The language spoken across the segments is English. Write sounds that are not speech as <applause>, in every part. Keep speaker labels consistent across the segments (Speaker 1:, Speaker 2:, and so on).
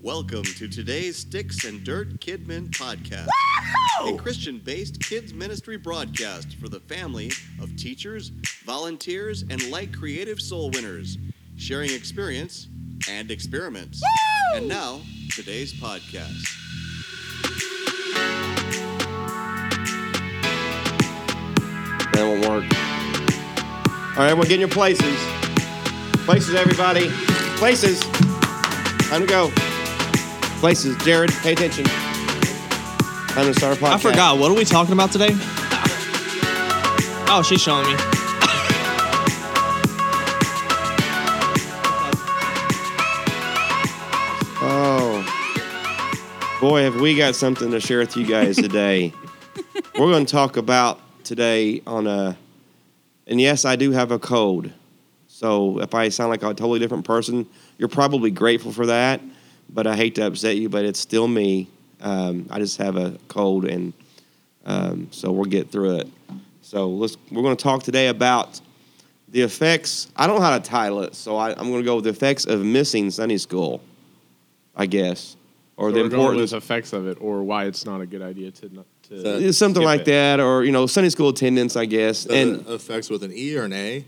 Speaker 1: Welcome to today's Sticks and Dirt Kidmen podcast, a Christian based kids ministry broadcast for the family of teachers, volunteers, and like creative soul winners, sharing experience and experiments. And now, today's podcast.
Speaker 2: That won't work. All right, everyone, get in your places. Places, everybody. Places. Time to go. Places. Jared, pay attention. Time to start a podcast.
Speaker 3: I forgot. What are we talking about today? Oh, she's showing me.
Speaker 2: Oh. Boy, have we got something to share with you guys today. We're going to talk about today on a, and yes, I do have a cold. So if I sound like a totally different person, you're probably grateful for that. But I hate to upset you, but it's still me. Um, I just have a cold, and um, so we'll get through it. So let's. We're going to talk today about the effects. I don't know how to title it, so I, I'm going to go with the effects of missing Sunday school. I guess, or
Speaker 4: So
Speaker 2: the
Speaker 4: we're going
Speaker 2: importance
Speaker 4: with effects of it, or why it's not a good idea to not to
Speaker 2: Yeah, something
Speaker 4: skip
Speaker 2: like
Speaker 4: it.
Speaker 2: that, or you know, Sunday school attendance, I guess.
Speaker 4: Uh,
Speaker 2: And
Speaker 5: and affects with an E or an A.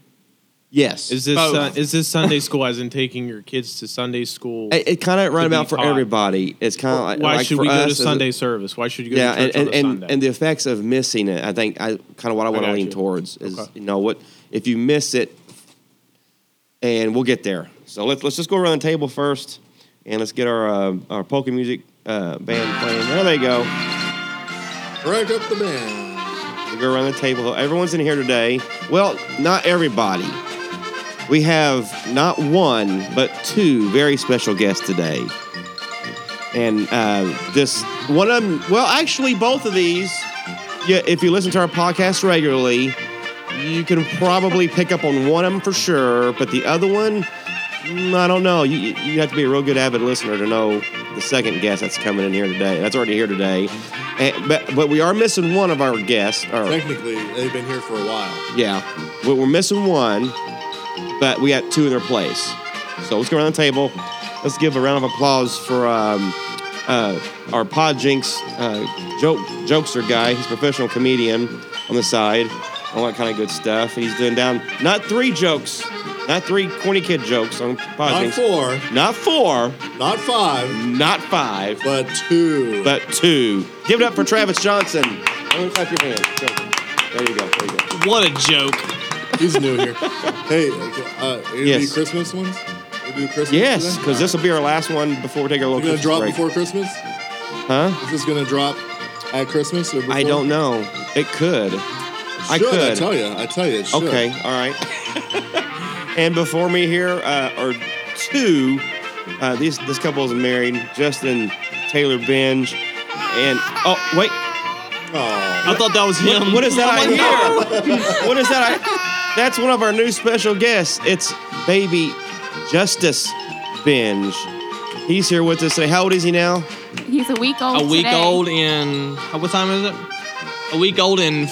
Speaker 2: yes,
Speaker 3: Is this uh,
Speaker 4: Both.
Speaker 3: is this Sunday school?
Speaker 4: As in taking your kids to Sunday school.
Speaker 2: it, kind of
Speaker 4: should
Speaker 2: run
Speaker 4: be
Speaker 2: about for
Speaker 4: taught.
Speaker 2: everybody. It's kind of like
Speaker 4: why
Speaker 2: like
Speaker 4: should
Speaker 2: for
Speaker 4: we go
Speaker 2: us
Speaker 4: to
Speaker 2: as a-
Speaker 4: Sunday service? Why should you go
Speaker 2: yeah,
Speaker 4: to church
Speaker 2: and and,
Speaker 4: on a
Speaker 2: and,
Speaker 4: Sunday?
Speaker 2: and the effects of missing it. I think I kind of what I want to
Speaker 4: got
Speaker 2: lean
Speaker 4: you.
Speaker 2: towards is
Speaker 4: Okay.
Speaker 2: you know what if you miss it, and we'll get there. So let's let's just go around the table first, and let's get our uh, our polka music uh, band playing. There they go.
Speaker 5: Break up the band.
Speaker 2: We go around the table. Everyone's in here today. Well, not everybody. We have not one, but two very special guests today. And uh, this one of them, well, actually, both of these, yeah, if you listen to our podcast regularly, you can probably pick up on one of them for sure. But the other one, mm, I don't know. You, you you have to be a real good avid listener to know the second guest that's coming in here today. That's already here today. And, but, but we are missing one of our guests. Or,
Speaker 5: Technically, they've been here for a while.
Speaker 2: yeah, we- we're missing one, but we got two in their place. So let's go around the table. Let's give a round of applause for um, uh, our Pod Jinx uh, joke jokester guy. He's a professional comedian on the side, all that kind of good stuff. And he's doing down not three jokes, not three corny kid jokes on Pod
Speaker 5: Not
Speaker 2: Jinx.
Speaker 5: four,
Speaker 2: Not four,
Speaker 5: not five,
Speaker 2: not five,
Speaker 5: but two.
Speaker 2: but two. Give it up for Travis Johnson. Everyone clap your hands. Go. There you go. There you go.
Speaker 3: What a joke!
Speaker 5: He's new here. hey, uh, it'll
Speaker 2: Yes.
Speaker 5: be Christmas ones. It'll be Christmas.
Speaker 2: Yes,
Speaker 5: today?
Speaker 2: because this will be our last one before we take our
Speaker 5: Is
Speaker 2: little
Speaker 5: it gonna
Speaker 2: Christmas
Speaker 5: drop
Speaker 2: break.
Speaker 5: before Christmas.
Speaker 2: huh?
Speaker 5: Is this gonna drop at Christmas or before?
Speaker 2: I don't know. It could. I
Speaker 5: Should, I
Speaker 2: could.
Speaker 5: tell you. I tell you. It should.
Speaker 2: Okay, all right. <laughs> and before me here uh, are two. Uh, these this couple is married, Justin Taylor Binge, and oh wait,
Speaker 5: Oh,
Speaker 3: I thought that was him.
Speaker 2: what is that I hear? what is that? I, that's one of our new special guests. It's baby Justice Binge. He's here with us. Say, how old is he now?
Speaker 6: He's a week old.
Speaker 3: A week
Speaker 6: today.
Speaker 3: old in how- what time is it? A week old in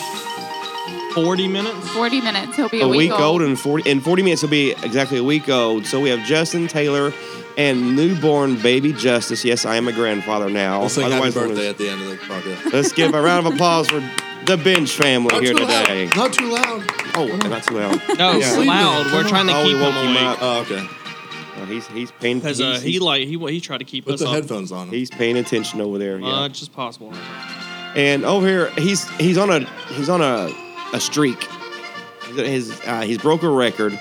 Speaker 3: forty minutes.
Speaker 6: Forty minutes. He'll be
Speaker 2: a week old and 40 in 40 minutes will be exactly a week old so we have justin taylor and newborn baby justice yes i am a grandfather now
Speaker 5: I'll sing happy
Speaker 2: Otherwise, I'm gonna-
Speaker 5: birthday at the end of the podcast.
Speaker 2: let's give a round of applause for the bench family
Speaker 5: Not
Speaker 2: here
Speaker 5: too
Speaker 2: today
Speaker 5: loud. Not too loud.
Speaker 2: oh not too loud
Speaker 3: No,
Speaker 5: Yeah.
Speaker 3: loud. We're trying to
Speaker 2: oh we
Speaker 3: keep
Speaker 2: woke
Speaker 3: him
Speaker 2: him
Speaker 3: awake
Speaker 2: up
Speaker 5: Oh, okay.
Speaker 2: Oh, he's he's paying
Speaker 3: because
Speaker 2: he's,
Speaker 3: uh, he like he he tried to keep
Speaker 5: Put
Speaker 3: us
Speaker 5: the
Speaker 3: up
Speaker 5: headphones on.
Speaker 2: he's paying attention over there
Speaker 3: as
Speaker 2: yeah.
Speaker 3: much as possible.
Speaker 2: and over here he's he's on a he's on a, a streak his uh, he's broke a record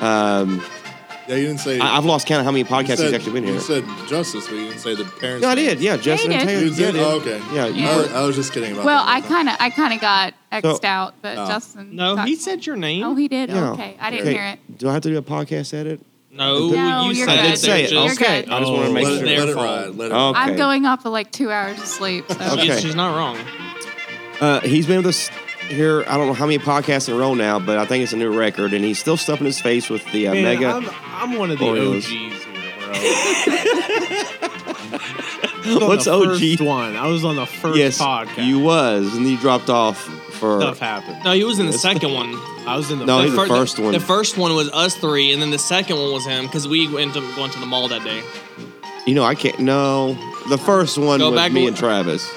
Speaker 2: um,
Speaker 5: Yeah, you didn't say.
Speaker 2: I, I've lost count of how many podcasts
Speaker 5: you said,
Speaker 2: he's actually been here.
Speaker 5: You said justice, but you didn't say the parents.
Speaker 2: No, I did. Yeah, Justin
Speaker 6: Yeah,
Speaker 2: and
Speaker 6: you
Speaker 2: Taylor.
Speaker 5: You did?
Speaker 2: Yeah, I
Speaker 5: Oh,
Speaker 2: did.
Speaker 5: okay.
Speaker 2: Yeah, you
Speaker 5: I,
Speaker 2: were-
Speaker 5: was, I was just kidding about
Speaker 6: Well,
Speaker 5: that.
Speaker 6: I kind of, I kind of got
Speaker 2: So-
Speaker 6: X'd out, but
Speaker 5: Oh.
Speaker 6: Justin.
Speaker 3: No,
Speaker 6: got-
Speaker 3: he said your name.
Speaker 6: Oh, he did.
Speaker 2: yeah.
Speaker 6: Okay, I didn't
Speaker 2: Okay.
Speaker 6: hear it.
Speaker 2: Do I have to do a podcast edit?
Speaker 3: No,
Speaker 6: No,
Speaker 3: you
Speaker 6: you're
Speaker 3: said
Speaker 6: good.
Speaker 2: I did say it.
Speaker 3: They're
Speaker 6: You're
Speaker 3: just-
Speaker 2: okay,
Speaker 6: good.
Speaker 2: I just want to make
Speaker 3: Oh.
Speaker 5: let,
Speaker 2: sure.
Speaker 5: it,
Speaker 3: their
Speaker 5: let it
Speaker 3: fault.
Speaker 5: ride. Let it
Speaker 2: Oh.
Speaker 5: ride.
Speaker 2: Okay.
Speaker 6: I'm going off of like two hours of sleep. So.
Speaker 2: Okay.
Speaker 3: She's not wrong.
Speaker 2: Uh, he's been with us here. I don't know how many podcasts in a row now, but I think it's a new record, and he's still stuffing his face with the uh,
Speaker 4: Man,
Speaker 2: mega.
Speaker 4: I'm, I'm one of the
Speaker 2: Oreos.
Speaker 4: OGs here, bro.
Speaker 2: <laughs> What's
Speaker 4: the
Speaker 2: OG?
Speaker 4: <laughs> First one. I was on the first
Speaker 2: yes,
Speaker 4: podcast.
Speaker 2: you was, and then you dropped off for.
Speaker 4: stuff happened.
Speaker 3: No, he was in the second <laughs> one.
Speaker 4: I was in the
Speaker 2: No,
Speaker 4: first
Speaker 2: he's the
Speaker 3: fir-
Speaker 2: first one.
Speaker 3: The first one was us three, and then the second one was him because we went to, going to the mall that day.
Speaker 2: You know, I can't. No, the first one
Speaker 3: Go
Speaker 2: was
Speaker 3: back
Speaker 2: me
Speaker 3: a-
Speaker 2: and Travis.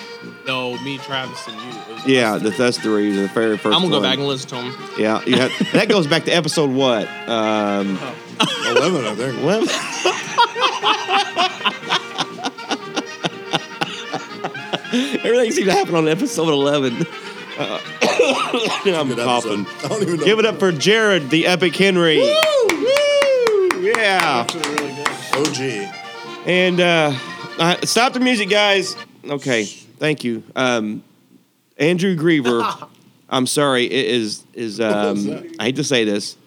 Speaker 4: No, me, Travis, and you. It was
Speaker 2: Yeah, that, that's the reason. The very first.
Speaker 3: I'm gonna go
Speaker 2: one.
Speaker 3: back and listen to them.
Speaker 2: Yeah, you had- that goes back to episode what? <laughs> Um,
Speaker 5: 11, I think.
Speaker 2: well, <laughs> everything seemed to happen on episode eleven. Uh, <coughs> I'm
Speaker 5: Good
Speaker 2: coughing.
Speaker 5: episode. I don't even know.
Speaker 2: Give it up for Jared, the Epic Henry. Woo! Woo! Yeah.
Speaker 5: OG.
Speaker 2: And uh, uh, stop the music, guys. Okay, thank you, um, Andrew
Speaker 5: <laughs>
Speaker 2: Griever. I'm sorry. It is is
Speaker 5: was
Speaker 2: um,
Speaker 5: that?
Speaker 2: I hate to say this,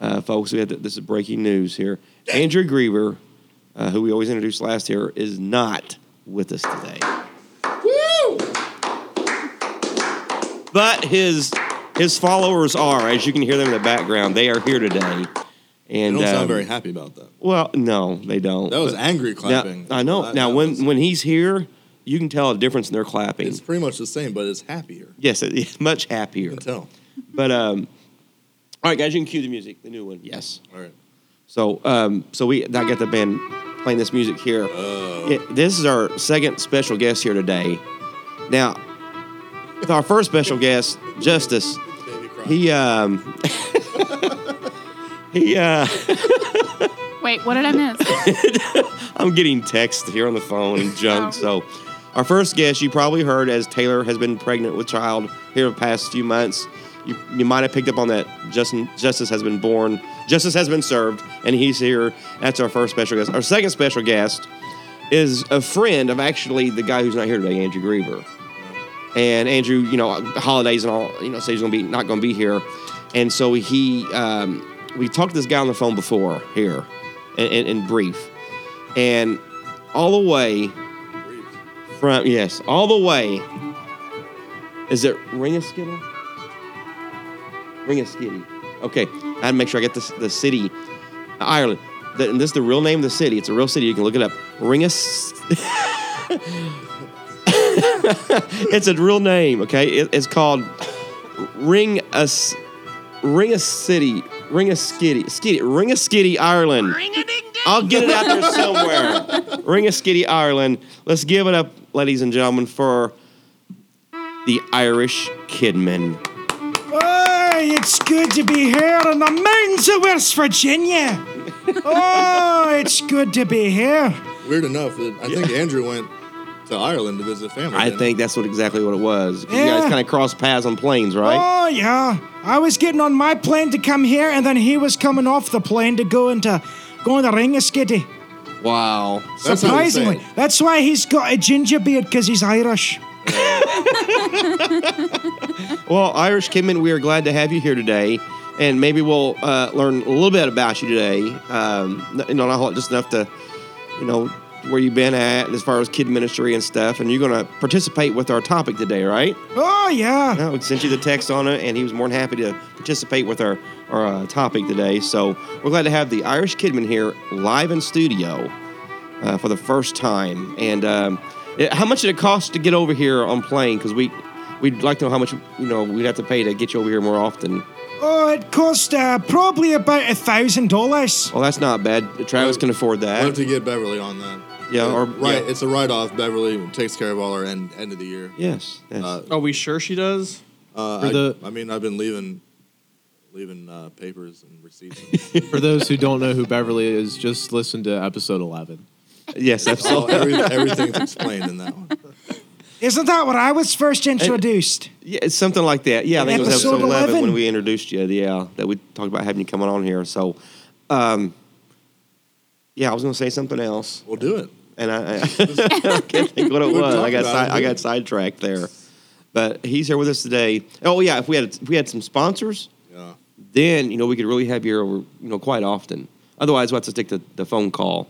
Speaker 2: uh, folks. We had to, this is breaking news here. Andrew Griever, uh, who we always introduced last year, is not with us today. Woo! But his his followers are, as you can hear them in the background, they are here today.
Speaker 5: You
Speaker 2: And
Speaker 5: don't
Speaker 2: um,
Speaker 5: sound very happy about that.
Speaker 2: well, no, they don't.
Speaker 5: That was
Speaker 2: But-
Speaker 5: angry
Speaker 2: now,
Speaker 5: clapping.
Speaker 2: I know.
Speaker 5: That-
Speaker 2: now,
Speaker 5: that
Speaker 2: when
Speaker 5: was-
Speaker 2: when he's here, you can tell a difference in their clapping.
Speaker 5: It's pretty much the same, but it's happier.
Speaker 2: yes, it- <laughs> it's much happier.
Speaker 5: You can tell.
Speaker 2: But um, all right, guys, you can cue the music, the new one. Yes.
Speaker 5: All right.
Speaker 2: So um, so we I got the band playing this music here. Yeah, this is our second special guest here today. Now, with our first special guest, Justice,
Speaker 5: Baby cry.
Speaker 2: he um, <laughs> he uh. <laughs>
Speaker 6: Wait, what did I miss?
Speaker 2: I'm getting texts here on the phone and junk. So, our first guest you probably heard as Taylor has been pregnant with child here the past few months. You, you might have picked up on that. Justin, justice has been born, justice has been served, and he's here. That's our first special guest. Our second special guest is a friend of actually the guy who's not here today, Andrew Griever. And Andrew, you know, holidays and all, you know, says he's gonna be not gonna be here, and so he, um, we talked to this guy on the phone before here, in, in, in brief, and all the way from yes, all the way. Is it Ring of Skittle? Ring of Skitty. Okay, I had to make sure I get this the city, Ireland. The, and this is the real name of the city. It's a real city. You can look it up. Ring of. S- <laughs> it's a real name. Okay, it, it's called Ring a Ring a City. Ring a Skitty. Skitty. Ring a Skitty, Ireland. I'll get it out there somewhere. Ring of Skitty Ireland. Let's give it up, ladies and gentlemen, for the Irish Kidman.
Speaker 7: Oh, it's good to be here in the mountains of
Speaker 2: <laughs>
Speaker 7: West Virginia. oh, it's good to be here.
Speaker 5: Weird enough, that I think Andrew went to Ireland to visit family.
Speaker 2: I
Speaker 5: didn't
Speaker 2: think that's what exactly what it was. 'Cause You
Speaker 7: Yeah.
Speaker 2: guys kind of crossed paths on planes, right?
Speaker 7: Oh, yeah. I was getting on my plane to come here, and then he was coming off the plane to go into go in the ring of skitty.
Speaker 2: Wow.
Speaker 5: he? That's how he's
Speaker 7: Surprisingly,
Speaker 5: saying.
Speaker 7: that's why he's got a ginger beard because
Speaker 2: <laughs>
Speaker 7: he's Irish. <laughs>
Speaker 2: Well, Irish Kidman, we are glad to have you here today. And maybe we'll uh, learn a little bit about you today. Um, n- you know, not a whole- just enough to, you know, where you've been at as far as kid ministry and stuff. And you're going to participate with our topic today, right?
Speaker 7: Oh, yeah.
Speaker 2: No, we sent you the text on it, and he was more than happy to participate with our, our uh, topic today. So we're glad to have the Irish Kidman here live in studio uh, for the first time. And um, it- how much did it cost to get over here on plane? Because we we'd like to know how much you know we'd have to pay to get you over here more often.
Speaker 7: Oh, it cost uh, probably about a thousand dollars. Uh,
Speaker 2: Well, that's not bad. Travis can afford
Speaker 5: We'll have
Speaker 2: that.
Speaker 5: to get Beverly on that.
Speaker 2: Yeah, or-
Speaker 5: right.
Speaker 2: yeah.
Speaker 5: It's a write off. Beverly takes care of all our end end of the year.
Speaker 2: Yes. yes.
Speaker 5: Uh,
Speaker 3: Are we sure she does?
Speaker 5: Uh,
Speaker 4: For
Speaker 5: I,
Speaker 4: the-
Speaker 5: I mean, I've been leaving, leaving uh, papers and
Speaker 3: <laughs>
Speaker 5: receipts.
Speaker 4: For those who don't know who Beverly is, just listen to episode 11.
Speaker 2: yes.
Speaker 5: so
Speaker 2: Absolutely.
Speaker 5: every,
Speaker 2: <laughs>
Speaker 5: everything's explained in that one.
Speaker 7: Isn't that what I was first introduced?
Speaker 2: Yeah, it's something like that. Yeah, I think it was
Speaker 7: Episode
Speaker 2: episode 11,
Speaker 7: 11.
Speaker 2: when we introduced you. Yeah, that we talked about having you coming on here. So, um, yeah, I was going to say something else,
Speaker 5: We'll do it.
Speaker 2: and
Speaker 5: <laughs>
Speaker 2: I, I can't think what it
Speaker 5: We're
Speaker 2: was. I
Speaker 5: talking
Speaker 2: got
Speaker 5: about
Speaker 2: side,
Speaker 5: it.
Speaker 2: I got sidetracked there. But he's here with us today. Oh yeah, if we had if we had some sponsors,
Speaker 5: Yeah.
Speaker 2: then you know we could really have you over you know quite often. Otherwise, we will have to stick to the phone call,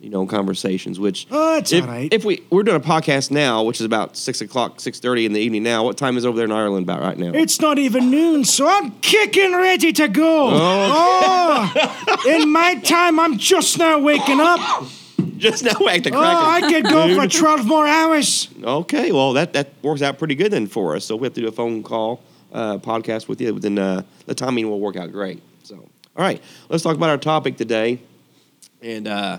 Speaker 2: you know, conversations. Which
Speaker 7: Oh, it's
Speaker 2: if,
Speaker 7: all right.
Speaker 2: if we we're doing a podcast now, which is about six o'clock, six thirty in the evening now. What time is it over there in Ireland about right
Speaker 7: <laughs>
Speaker 2: now?
Speaker 7: It's not even noon, so I'm kicking ready to go. Oh, in my time, I'm just now waking up. Oh,
Speaker 2: just now at the
Speaker 7: I
Speaker 2: crack.
Speaker 7: could go for 12 more hours.
Speaker 2: of- okay, well that that works out pretty good then for us. So we have to do a phone call uh, podcast with you. Then uh, the timing will work out great. So all right, let's talk about our topic today, and uh,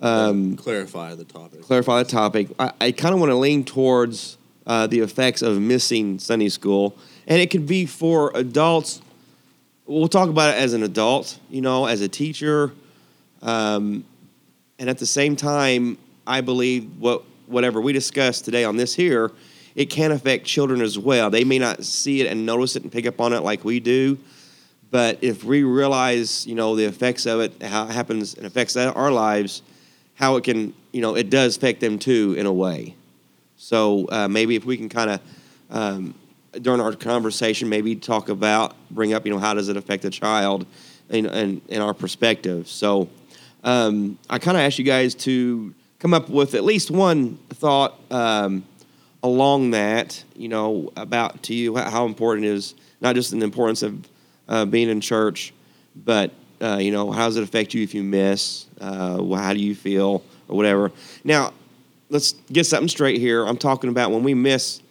Speaker 5: clarify the topic.
Speaker 2: clarify the topic. I, I kind of want to lean towards uh, the effects of missing Sunday school, and it could be for adults. We'll talk about it as an adult, you know, as a teacher, um, and at the same time, I believe what whatever we discussed today on this here, it can affect children as well. They may not see it and notice it and pick up on it like we do. But if we realize, you know, the effects of it, how it happens and affects our lives, how it can, you know, it does affect them too in a way. So uh, maybe if we can kind of, um, during our conversation, maybe talk about, bring up, you know, how does it affect a child and, and, and our perspective. So um, I kind of asked you guys to come up with at least one thought um, along that, you know, about to you, how- how important is not just the importance of uh, being in church, but uh, you know, how does it affect you if you miss? Uh, wh- how do you feel or whatever? Now, let's get something straight here. I'm talking about when we miss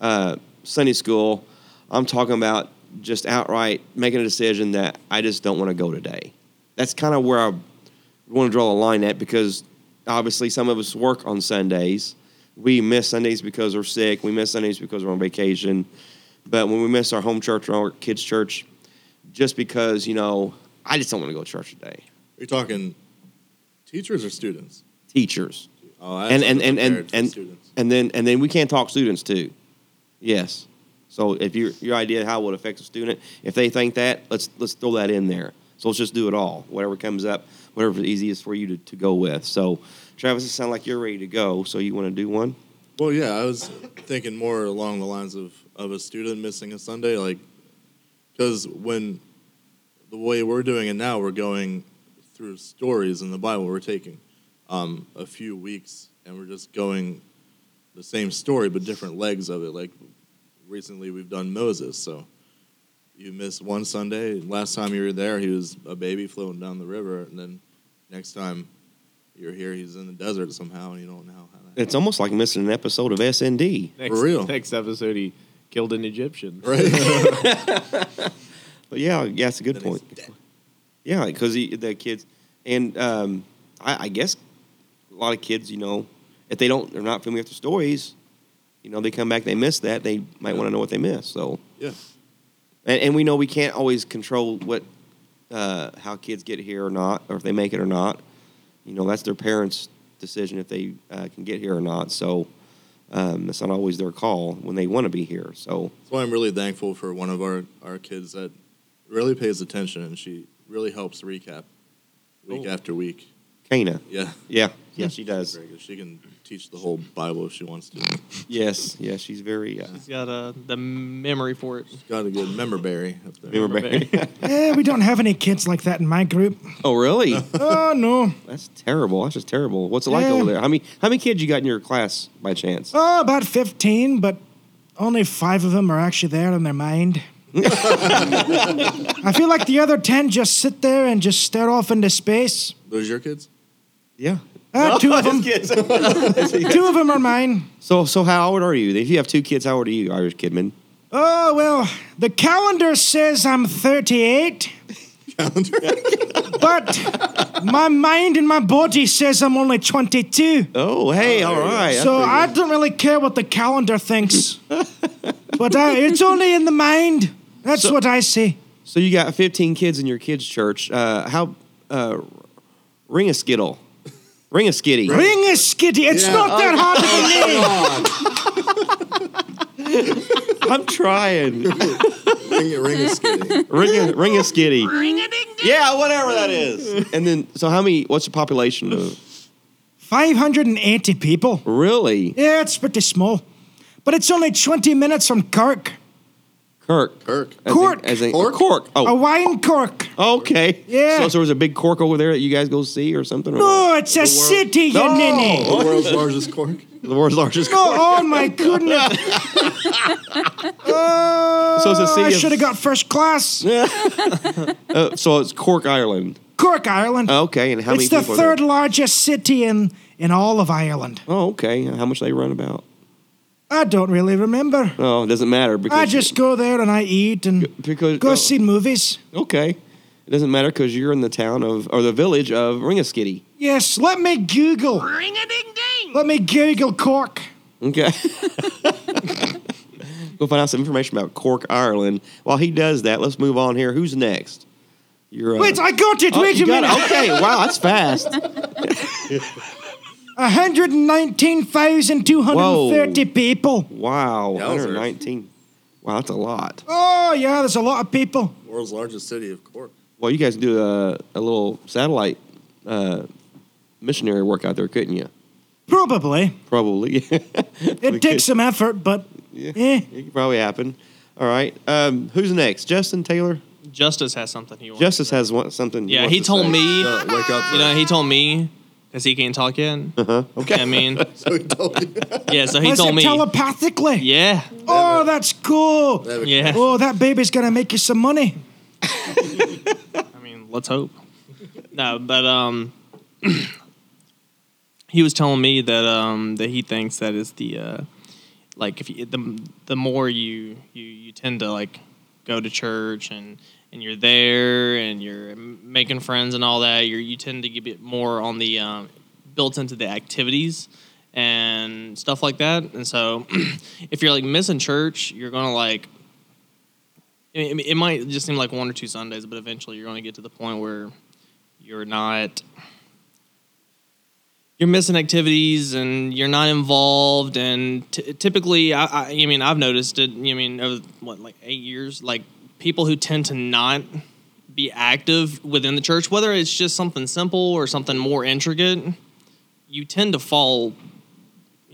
Speaker 2: uh, Sunday school. I'm talking about just outright making a decision that I just don't want to go today. That's kind of where I want to draw a line at because obviously some of us work on Sundays. We miss Sundays because we're sick. We miss Sundays because we're on vacation. But when we miss our home church or our kids' church, just because you know I just don't want to go to church today.
Speaker 5: You're talking teachers or students?
Speaker 2: Teachers
Speaker 5: Oh, I
Speaker 2: and
Speaker 5: actually
Speaker 2: and and
Speaker 5: prepared
Speaker 2: and
Speaker 5: for
Speaker 2: and,
Speaker 5: students.
Speaker 2: and then and then we can't talk students too. Yes. So if your your idea of how it would affect a student, if they think that, let's let's throw that in there. So let's just do it all. Whatever comes up, whatever's easiest for you to, to go with. So Travis, it sounds like you're ready to go. So you want to do one?
Speaker 5: Well, yeah, I was thinking more along the lines of, of a student missing a Sunday, like, because when the way we're doing it now, we're going through stories in the Bible. We're taking um, a few weeks and we're just going the same story, but different legs of it. Like, recently we've done Moses, so you miss one Sunday. Last time you were there, he was a baby floating down the river, and then next time you're here, he's in the desert somehow, and you don't know how that
Speaker 2: It's almost like missing an episode of SND.
Speaker 4: Next,
Speaker 5: real.
Speaker 4: Next episode, he killed an Egyptian.
Speaker 5: Right.
Speaker 2: But yeah, yeah, that's a good
Speaker 5: That is
Speaker 2: point. Yeah, because the kids, and um, I, I guess a lot of kids, you know, if they don't, they're not familiar with the stories. You know, they come back, they miss that. They might want to know what they miss. So,
Speaker 5: yeah.
Speaker 2: and, and we know we can't always control what, uh, how kids get here or not, or if they make it or not. You know, that's their parents' decision if they uh, can get here or not. So, um, it's not always their call when they want to be here. So,
Speaker 5: That's why I'm really thankful for one of our, our kids that really pays attention and she really helps recap week
Speaker 2: Cool.
Speaker 5: after week.
Speaker 2: Kana,
Speaker 5: Yeah.
Speaker 2: yeah, yeah, she does.
Speaker 5: Very good. She can teach the whole Bible if she wants to.
Speaker 2: Yes, yeah, she's very. Uh,
Speaker 3: He's got uh, the memory for it.
Speaker 5: Got a good member berry up there.
Speaker 2: Remember Barry? <laughs>
Speaker 7: Eh, we don't have any kids like that in my group.
Speaker 2: oh, really?
Speaker 5: <laughs>
Speaker 7: Oh, no.
Speaker 2: That's terrible. That's just terrible. What's it like
Speaker 7: Yeah.
Speaker 2: over there? How many how many kids you got in your class by chance?
Speaker 7: Oh, about 15, but only five of them are actually there in their mind. I feel like the other 10 just sit there and just stare off into space.
Speaker 5: Those your kids?
Speaker 2: Yeah.
Speaker 7: Uh,
Speaker 5: <laughs>
Speaker 7: two of them. two of them are mine.
Speaker 2: So so how old are you? If you have two kids, how old are you, Irish Kidman?
Speaker 7: Oh, well, the calendar says I'm 38. <laughs> But my mind and my body says I'm only 22.
Speaker 2: Oh, hey, all right.
Speaker 7: so I don't really care what the
Speaker 2: <laughs>
Speaker 7: calendar thinks. but I, it's only in the mind. That's what I see.
Speaker 2: so you got 15 kids in your kids' church. Uh, how uh, ring a skittle, ring a skitty.
Speaker 7: Ring a skitty. It's not that
Speaker 2: Oh.
Speaker 7: hard to believe.
Speaker 2: <laughs> I'm
Speaker 5: <laughs>
Speaker 2: trying.
Speaker 5: Ring, ring is skinny.
Speaker 2: ring a ring a skitty. Ring a ding ding. Yeah, whatever that is. and then so how many? What's the population of?
Speaker 7: 580 people.
Speaker 2: Really,
Speaker 7: Yeah, it's pretty small. But it's only 20 minutes from Cork.
Speaker 2: Kirk.
Speaker 5: Kirk.
Speaker 2: As in-
Speaker 7: Cork.
Speaker 2: as in-
Speaker 5: Cork?
Speaker 2: Cork. Oh,
Speaker 7: A wine Cork.
Speaker 2: Okay.
Speaker 7: Yeah.
Speaker 2: So, so there was a big cork over there that you guys go see or something? or
Speaker 7: No, it's a city, you
Speaker 2: No.
Speaker 7: ninny.
Speaker 5: The world's largest cork.
Speaker 2: what? The world's largest cork.
Speaker 7: Oh, oh my goodness.
Speaker 2: <laughs>
Speaker 7: oh,
Speaker 2: So it's a city
Speaker 7: I
Speaker 2: of-
Speaker 7: should have got first class.
Speaker 2: Uh, so it's Cork, Ireland.
Speaker 7: Cork, Ireland.
Speaker 2: Oh, Okay. And how
Speaker 7: it's
Speaker 2: many
Speaker 7: the
Speaker 2: people?
Speaker 7: third
Speaker 2: Are
Speaker 7: largest city in, in all of Ireland.
Speaker 2: there? Oh, okay. How much they run about?
Speaker 7: I don't really remember.
Speaker 2: Oh, it doesn't matter because
Speaker 7: I just go there and I eat and
Speaker 2: because
Speaker 7: go
Speaker 2: oh,
Speaker 7: see movies.
Speaker 2: Okay. It doesn't matter because you're in the town of or the village of Ringaskiddy.
Speaker 7: Yes, let me Google. Ring a ding ding. Let me Google Cork.
Speaker 2: Okay. Go find out some information about Cork, Ireland. While he does that, let's move on here. Who's next? You're, uh,
Speaker 7: Wait, I got it.
Speaker 2: oh,
Speaker 7: Wait
Speaker 2: you
Speaker 7: a
Speaker 2: got it.
Speaker 7: minute.
Speaker 2: Okay, wow, that's
Speaker 7: <laughs>
Speaker 2: fast.
Speaker 7: 119,230 people.
Speaker 2: Wow,
Speaker 5: Yowzers.
Speaker 2: 119. Wow, that's a lot.
Speaker 7: Oh, yeah, there's a lot of people.
Speaker 5: World's largest city, of course.
Speaker 2: Well, you guys do a, a little satellite uh, missionary work out there, couldn't you?
Speaker 7: Probably.
Speaker 2: Probably. <laughs>
Speaker 7: It takes some effort, but
Speaker 2: Yeah,
Speaker 7: eh.
Speaker 2: It could probably happen. All right. Um, who's next? Justin Taylor.
Speaker 3: Justice has something he wants.
Speaker 2: Justice has one, something.
Speaker 3: Yeah, he told me.
Speaker 5: Uh, wake up.
Speaker 3: You know, he told me because he can't talk yet.
Speaker 2: uh Okay.
Speaker 3: I mean,
Speaker 5: <laughs> so he told you.
Speaker 3: yeah. So he
Speaker 7: was
Speaker 3: told
Speaker 7: it
Speaker 3: me.
Speaker 7: telepathically?
Speaker 3: yeah.
Speaker 7: Oh, that's cool.
Speaker 5: That would-
Speaker 3: Yeah.
Speaker 7: Oh, that baby's going to make you some money.
Speaker 3: I mean, let's hope. No, but um, <clears throat> he was telling me that um that he thinks that is the uh like if you, the the more you you you tend to like go to church and and you're there and you're m- making friends and all that you you tend to get a bit more on the um, built into the activities and stuff like that and so <clears throat> if you're like missing church you're gonna like it, it might just seem like one or two Sundays, but eventually you're going to get to the point where you're not you're missing activities and you're not involved. And t- typically, I, I, I mean, I've noticed it. I mean, over what like eight years, like people who tend to not be active within the church, whether it's just something simple or something more intricate, you tend to fall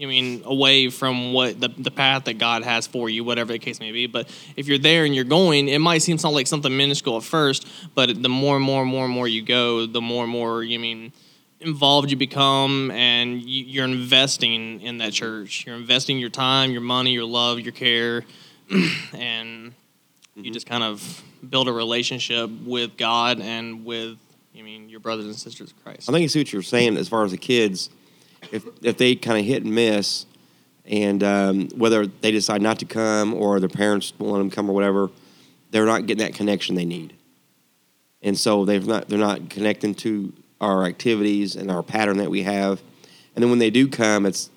Speaker 3: I mean, away from what the, the path that God has for you, whatever the case may be. But if you're there and you're going, it might seem something like something minuscule at first, but the more and more and more and more you go, the more and more you mean involved you become, and you, you're investing in that church. You're investing your time, your money, your love, your care, <clears throat> and you just kind of build a relationship with God and with, I mean, your brothers and sisters in Christ.
Speaker 2: I think I see what you're saying as far as the kids, if if they kind of hit and miss, and um, whether they decide not to come or their parents won't let them come or whatever, they're not getting that connection they need, and so they're not they're not connecting to our activities and our pattern that we have, and then when they do come, it's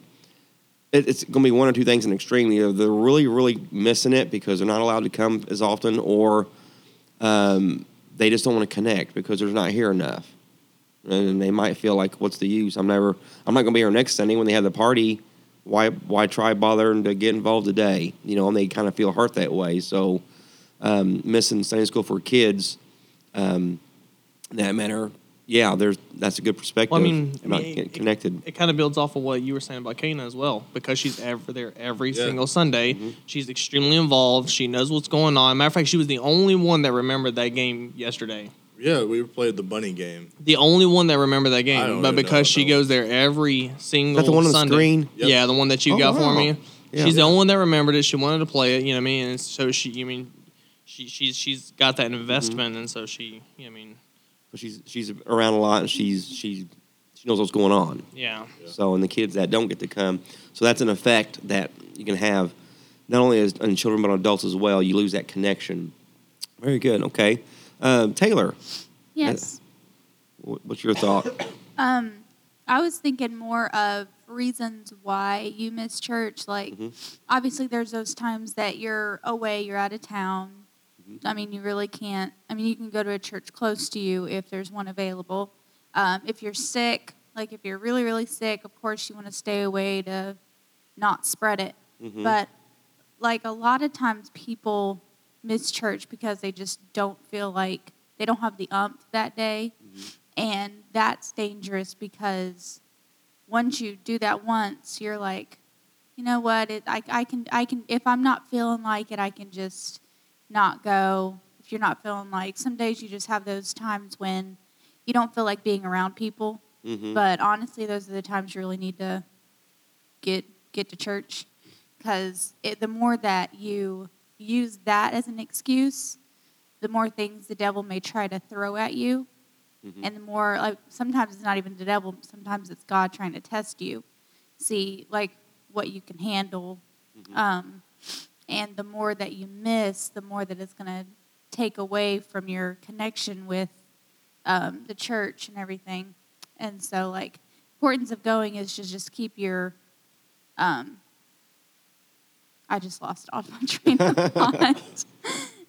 Speaker 2: it, it's going to be one or two things in extreme. Either they're really really missing it because they're not allowed to come as often, or um, they just don't want to connect because they're not here enough and they might feel like, "What's the use? I'm never, I'm not going to be here next Sunday when they have the party. Why, why try bothering to get involved today? You know, and they kind of feel hurt that way. So, um, missing Sunday school for kids, um, in that manner, yeah, there's that's a good perspective.
Speaker 3: Well, I mean, I
Speaker 2: about
Speaker 3: mean,
Speaker 2: getting connected.
Speaker 3: It, kind of builds off of what you were saying about Kana as well, because she's ever there every
Speaker 5: Yeah.
Speaker 3: single Sunday.
Speaker 2: Mm-hmm.
Speaker 3: She's extremely involved. She knows what's going on. Matter of fact, she was the only one that remembered that game yesterday.
Speaker 5: Yeah, we played the bunny game.
Speaker 3: The only one that remembered that
Speaker 5: I
Speaker 3: game,
Speaker 5: don't
Speaker 3: but
Speaker 5: even know
Speaker 3: because
Speaker 5: what
Speaker 3: she
Speaker 5: that
Speaker 3: goes there every single
Speaker 2: Is that the one on the
Speaker 3: Sunday.
Speaker 2: screen?
Speaker 5: Yep.
Speaker 3: Yeah, the one that you
Speaker 2: Oh,
Speaker 3: got
Speaker 2: wow.
Speaker 3: for me.
Speaker 2: Yeah.
Speaker 3: She's the only one that remembered it. She wanted to play it. You know what I mean? And so she, you mean, she, she's she's got that investment, and so she, you know what I mean,
Speaker 2: Mm-hmm. But she's she's around a lot, and she's she's she knows what's going on.
Speaker 3: yeah.
Speaker 2: So, and the kids that don't get to come. So, that's an effect that you can have not only as, on children, but on adults as well. You lose that connection. Very good. Okay. Um, Taylor,
Speaker 6: Yes.
Speaker 2: wh- what's your thought?
Speaker 6: Um, I was thinking more of reasons why you miss church. Like, obviously, there's those times that you're away, you're out of town. I mean, you really can't. I mean, you can go to a church close to you if there's one available. Um, if you're sick, like if you're really, really sick, of course, you want to stay away to not spread it.
Speaker 8: Mm-hmm.
Speaker 2: Mhm.
Speaker 6: But, like, a lot of times people miss church because they just don't feel like they don't have the umph that day. And that's dangerous because once you do that once, you're like, you know what? It, I, I can, I can. If I'm not feeling like it, I can just not go. If you're not feeling like, some days you just have those times when you don't feel like being around people.
Speaker 8: Mm-hmm.
Speaker 2: Mhm.
Speaker 6: But honestly, those are the times you really need to get get to church because the more that you use that as an excuse, the more things the devil may try to throw at you,
Speaker 2: Mm-hmm.
Speaker 6: and <laughs> the more like sometimes it's not even the devil, sometimes it's God trying to test you, see like what you can handle,
Speaker 2: Mm-hmm.
Speaker 6: um, and the more that you miss, the more that it's gonna take away from your connection with um, the church and everything. and so like importance of going is to just keep your. Um, I just lost off my <laughs> train
Speaker 2: <laughs>
Speaker 6: of thought.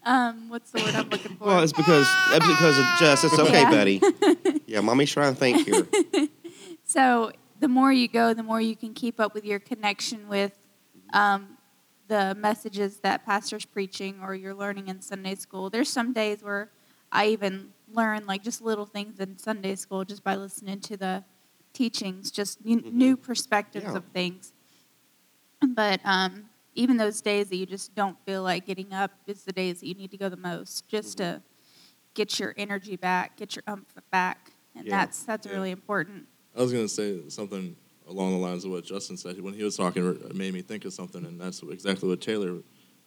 Speaker 6: um, what's the word I'm looking for?
Speaker 2: Well, it's because that's because of Jess. It's okay,
Speaker 6: Yeah.
Speaker 2: buddy.
Speaker 6: <laughs>
Speaker 2: Yeah, mommy's trying to think here.
Speaker 6: So the more you go, the more you can keep up with your connection with um, the messages that pastors preaching or you're learning in Sunday school. There's some days where I even learn like just little things in Sunday school just by listening to the teachings, just n- new perspectives
Speaker 2: Mm-hmm. Yeah.
Speaker 6: of things. But um, even those days that you just don't feel like getting up is the days that you need to go the most, just
Speaker 2: Mm-hmm.
Speaker 6: to get your energy back, get your umph back, and
Speaker 2: Yeah.
Speaker 6: that's that's
Speaker 5: Yeah.
Speaker 6: really important.
Speaker 5: I was gonna say something along the lines of what Justin said when he was talking. It made me think of something, and that's exactly what Taylor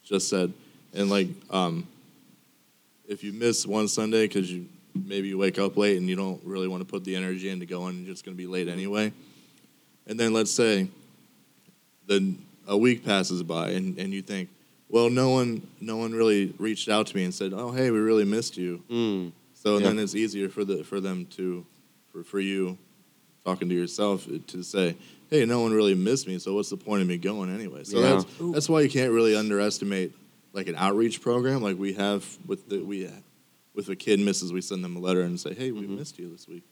Speaker 5: just said. And like, um, if you miss one Sunday because you maybe you wake up late and you don't really want to put the energy into going, you're just gonna be late anyway. And then let's say then a week passes by, and, and you think, well, no one no one really reached out to me and said, oh hey, we really missed you.
Speaker 2: Mm.
Speaker 5: So
Speaker 2: Yeah.
Speaker 5: then it's easier for the for them to for for you talking to yourself to say, "Hey, no one really missed me, so what's the point of me going anyway?" So
Speaker 2: Yeah.
Speaker 5: that's that's why you can't really underestimate like an outreach program like we have with the we with a kid misses, we send them a letter and say, "Hey, we
Speaker 2: Mm-hmm.
Speaker 5: missed you this week."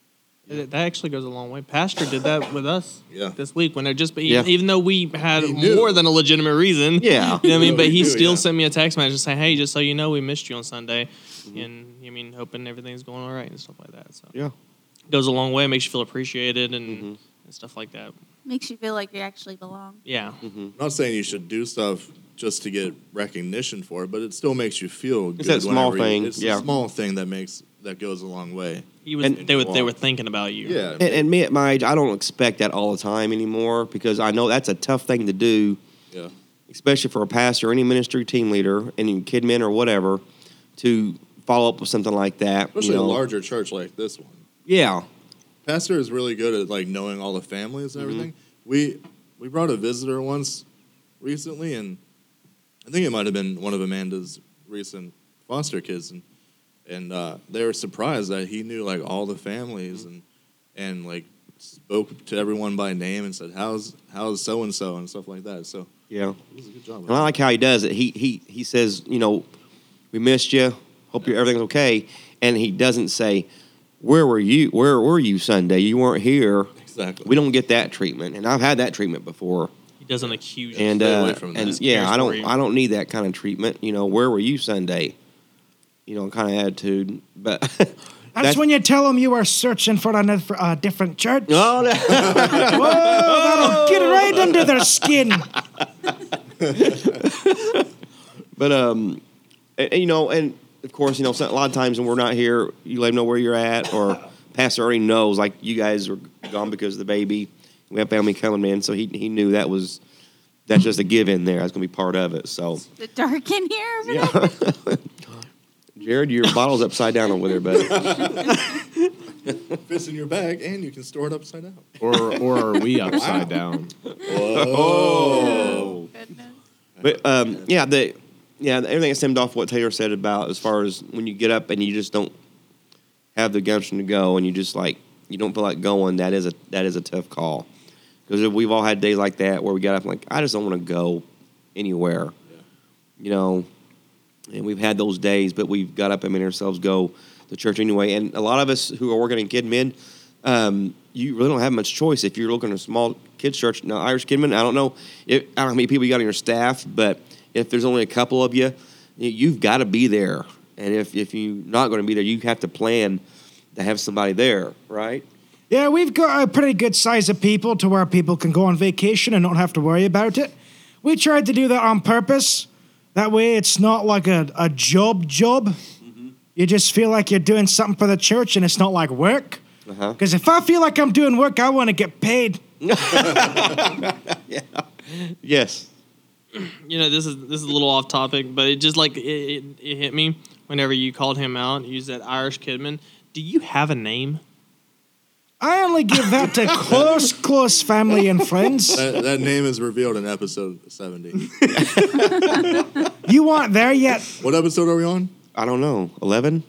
Speaker 3: That that actually goes a long way. Pastor did that with us
Speaker 5: <laughs> Yeah.
Speaker 3: this week when it just, but e,
Speaker 2: Yeah.
Speaker 3: even though we had
Speaker 5: He knew.
Speaker 3: more than a legitimate reason,
Speaker 2: Yeah.
Speaker 3: <laughs> you know what I mean.
Speaker 5: Yeah,
Speaker 3: But
Speaker 5: we
Speaker 3: he
Speaker 5: do,
Speaker 3: still
Speaker 5: yeah.
Speaker 3: sent me a text message saying, "Hey, just so you know, we missed you on Sunday,"
Speaker 5: Mm-hmm.
Speaker 3: and you mean hoping everything's going all right and stuff like that. So
Speaker 2: Yeah.
Speaker 3: it goes a long way. It makes you feel appreciated and,
Speaker 5: Mm-hmm.
Speaker 3: and stuff like that.
Speaker 6: Makes you feel like you actually belong.
Speaker 3: Yeah,
Speaker 2: Mm-hmm.
Speaker 5: I'm not saying you should do stuff just to get recognition for it, but it still makes you feel good.
Speaker 2: It's that small
Speaker 5: whenever you-
Speaker 2: thing,
Speaker 5: It's
Speaker 2: yeah.
Speaker 5: a small thing that makes that goes a long way.
Speaker 3: he was.
Speaker 2: And-
Speaker 3: they were they were thinking about you.
Speaker 5: Yeah.
Speaker 2: And, and me at my age, I don't expect that all the time anymore because I know that's a tough thing to do,
Speaker 5: Yeah.
Speaker 2: especially for a pastor, any ministry team leader, any kid men or whatever, to follow up with something like that. you
Speaker 5: Especially
Speaker 2: know.
Speaker 5: a larger church like this one.
Speaker 2: Yeah.
Speaker 5: Pastor is really good at like knowing all the families and everything. We we brought a visitor once recently, and I think it might have been one of Amanda's recent foster kids, and and uh, they were surprised that he knew like all the families and and like spoke to everyone by name and said how's how's so and so and stuff like that. So
Speaker 2: Yeah.
Speaker 5: it was a good job.
Speaker 2: And I like how he does it. He he he says, you know, we missed you. Hope you everything's okay. And he doesn't say, where were you? Where were you Sunday? You weren't here.
Speaker 5: exactly.
Speaker 2: We don't get that treatment, and I've had that treatment before.
Speaker 3: he doesn't accuse. you.
Speaker 2: And
Speaker 5: Stay away
Speaker 2: uh,
Speaker 5: from
Speaker 2: and
Speaker 5: that.
Speaker 2: yeah,
Speaker 3: Cares
Speaker 2: I
Speaker 3: for
Speaker 2: don't
Speaker 3: you.
Speaker 2: I don't need that kind of treatment. You know, where were you Sunday? You know, kind of attitude. But <laughs>
Speaker 7: That's, when you tell them you are searching for a for a different church.
Speaker 2: Oh, no.
Speaker 7: <laughs> Whoa, that'll get right under their skin.
Speaker 2: but um, and, and, you know, and of course, you know, so- a lot of times when we're not here, you let them know where you're at, <laughs> or pastor already knows. Like you guys are gone because of the baby. We have family coming in, so he he knew that was that's just a give in there. That's gonna be part of it. So
Speaker 6: Is it dark in here? over there? <laughs>
Speaker 2: yeah. Jared, your bottle's upside down over there, buddy.
Speaker 5: fits in your bag and you can store it upside down.
Speaker 4: or or are we upside down?
Speaker 6: Oh, goodness.
Speaker 2: But um, yeah, the yeah, everything that stemmed off what Taylor said about as far as when you get up and you just don't have the gumption to go, and you just like you don't feel like going. That is a that is a tough call because we've all had days like that where we got up and like I just don't want to go anywhere, you know. And we've had those days, but we've got up and made ourselves go to church anyway. And a lot of us who are working in kid men, um, you really don't have much choice if you're looking at a small kids church. Now, Irish Kidman, I don't know, if, I don't know how many people you got on your staff, but if there's only a couple of you, you- you've got to be there. And if, if you're not going to be there, you have to plan to have somebody there, right? <laughs>
Speaker 7: Yeah, we've got a pretty good size of people to where people can go on vacation and don't have to worry about it. We tried to do that on purpose. That way it's not like a, a job job. You just feel like you're doing something for the church and it's not like work.
Speaker 2: Uh-huh.
Speaker 7: Because if I feel like I'm doing work, I want to get paid.
Speaker 2: Yes.
Speaker 3: you know this is this is a little off topic, but it just like it, it, it hit me whenever you called him out. You said Irish Kidman. Do you have a name?
Speaker 7: I only give that to close, close family and friends.
Speaker 5: That, that name is revealed in episode 70.
Speaker 7: You aren't there yet.
Speaker 5: what episode are we on?
Speaker 2: I don't know. 11?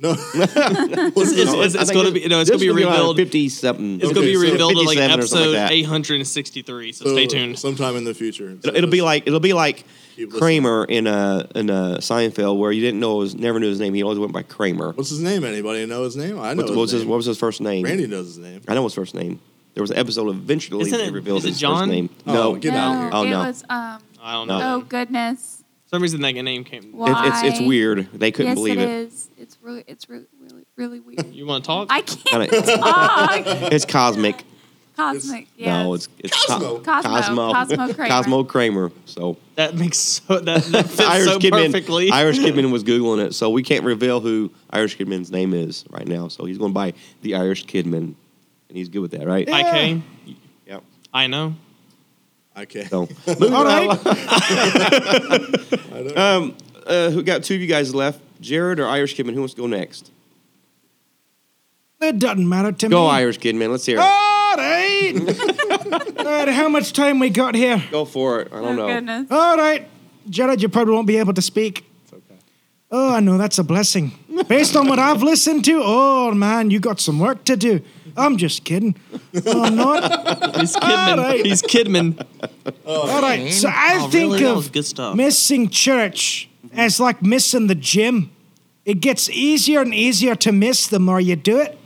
Speaker 5: No. <laughs>
Speaker 3: It's, it's, it's,
Speaker 2: I think
Speaker 3: going to
Speaker 2: this-
Speaker 3: be no, it's
Speaker 2: this
Speaker 3: going to be
Speaker 2: will around
Speaker 3: revealed. It's
Speaker 2: 50 something.
Speaker 5: Okay,
Speaker 3: going to be
Speaker 5: so
Speaker 3: revealed in like
Speaker 2: 57 or something
Speaker 3: episode
Speaker 2: like that.
Speaker 3: 863. So,
Speaker 5: So,
Speaker 3: stay tuned.
Speaker 5: Sometime in the future.
Speaker 2: It'll, it'll be like it'll be like
Speaker 5: Keep listening.
Speaker 2: Kramer in a in a Seinfeld where you didn't know his, never knew his name. He always went by Kramer.
Speaker 5: What's his name? Anybody know his name? I know.
Speaker 2: What, what was
Speaker 5: his
Speaker 2: his
Speaker 5: name.
Speaker 2: What was his first name?
Speaker 5: Randy knows his name.
Speaker 2: I know his first name. There was an episode eventually
Speaker 3: Isn't
Speaker 2: they
Speaker 3: it-
Speaker 2: revealed
Speaker 3: is it
Speaker 2: his
Speaker 3: John?
Speaker 2: first name.
Speaker 5: Oh,
Speaker 2: no,
Speaker 5: get out of here.
Speaker 2: Oh,
Speaker 6: it
Speaker 2: no.
Speaker 6: was um.
Speaker 3: I don't
Speaker 6: <laughs>
Speaker 3: know.
Speaker 2: No.
Speaker 6: Oh goodness.
Speaker 3: For some reason that name came.
Speaker 6: Why?
Speaker 2: It, it's it's weird. They couldn't
Speaker 6: yes,
Speaker 2: believe
Speaker 6: it
Speaker 2: it.
Speaker 6: is. It's really, it's really, really, really
Speaker 7: <laughs>
Speaker 6: weird.
Speaker 3: You want to talk?
Speaker 6: I
Speaker 2: Kinda-
Speaker 6: can't
Speaker 2: it's,
Speaker 8: Oh,
Speaker 6: talk.
Speaker 2: it's cosmic.
Speaker 6: Cosmic. yes.
Speaker 2: No, it's it's
Speaker 5: Cosmo.
Speaker 6: Cosmo.
Speaker 2: Cosmo.
Speaker 6: Cosmo Kramer.
Speaker 2: Cosmo Kramer. So
Speaker 3: that makes so that, that
Speaker 7: <laughs>
Speaker 3: fits
Speaker 2: Irish
Speaker 3: so
Speaker 2: Kidman.
Speaker 3: perfectly. <laughs>
Speaker 2: Irish Kidman was googling it, so we can't reveal who Irish Kidman's name is right now. So he's going by the Irish Kidman, and he's good with that, right?
Speaker 3: I came.
Speaker 2: Yep.
Speaker 3: I know.
Speaker 5: Okay. <laughs>
Speaker 2: So
Speaker 7: All right.
Speaker 5: I don't-
Speaker 2: um, uh, who got two of you guys left? Jared or Irish Kidman? Who wants to go next?
Speaker 7: It doesn't matter to
Speaker 2: Go
Speaker 7: me.
Speaker 2: Irish Kidman. Let's hear it.
Speaker 7: All right. All right. How much time we got here?
Speaker 2: Go for it. I
Speaker 6: Oh
Speaker 2: don't know.
Speaker 6: goodness.
Speaker 7: All right, Jared, you probably won't be able to speak. It's okay. Oh, I know that's a blessing. Based on what I've listened to, oh man, you got some work to do. I'm just kidding. Oh, I'm not.
Speaker 3: He's Kidman.
Speaker 7: right.
Speaker 3: He's Kidman.
Speaker 7: All right, so I
Speaker 3: Oh,
Speaker 7: think
Speaker 3: really? That was
Speaker 7: of
Speaker 3: good stuff.
Speaker 7: missing church as like missing the gym. It gets easier and easier to miss the more you do it.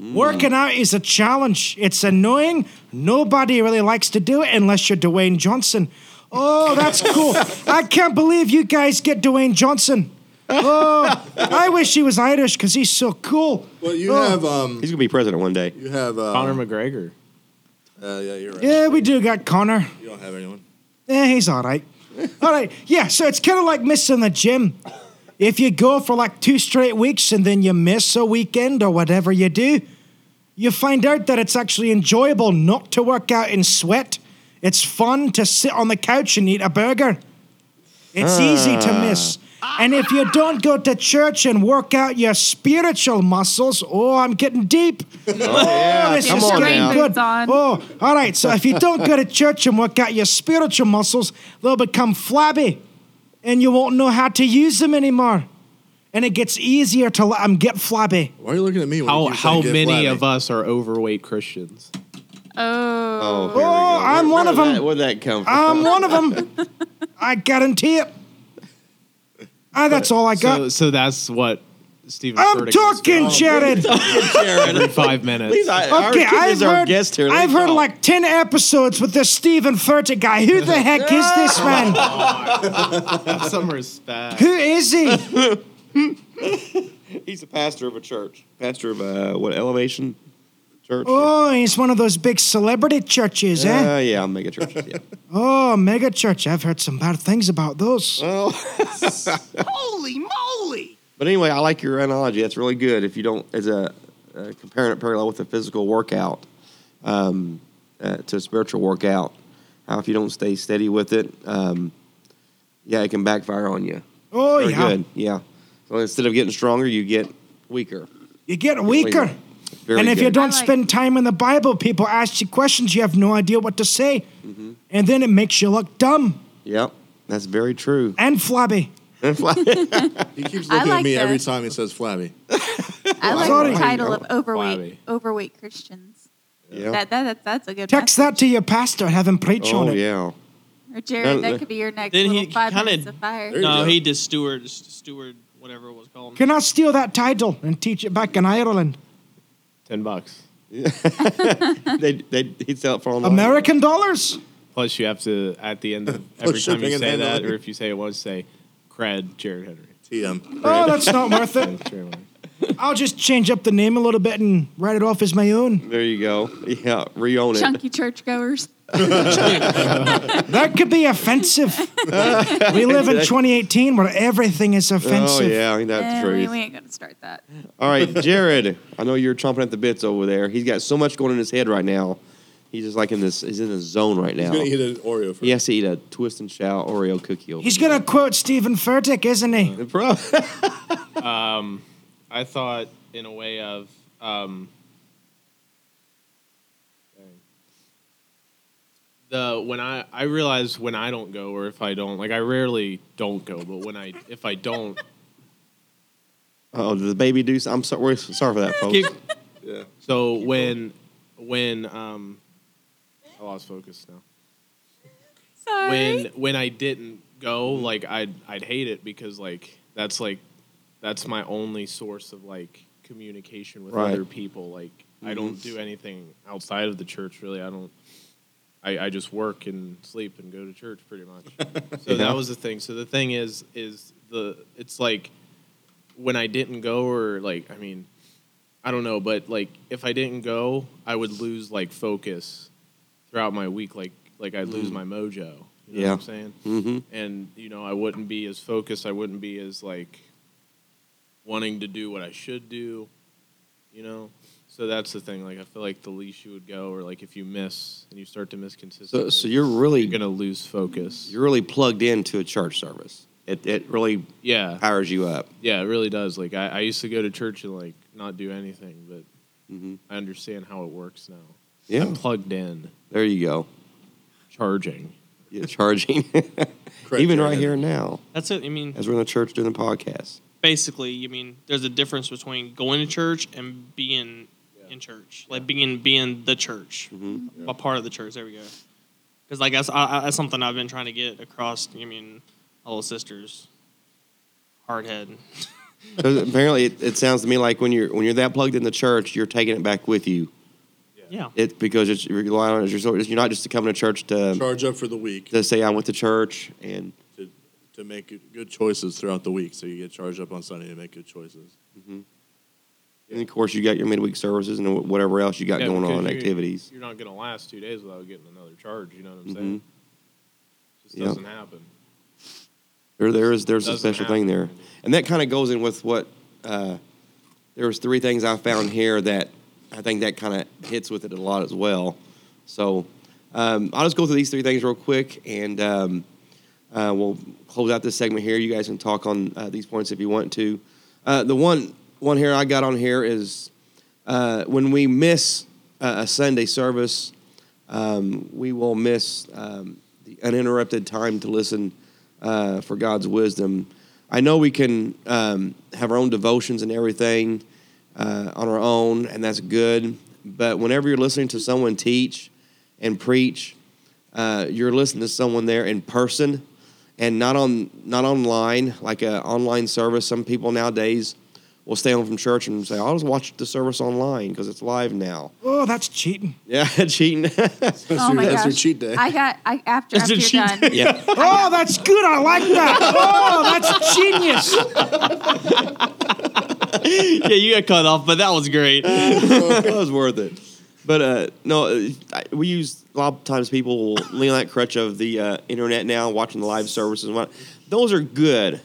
Speaker 3: Mm.
Speaker 7: Working out is a challenge. It's annoying. Nobody really likes to do it unless you're Dwayne Johnson. Oh, that's
Speaker 3: <laughs>
Speaker 7: cool. I can't believe you guys get Dwayne Johnson. Oh, I wish he was Irish because he's so cool.
Speaker 5: well, you
Speaker 7: Oh.
Speaker 3: uh,
Speaker 5: have um,
Speaker 2: He's gonna be president one day.
Speaker 5: you have uh,
Speaker 4: Conor McGregor.
Speaker 5: Uh, yeah, you're right.
Speaker 7: Yeah, we do got Connor.
Speaker 5: You don't have anyone.
Speaker 7: Yeah, he's all right. All right. Yeah, so it's kind of like missing the gym. If you go for like two straight weeks and then you miss a weekend or whatever you do, you find out that it's actually enjoyable not to work out and sweat. It's fun to sit on the couch and eat a burger. It's easy
Speaker 8: Ah.
Speaker 7: to
Speaker 2: Ah.
Speaker 7: miss. And if you don't go to church and work out your spiritual muscles, oh, I'm getting deep. Oh, this
Speaker 6: Come
Speaker 7: is
Speaker 6: on
Speaker 7: getting
Speaker 6: now.
Speaker 7: good.
Speaker 6: Boots on.
Speaker 7: Oh, all right. So if you don't go to church and work out your spiritual muscles, they'll become flabby and you won't know how to use them anymore. And it gets easier to let them get flabby.
Speaker 5: Why are you looking at me? When
Speaker 4: How
Speaker 5: you keep saying
Speaker 4: how
Speaker 5: get
Speaker 4: many
Speaker 5: flabby?
Speaker 4: of us are overweight Christians?
Speaker 6: Oh.
Speaker 2: here we go.
Speaker 7: I'm
Speaker 2: Where-
Speaker 7: one
Speaker 2: where
Speaker 7: of
Speaker 2: did
Speaker 7: 'em.
Speaker 2: That, where'd that come from?
Speaker 7: I'm one of them. I guarantee it. Ah, that's all I got.
Speaker 4: So so that's what Stephen.
Speaker 7: I'm
Speaker 4: Furtick was
Speaker 7: talking,
Speaker 4: doing <laughs>
Speaker 7: Jared.
Speaker 4: every five minutes.
Speaker 2: Please, I, Irish
Speaker 7: Okay,
Speaker 2: Kidman's
Speaker 7: I've
Speaker 2: our
Speaker 7: heard,
Speaker 2: guest here. Let
Speaker 7: I've
Speaker 2: him
Speaker 7: heard
Speaker 2: talk.
Speaker 7: like 10 episodes with this Stephen Furtick guy. Who the heck is
Speaker 2: <laughs>
Speaker 7: this man?
Speaker 4: Have some respect.
Speaker 7: Who is he?
Speaker 2: He's a pastor of a church. Pastor of uh, what elevation church?
Speaker 7: Oh, he's one of those big celebrity churches, eh?
Speaker 2: Uh, yeah, mega churches.
Speaker 7: <laughs>
Speaker 2: Yeah.
Speaker 7: Oh, mega church. I've heard some bad things about those.
Speaker 2: Oh. <laughs> But anyway, I like your analogy. That's really good. If you don't, as a uh, comparing it parallel with a physical workout um, uh, to a spiritual workout, how if you don't stay steady with it, um, yeah, it can backfire on you.
Speaker 7: Oh,
Speaker 2: Very
Speaker 7: yeah.
Speaker 2: good. Yeah. So instead of getting stronger, you get weaker.
Speaker 7: You get weaker.
Speaker 2: Very
Speaker 7: and if you
Speaker 2: good.
Speaker 7: don't
Speaker 6: I like-
Speaker 7: spend time in the Bible, people ask you questions you have no idea what to say.
Speaker 2: Mm-hmm.
Speaker 7: And then it makes you look dumb
Speaker 2: yep, that's very true.
Speaker 7: and flabby.
Speaker 2: <laughs>
Speaker 5: He keeps
Speaker 6: I
Speaker 5: looking
Speaker 6: like
Speaker 5: at me
Speaker 6: that.
Speaker 5: every time he says flabby.
Speaker 6: I like
Speaker 7: Sorry.
Speaker 6: the title of overweight
Speaker 4: Flabby.
Speaker 6: overweight Christians.
Speaker 2: Yeah.
Speaker 6: That, that, that that's a good
Speaker 7: Text
Speaker 6: message.
Speaker 7: that to your pastor, have him preach
Speaker 2: oh
Speaker 7: on it.
Speaker 2: yeah.
Speaker 6: Or Jared,
Speaker 2: No,
Speaker 6: that
Speaker 2: no.
Speaker 6: could be your next
Speaker 3: Then he
Speaker 6: little five
Speaker 3: kinda-
Speaker 6: minutes of fire.
Speaker 5: you go.
Speaker 3: No, he just steward steward whatever it was called.
Speaker 7: Can I steal that title and teach it back in Ireland?
Speaker 4: <laughs>
Speaker 7: <laughs>
Speaker 4: Ten bucks.
Speaker 2: <laughs> they they he'd sell it for online.
Speaker 7: American dollars?
Speaker 4: Plus, you have to at the end <laughs> of every time
Speaker 5: shipping
Speaker 4: you
Speaker 5: and
Speaker 4: say that,
Speaker 5: handling.
Speaker 4: or if you say it once, say cred Jared Henry.
Speaker 5: TM.
Speaker 7: Oh, that's
Speaker 4: <laughs>
Speaker 7: not worth it.
Speaker 2: <laughs>
Speaker 4: That's very much.
Speaker 7: I'll just change up the name a little bit and write it off as
Speaker 2: <laughs>
Speaker 7: my own.
Speaker 2: There you go. Yeah, reown it.
Speaker 6: Chunky
Speaker 2: <laughs>
Speaker 6: churchgoers. <laughs>
Speaker 7: That could
Speaker 2: <laughs>
Speaker 7: be offensive. we live in 2018 where everything is
Speaker 2: Oh
Speaker 7: offensive.
Speaker 2: yeah, ain't that
Speaker 6: Eh,
Speaker 2: the
Speaker 6: we,
Speaker 2: truth?
Speaker 6: we ain't gonna start that.
Speaker 2: <laughs> All right, Jared. I know you're chomping at the bits over there. He's got so much going in his head right now. He's just like in this. He's in his zone right
Speaker 5: He's
Speaker 2: now.
Speaker 5: gonna eat an Oreo first.
Speaker 2: He has to eat a twist and shout Oreo cookie. Over
Speaker 7: He's going to quote Stephen Furtick, isn't
Speaker 2: <laughs>
Speaker 7: he?
Speaker 2: to. Bro,
Speaker 4: Um, I thought in a way of. Um, dang. the when I I realize when I don't go <laughs> or if I don't like I rarely don't go, but when I if I don't,
Speaker 2: Oh, did the baby do? s- I'm sorry. We're sorry for that, folks.
Speaker 3: Keep-
Speaker 5: Yeah.
Speaker 4: So when when um I lost focus now.
Speaker 6: Sorry.
Speaker 4: When when I didn't go, like I'd I'd hate it because like that's like that's my only source of like communication with
Speaker 2: Right.
Speaker 4: other people. Like I don't do anything outside of the church really. I don't I, I just work and sleep and go to church pretty
Speaker 2: <laughs>
Speaker 4: much. so
Speaker 2: Yeah.
Speaker 4: that was the thing. So the thing is is the it's like when I didn't go or like I mean I don't know, but like if I didn't go, I would lose like focus throughout my week. Like like I'd lose my mojo. You know
Speaker 2: Mm. Yeah.
Speaker 4: what I'm saying?
Speaker 2: Mm-hmm.
Speaker 4: And you know, I wouldn't be as focused. I wouldn't be as like wanting to do what I should do. You know, so that's the thing. Like I feel like the least you would go, or like if you miss and you start to miss consistently,
Speaker 2: So, so you're really
Speaker 4: you're gonna lose focus.
Speaker 2: you're really plugged into a church service. It it really
Speaker 4: yeah,
Speaker 2: powers you up.
Speaker 4: yeah, it really does. Like I, I used to go to church and like not do anything, but
Speaker 2: Mhm.
Speaker 4: I understand how it works now.
Speaker 2: Yeah.
Speaker 4: I'm plugged in,
Speaker 2: There you go.
Speaker 4: charging.
Speaker 2: Yeah, charging. <laughs>
Speaker 5: Correct,
Speaker 2: Even right
Speaker 5: yeah.
Speaker 2: here now,
Speaker 3: That's it. I mean,
Speaker 2: as we're in the church doing the podcast.
Speaker 3: basically, you mean there's a difference between going to church and being in church, like being being the church,
Speaker 2: Mhm.
Speaker 3: a part of the church. There we go. Because like that's I, I- that's something I've been trying to get across. I mean, all the sisters, hard head.
Speaker 2: So apparently, it, it sounds to me like when you're when you're that plugged in the church, you're taking it back with you.
Speaker 3: Yeah.
Speaker 2: It's because it's you're relying on it as your source. You're not just coming to church to
Speaker 5: Charge up for the week
Speaker 2: to say I went to church and
Speaker 5: to, to make good choices throughout the week. So you get charged up on Sunday to make good choices.
Speaker 2: and of course you got your midweek services and wh- whatever else you got
Speaker 4: Yeah,
Speaker 2: going
Speaker 4: because
Speaker 2: on
Speaker 4: you-
Speaker 2: activities.
Speaker 4: You're not gonna last two days without getting another charge. You know what I'm
Speaker 2: Mhm.
Speaker 4: saying? Just
Speaker 2: Yeah.
Speaker 4: doesn't happen.
Speaker 2: There, there is there's a
Speaker 4: Doesn't
Speaker 2: special
Speaker 4: happen.
Speaker 2: thing there, and that kind of goes in with what uh, there was three things I found here that I think that kind of hits with it a lot as well. So um, I'll just go through these three things real quick, and um, uh, we'll close out this segment here. You guys can talk on uh, these points if you want to. Uh, the one one here I got on here is uh, when we miss uh, a Sunday service, um, we will miss um, the uninterrupted time to listen uh, for God's wisdom. I know we can um, have our own devotions and everything uh, on our own, and that's good. But whenever you're listening to someone teach and preach, uh, you're listening to someone there in person and not on not online like a online service some people nowadays will stay home from church and say i'll just watch the service online because it's live now <laughs>
Speaker 7: Oh, that's cheating.
Speaker 2: yeah cheating
Speaker 5: That's,
Speaker 6: oh
Speaker 5: your,
Speaker 6: my
Speaker 5: that's
Speaker 6: gosh.
Speaker 5: your cheat day.
Speaker 6: I got I after
Speaker 3: That's
Speaker 6: after
Speaker 3: your
Speaker 6: you're
Speaker 3: cheat
Speaker 6: done. <laughs>
Speaker 2: yeah
Speaker 7: Oh, that's good. I like that. Oh, that's genius.
Speaker 3: <laughs> yeah, you got cut off, but that
Speaker 2: <laughs>
Speaker 3: was great.
Speaker 2: it was worth it but uh, no uh, I- we use a lot of times people will lean on that crutch of the uh, internet now watching the live services and what those are good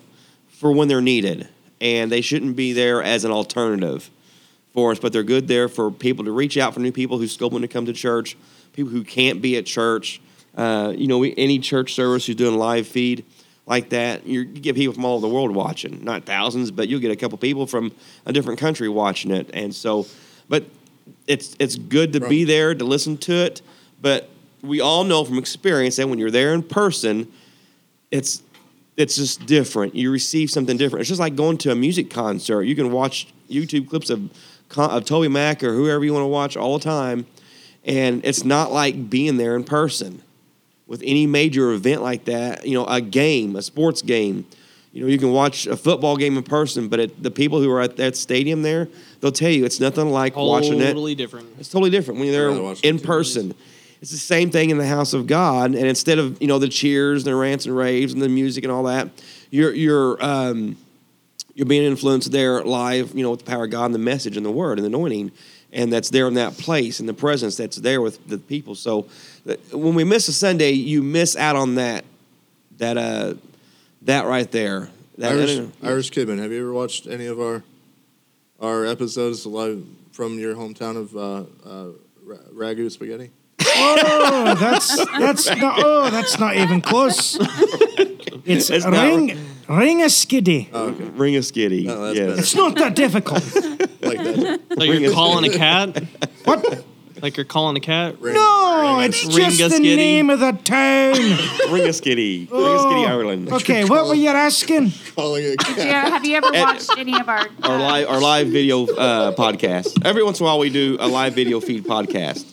Speaker 2: for when they're needed and they shouldn't be there as an alternative for us, but they're good there for people to reach out for new people who's scoping to come to church, people who can't be at church. Uh, you know, we, any church service who's doing live feed like that, you're, you get people from all over the world watching. Not thousands, but you'll get a couple people from a different country watching it. And so, but it's it's good to be
Speaker 5: Right.
Speaker 2: there to listen to it. But we all know from experience that when you're there in person, it's it's just different. You receive something different. It's just like going to a music concert. You can watch YouTube clips of con- of Toby Mac or whoever you want to watch all the time, and it's not like being there in person. With any major event like that, you know, a game, a sports game, you know, you can watch a football game in person, but it, the people who are at that stadium there, they'll tell you it's nothing like watching it
Speaker 3: Totally different.
Speaker 2: it's totally different when
Speaker 5: I'd rather
Speaker 2: you're
Speaker 5: watch
Speaker 2: there in
Speaker 5: the two
Speaker 2: person. It's the same thing in the house of God, and instead of you know the cheers and the rants and raves and the music and all that, you're you're um, you're being influenced there live, you know, with the power of God and the message and the word and the anointing, and that's there in that place and the presence that's there with the people. So th- when we miss a Sunday, you miss out on that that uh that right there. That, uh,
Speaker 5: Irish, Irish Kidman, have you ever watched any of our our episodes live from your hometown of uh, uh, Ra- Ragu Spaghetti?
Speaker 7: Oh, that's that's not. Oh, that's not even close. It's,
Speaker 2: It's not-
Speaker 7: ring ring a skiddy.
Speaker 2: Ring of Skitty.
Speaker 5: No, uh, Oh, that's
Speaker 2: yes.
Speaker 5: better.
Speaker 7: it's not that difficult.
Speaker 5: Like that.
Speaker 3: Like you're calling a cat.
Speaker 7: What?
Speaker 3: Like you're calling a cat.
Speaker 5: Ring-
Speaker 7: No,
Speaker 5: ring-
Speaker 7: it's
Speaker 3: Ring
Speaker 7: just the
Speaker 3: Gus Getty.
Speaker 7: name of the
Speaker 3: <laughs>
Speaker 7: town.
Speaker 2: Ringaskitty.
Speaker 7: Oh.
Speaker 2: Ringaskitty, Ireland.
Speaker 7: okay, what were you asking?
Speaker 5: calling it.
Speaker 6: Did you ever- have you ever
Speaker 2: And-
Speaker 6: watched any of our?
Speaker 2: Our
Speaker 6: uh,
Speaker 2: live, our live video uh, podcast. Every once in a while, we do a live video feed podcast.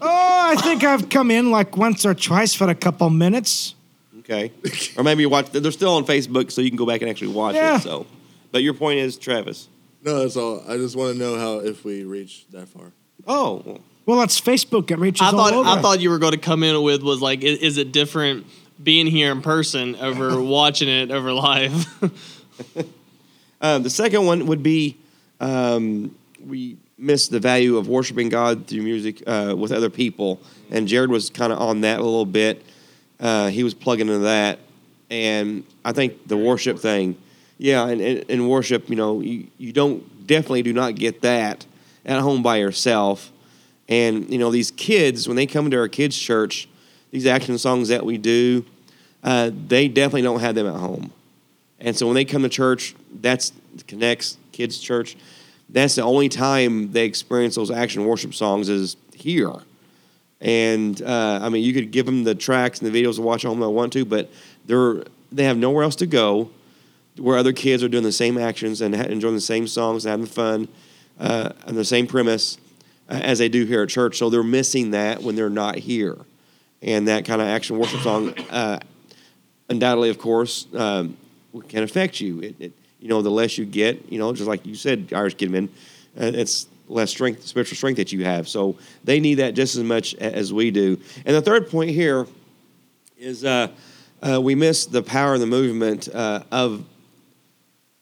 Speaker 7: Oh, I think I've come in like once or twice for a couple minutes.
Speaker 5: <laughs>
Speaker 2: Okay. Or maybe you watch. They're still on Facebook, so you can go back and actually watch
Speaker 7: Yeah.
Speaker 2: it. So, but your point is, Travis.
Speaker 5: No, that's all. I just want to know how if we reach that far.
Speaker 2: Oh, well,
Speaker 7: Well, that's Facebook. It reaches
Speaker 3: I thought
Speaker 7: all over.
Speaker 3: I thought you were going to come in with was like, is, is it different being here in
Speaker 2: <laughs>
Speaker 3: person over watching it over live? <laughs>
Speaker 2: uh, the second one would be um, we miss the value of worshiping God through music uh, with other people, and Jared was kind of on that a little bit. Uh, he was plugging into that, and I think the worship thing, yeah, and, and, and worship, you know, you, you don't definitely do not get that at home by yourself. And you know, these kids when they come to our kids' church, these action songs that we do, uh, they definitely don't have them at home. And so when they come to church, that's connects kids' church. That's the only time they experience those action worship songs is here. And uh, I mean, you could give them the tracks and the videos to watch at home if I want to, but they're they have nowhere else to go where other kids are doing the same actions and ha- enjoying the same songs and having fun uh, and the same premise uh, as they do here at church. So they're missing that when they're not here. And that kind of action worship song uh, undoubtedly, of course, um, can affect you. It, it, you know, the less you get, you know, just like you said, Irish Kidman, uh, it's less strength, spiritual strength that you have. So they need that just as much a- as we do. And the third point here is uh, uh, we miss the power and the movement uh, of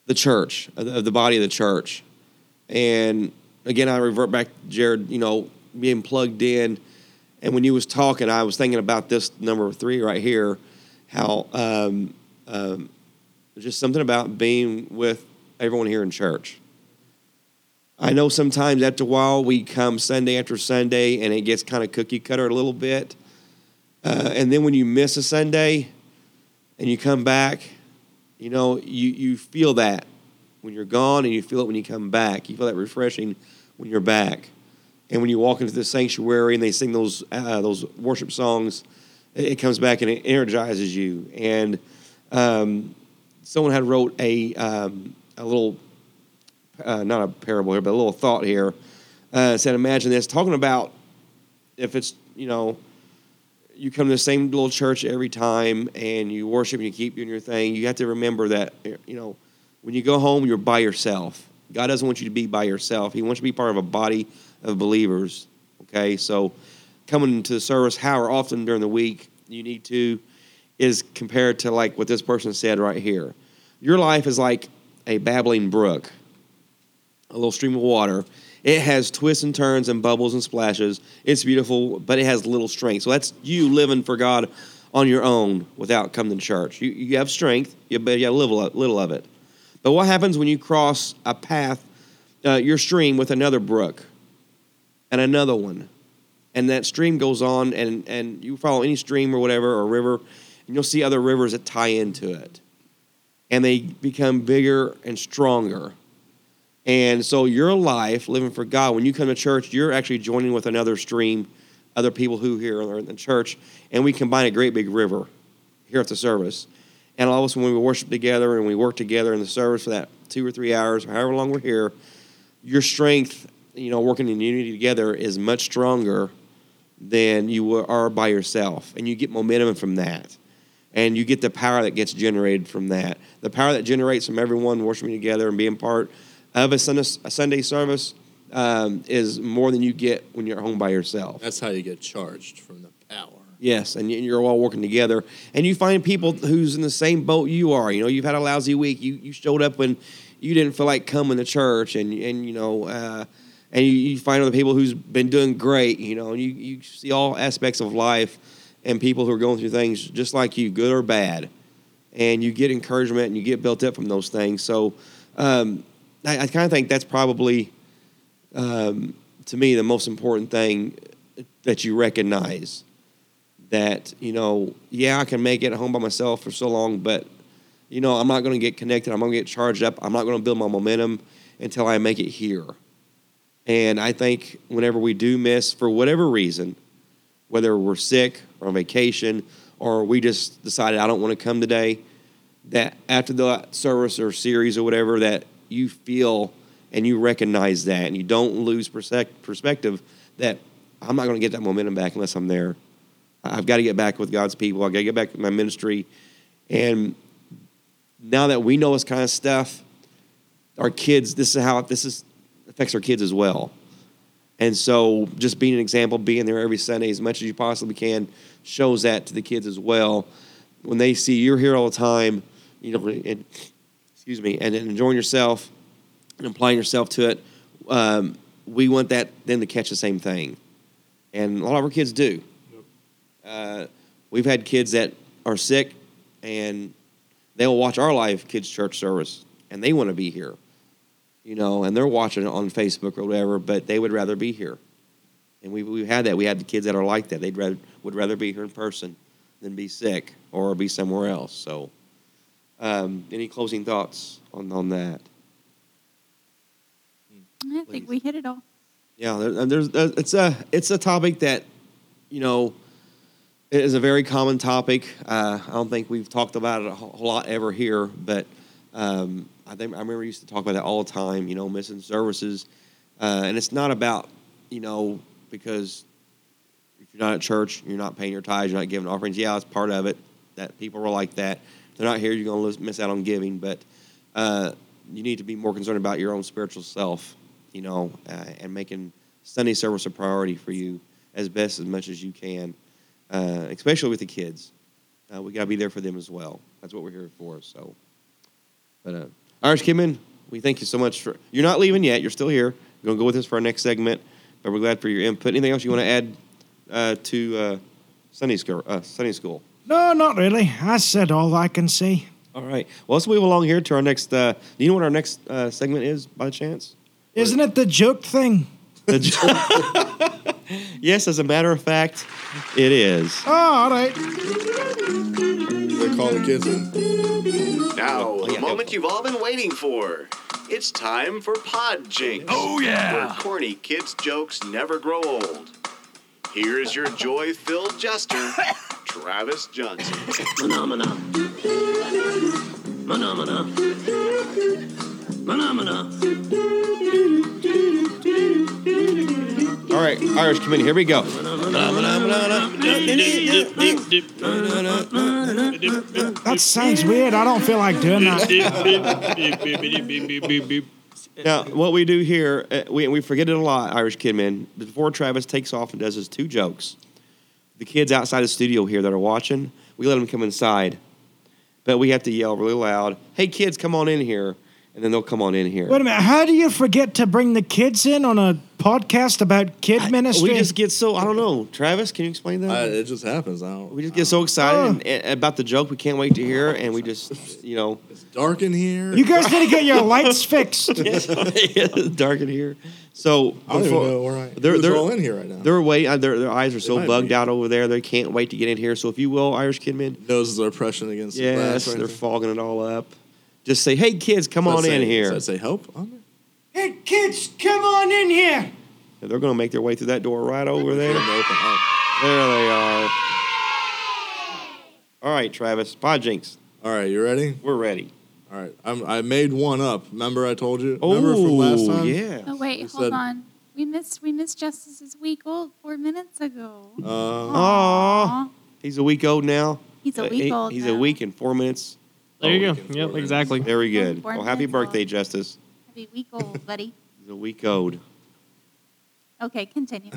Speaker 2: the church, of the- of the body of the church. And again, I revert back to Jared, you know, being plugged in. And when you was talking, I was thinking about this number three right here, how um, um, just something about being with everyone here in church. I know sometimes after a while we come Sunday after Sunday and it gets kind of cookie cutter a little bit. Uh, and then when you miss a Sunday and you come back, you know, you, you feel that when you're gone and you feel it when you come back. You feel that refreshing when you're back. And when you walk into the sanctuary and they sing those, uh, those worship songs, it, it comes back and it energizes you. And um, someone had wrote a, um, a little uh, not a parable here, but a little thought here. Uh, said, imagine this, talking about if it's, you know, you come to the same little church every time and you worship and you keep doing your thing, you have to remember that, eh, you know, when you go home, you're by yourself. God doesn't want you to be by yourself. He wants you to be part of a body of believers. Okay, so coming to the service, how or often during the week you need to, is compared to like what this person said right here. Your life is like a babbling brook a little stream of water. It has twists and turns and bubbles and splashes. It's beautiful, but it has little strength. So that's you living for God on your own without coming to church. You, you have strength, you, but you have little, little of it. But what happens when you cross a path, uh, your stream, with another brook and another one? And that stream goes on, and, and you follow any stream or whatever or river, and you'll see other rivers that tie into it. And they become bigger and stronger. And so your life, living for God, when you come to church, you're actually joining with another stream, other people who here are in the church, and we combine a great big river here at the service. And all of us, when we worship together and we work together in the service for that two or three hours or however long we're here, your strength, you know, working in unity together is much stronger than you are by yourself. And you get momentum from that. And you get the power that gets generated from that. The power that generates from everyone worshiping together and being part of a Sunday, a Sunday service um, is more than you get when you're at home by yourself.
Speaker 5: That's how you get charged from the power.
Speaker 2: Yes, and you- you're all working together, and you find people who's in the same boat you are. You know, you've had a lousy week. You you showed up when you didn't feel like coming to church, and and you know, uh, and you, you find other people who's been doing great. You know, and you you see all aspects of life, and people who are going through things just like you, good or bad, and you get encouragement and you get built up from those things. So, um, I, I kind of think that's probably um, to me the most important thing that you recognize that you know yeah i can make it at home by myself for so long but you know i'm not going to get connected i'm going to get charged up i'm not going to build my momentum until i make it here And I think whenever we do miss, for whatever reason, whether we're sick or on vacation or we just decided I don't want to come today, that after the service or series or whatever, that you feel and you recognize that and you don't lose persec- perspective that I'm not going to get that momentum back unless I'm there. I- I've got to get back with God's people. I've got to get back with my ministry. And now that we know this kind of stuff, our kids, this is how this is affects our kids as well. And so just being an example, being there every Sunday as much as you possibly can shows that to the kids as well. When they see you're here all the time, you know, and excuse me, and, and enjoying yourself and applying yourself to it, um, we want that them to catch the same thing. And a lot of our kids do. Uh, we've had kids that are sick and they'll watch our live kids church service and they want to be here you know, and they're watching it on Facebook or whatever, but they would rather be here. And we we had that. We had the kids that are like that. They'd rather would rather be here in person than be sick or be somewhere else. So, um, any closing thoughts on on that?
Speaker 6: I think we hit it all.
Speaker 2: Yeah, there, and there's uh, it's a it's a topic that you know it is a very common topic. Uh, I don't think we've talked about it a whole whole lot ever here, but um, I think I remember we used to talk about that all the time. You know, missing services, uh, and it's not about you know because if you're not at church, you're not paying your tithes, you're not giving offerings. Yeah, it's part of it. That people are like that. If they're not here, you're going to lose, miss out on giving. But uh, you need to be more concerned about your own spiritual self, you know, uh, and making Sunday service a priority for you as best as much as you can, uh, especially with the kids. Uh, we got to be there for them as well. That's what we're here for. So, but uh, Irish Kidman, we thank you so much for. You're not leaving yet. You're still here. We're going to go with us for our next segment, but we're glad for your input. Anything else you want to add uh, to uh, Sunday school? Uh, Sunday school.
Speaker 7: No, not really. I said all I can say.
Speaker 2: All right. Well, let's move along here to our next. Uh, do you know what our next uh, segment is by chance?
Speaker 7: Isn't it the joke thing?
Speaker 2: The jo- <laughs> yes, as a matter of fact, it is.
Speaker 7: Oh, all right.
Speaker 5: They're calling the kids in.
Speaker 1: Now,
Speaker 2: Oh, yeah.
Speaker 1: the moment you've all been waiting for. It's time for Pod Jinx. Oh, yeah. Where corny kids' jokes never grow old. Here's your joy filled jester, Travis Johnson.
Speaker 9: Phenomena. Phenomena. Phenomena.
Speaker 2: All right, Irish committee. Here we go.
Speaker 7: That sounds weird. I don't feel like doing that.
Speaker 2: Now, what we do here, uh, we we forget it a lot, Irish Kidman. Before Travis takes off and does his two jokes, the kids outside the studio here that are watching, we let them come inside, but we have to yell really loud, "Hey, kids, come on in here!" And then they'll come on in here.
Speaker 7: Wait a minute. How do you forget to bring the kids in on a podcast about kid ministry?
Speaker 2: We just get so I don't know. Travis, can you explain that?
Speaker 5: I, it just happens. I don't.
Speaker 2: We just get so excited and, and about the joke we can't wait to hear, and we just, you know,
Speaker 5: it's dark in here.
Speaker 7: you guys need to
Speaker 5: <laughs>
Speaker 7: get your lights fixed.
Speaker 2: <laughs> it's dark in here. So
Speaker 5: I don't
Speaker 2: before-
Speaker 5: even know where I.
Speaker 2: they're-
Speaker 5: They're,
Speaker 2: they're-
Speaker 5: all in here right now.
Speaker 2: Their way, uh, their their eyes are so
Speaker 5: might
Speaker 2: bugged
Speaker 5: be.
Speaker 2: out over there. They can't wait to get in here. So if you will, Irish Kidman,
Speaker 5: Noses are pressing against the
Speaker 2: yes,
Speaker 5: glass. or
Speaker 2: they're
Speaker 5: anything.
Speaker 2: fogging it all up. Just say, "Hey kids, come
Speaker 5: Does
Speaker 2: on
Speaker 5: that
Speaker 2: in
Speaker 5: say-
Speaker 2: here."
Speaker 5: Does that say help on there?
Speaker 7: hey, kids, come on in here.
Speaker 2: And they're going to make their way through that door right over there.
Speaker 5: Shouldn't open up.
Speaker 2: There they are. All right, Travis, Pod Jinx,
Speaker 5: All right, you ready?
Speaker 2: we're ready.
Speaker 5: All right, I'm, I made one up. Remember I told you? Remember from last
Speaker 2: Oh
Speaker 5: time?
Speaker 2: yeah.
Speaker 6: Oh wait,
Speaker 5: You
Speaker 6: hold
Speaker 5: said-
Speaker 6: on. We missed we missed Justice's week old four minutes ago.
Speaker 5: Uh,
Speaker 2: Aw.
Speaker 6: Aw.
Speaker 2: He's a week old now.
Speaker 6: He's a
Speaker 2: Uh,
Speaker 6: week
Speaker 2: he-
Speaker 6: old
Speaker 2: He's a
Speaker 6: now.
Speaker 2: week and four minutes.
Speaker 3: There you
Speaker 5: Oh,
Speaker 3: go.
Speaker 5: we can
Speaker 3: Yep,
Speaker 5: afford it.
Speaker 3: exactly.
Speaker 2: Very good.
Speaker 6: born
Speaker 2: Well, happy
Speaker 6: mental.
Speaker 2: birthday, Justice.
Speaker 6: Happy week old, buddy.
Speaker 2: He's a week old.
Speaker 6: Okay, continue.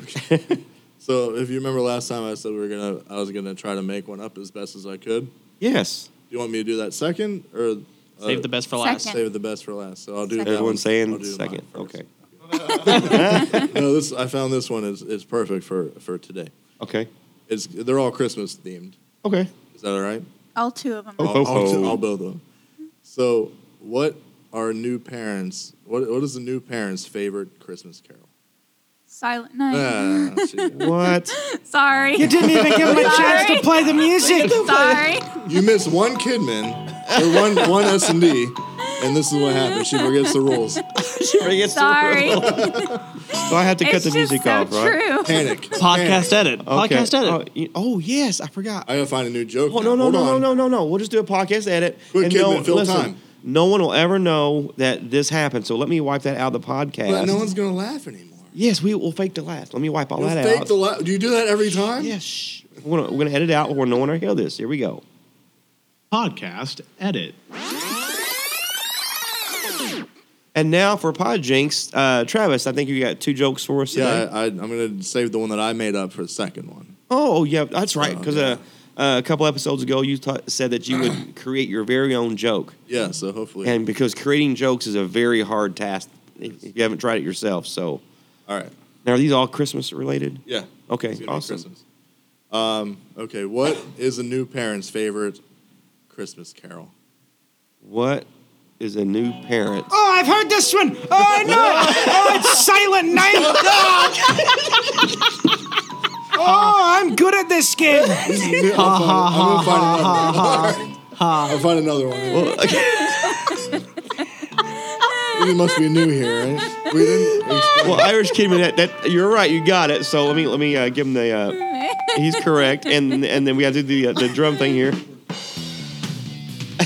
Speaker 5: so if you remember last time, I said we were gonna, I was gonna try to make one up as best as I could. Do
Speaker 2: Yes.
Speaker 5: you want me to do that second or uh,
Speaker 3: Save the best for last.
Speaker 6: Second.
Speaker 5: Save the best for last. So I'll do. that
Speaker 6: Second.
Speaker 5: one.
Speaker 2: Everyone's saying
Speaker 5: I'll do mine
Speaker 2: second. <laughs>
Speaker 5: first.
Speaker 2: Okay.
Speaker 5: <laughs> No, this I found this one is is perfect for for today.
Speaker 2: Okay.
Speaker 5: It's they're all Christmas themed.
Speaker 2: Okay.
Speaker 5: Is that all right?
Speaker 6: All two of them.
Speaker 2: Oh,
Speaker 5: I'll,
Speaker 2: ho,
Speaker 5: I'll-
Speaker 2: ho.
Speaker 5: I'll build them. So what are new parents? What what is the new parents' favorite Christmas carol?
Speaker 6: Silent night. <laughs>
Speaker 5: Ah, she got it.
Speaker 2: What?
Speaker 6: Sorry.
Speaker 7: You didn't even
Speaker 6: <laughs>
Speaker 7: give them a chance to
Speaker 6: Sorry.
Speaker 7: play the music.
Speaker 6: Sorry.
Speaker 5: You miss one Kidman or one one S and D, and this is what happens. She forgets the rules.
Speaker 2: Bring it
Speaker 6: Sorry.
Speaker 2: <laughs> So I had to cut
Speaker 6: it's
Speaker 2: the
Speaker 6: just
Speaker 2: music
Speaker 6: so
Speaker 2: off, right?
Speaker 6: true.
Speaker 5: Panic.
Speaker 3: Podcast
Speaker 5: Panic.
Speaker 3: edit. Podcast edit.
Speaker 2: Oh, you- Oh, yes, I forgot.
Speaker 5: I gotta find a new joke.
Speaker 2: Oh, no,
Speaker 5: now.
Speaker 2: no,
Speaker 5: Hold
Speaker 2: no, no,
Speaker 5: on.
Speaker 2: no, no, no. We'll just do a podcast edit.
Speaker 5: Quick,
Speaker 2: and
Speaker 5: kid,
Speaker 2: no,
Speaker 5: man, fill
Speaker 2: listen,
Speaker 5: time.
Speaker 2: no one will ever know that this happened. So let me wipe that out of the podcast.
Speaker 5: But no one's gonna laugh anymore.
Speaker 2: yes, we will fake the last. Let me wipe all
Speaker 5: You
Speaker 2: that
Speaker 5: fake
Speaker 2: out.
Speaker 5: the la- Do you do that every time?
Speaker 2: yes. shh. We're gonna, we're gonna edit out where no one will hear this. Here we go.
Speaker 9: Podcast edit.
Speaker 2: And now for Pod Jinx, uh, Travis. I think you got two jokes for us today.
Speaker 5: Yeah, I, I, I'm gonna save the one that I made up for the second one.
Speaker 2: Oh, yeah, that's right.
Speaker 5: Oh,
Speaker 2: Because
Speaker 5: yeah.
Speaker 2: uh, uh, a couple episodes ago, you ta said that you
Speaker 5: <clears throat>
Speaker 2: would create your very own joke,
Speaker 5: Yeah, so hopefully.
Speaker 2: and because creating jokes is a very hard task if if you haven't tried it yourself. So,
Speaker 5: all right.
Speaker 2: now are these all Christmas related?
Speaker 5: Yeah.
Speaker 2: Okay,
Speaker 5: It's gonna be
Speaker 2: awesome.
Speaker 5: Christmas. Um, okay, what is a new parent's favorite Christmas carol?
Speaker 2: What is a new parent?
Speaker 7: Oh, I've heard this one. Oh, I
Speaker 5: <laughs>
Speaker 7: know it. Oh, it's Silent Night. Oh, I'm good at
Speaker 5: <laughs>
Speaker 7: this game.
Speaker 5: I'll find another one. All
Speaker 7: <laughs>
Speaker 5: right. I'll find another one. You must be new here, right? We
Speaker 6: <laughs>
Speaker 5: didn't explain.
Speaker 2: Well, Irish Kidman, that, that you're right, you got it. So let me let me uh, give him the. Uh, he's correct, and and then we have to do the uh, the drum thing here. <laughs>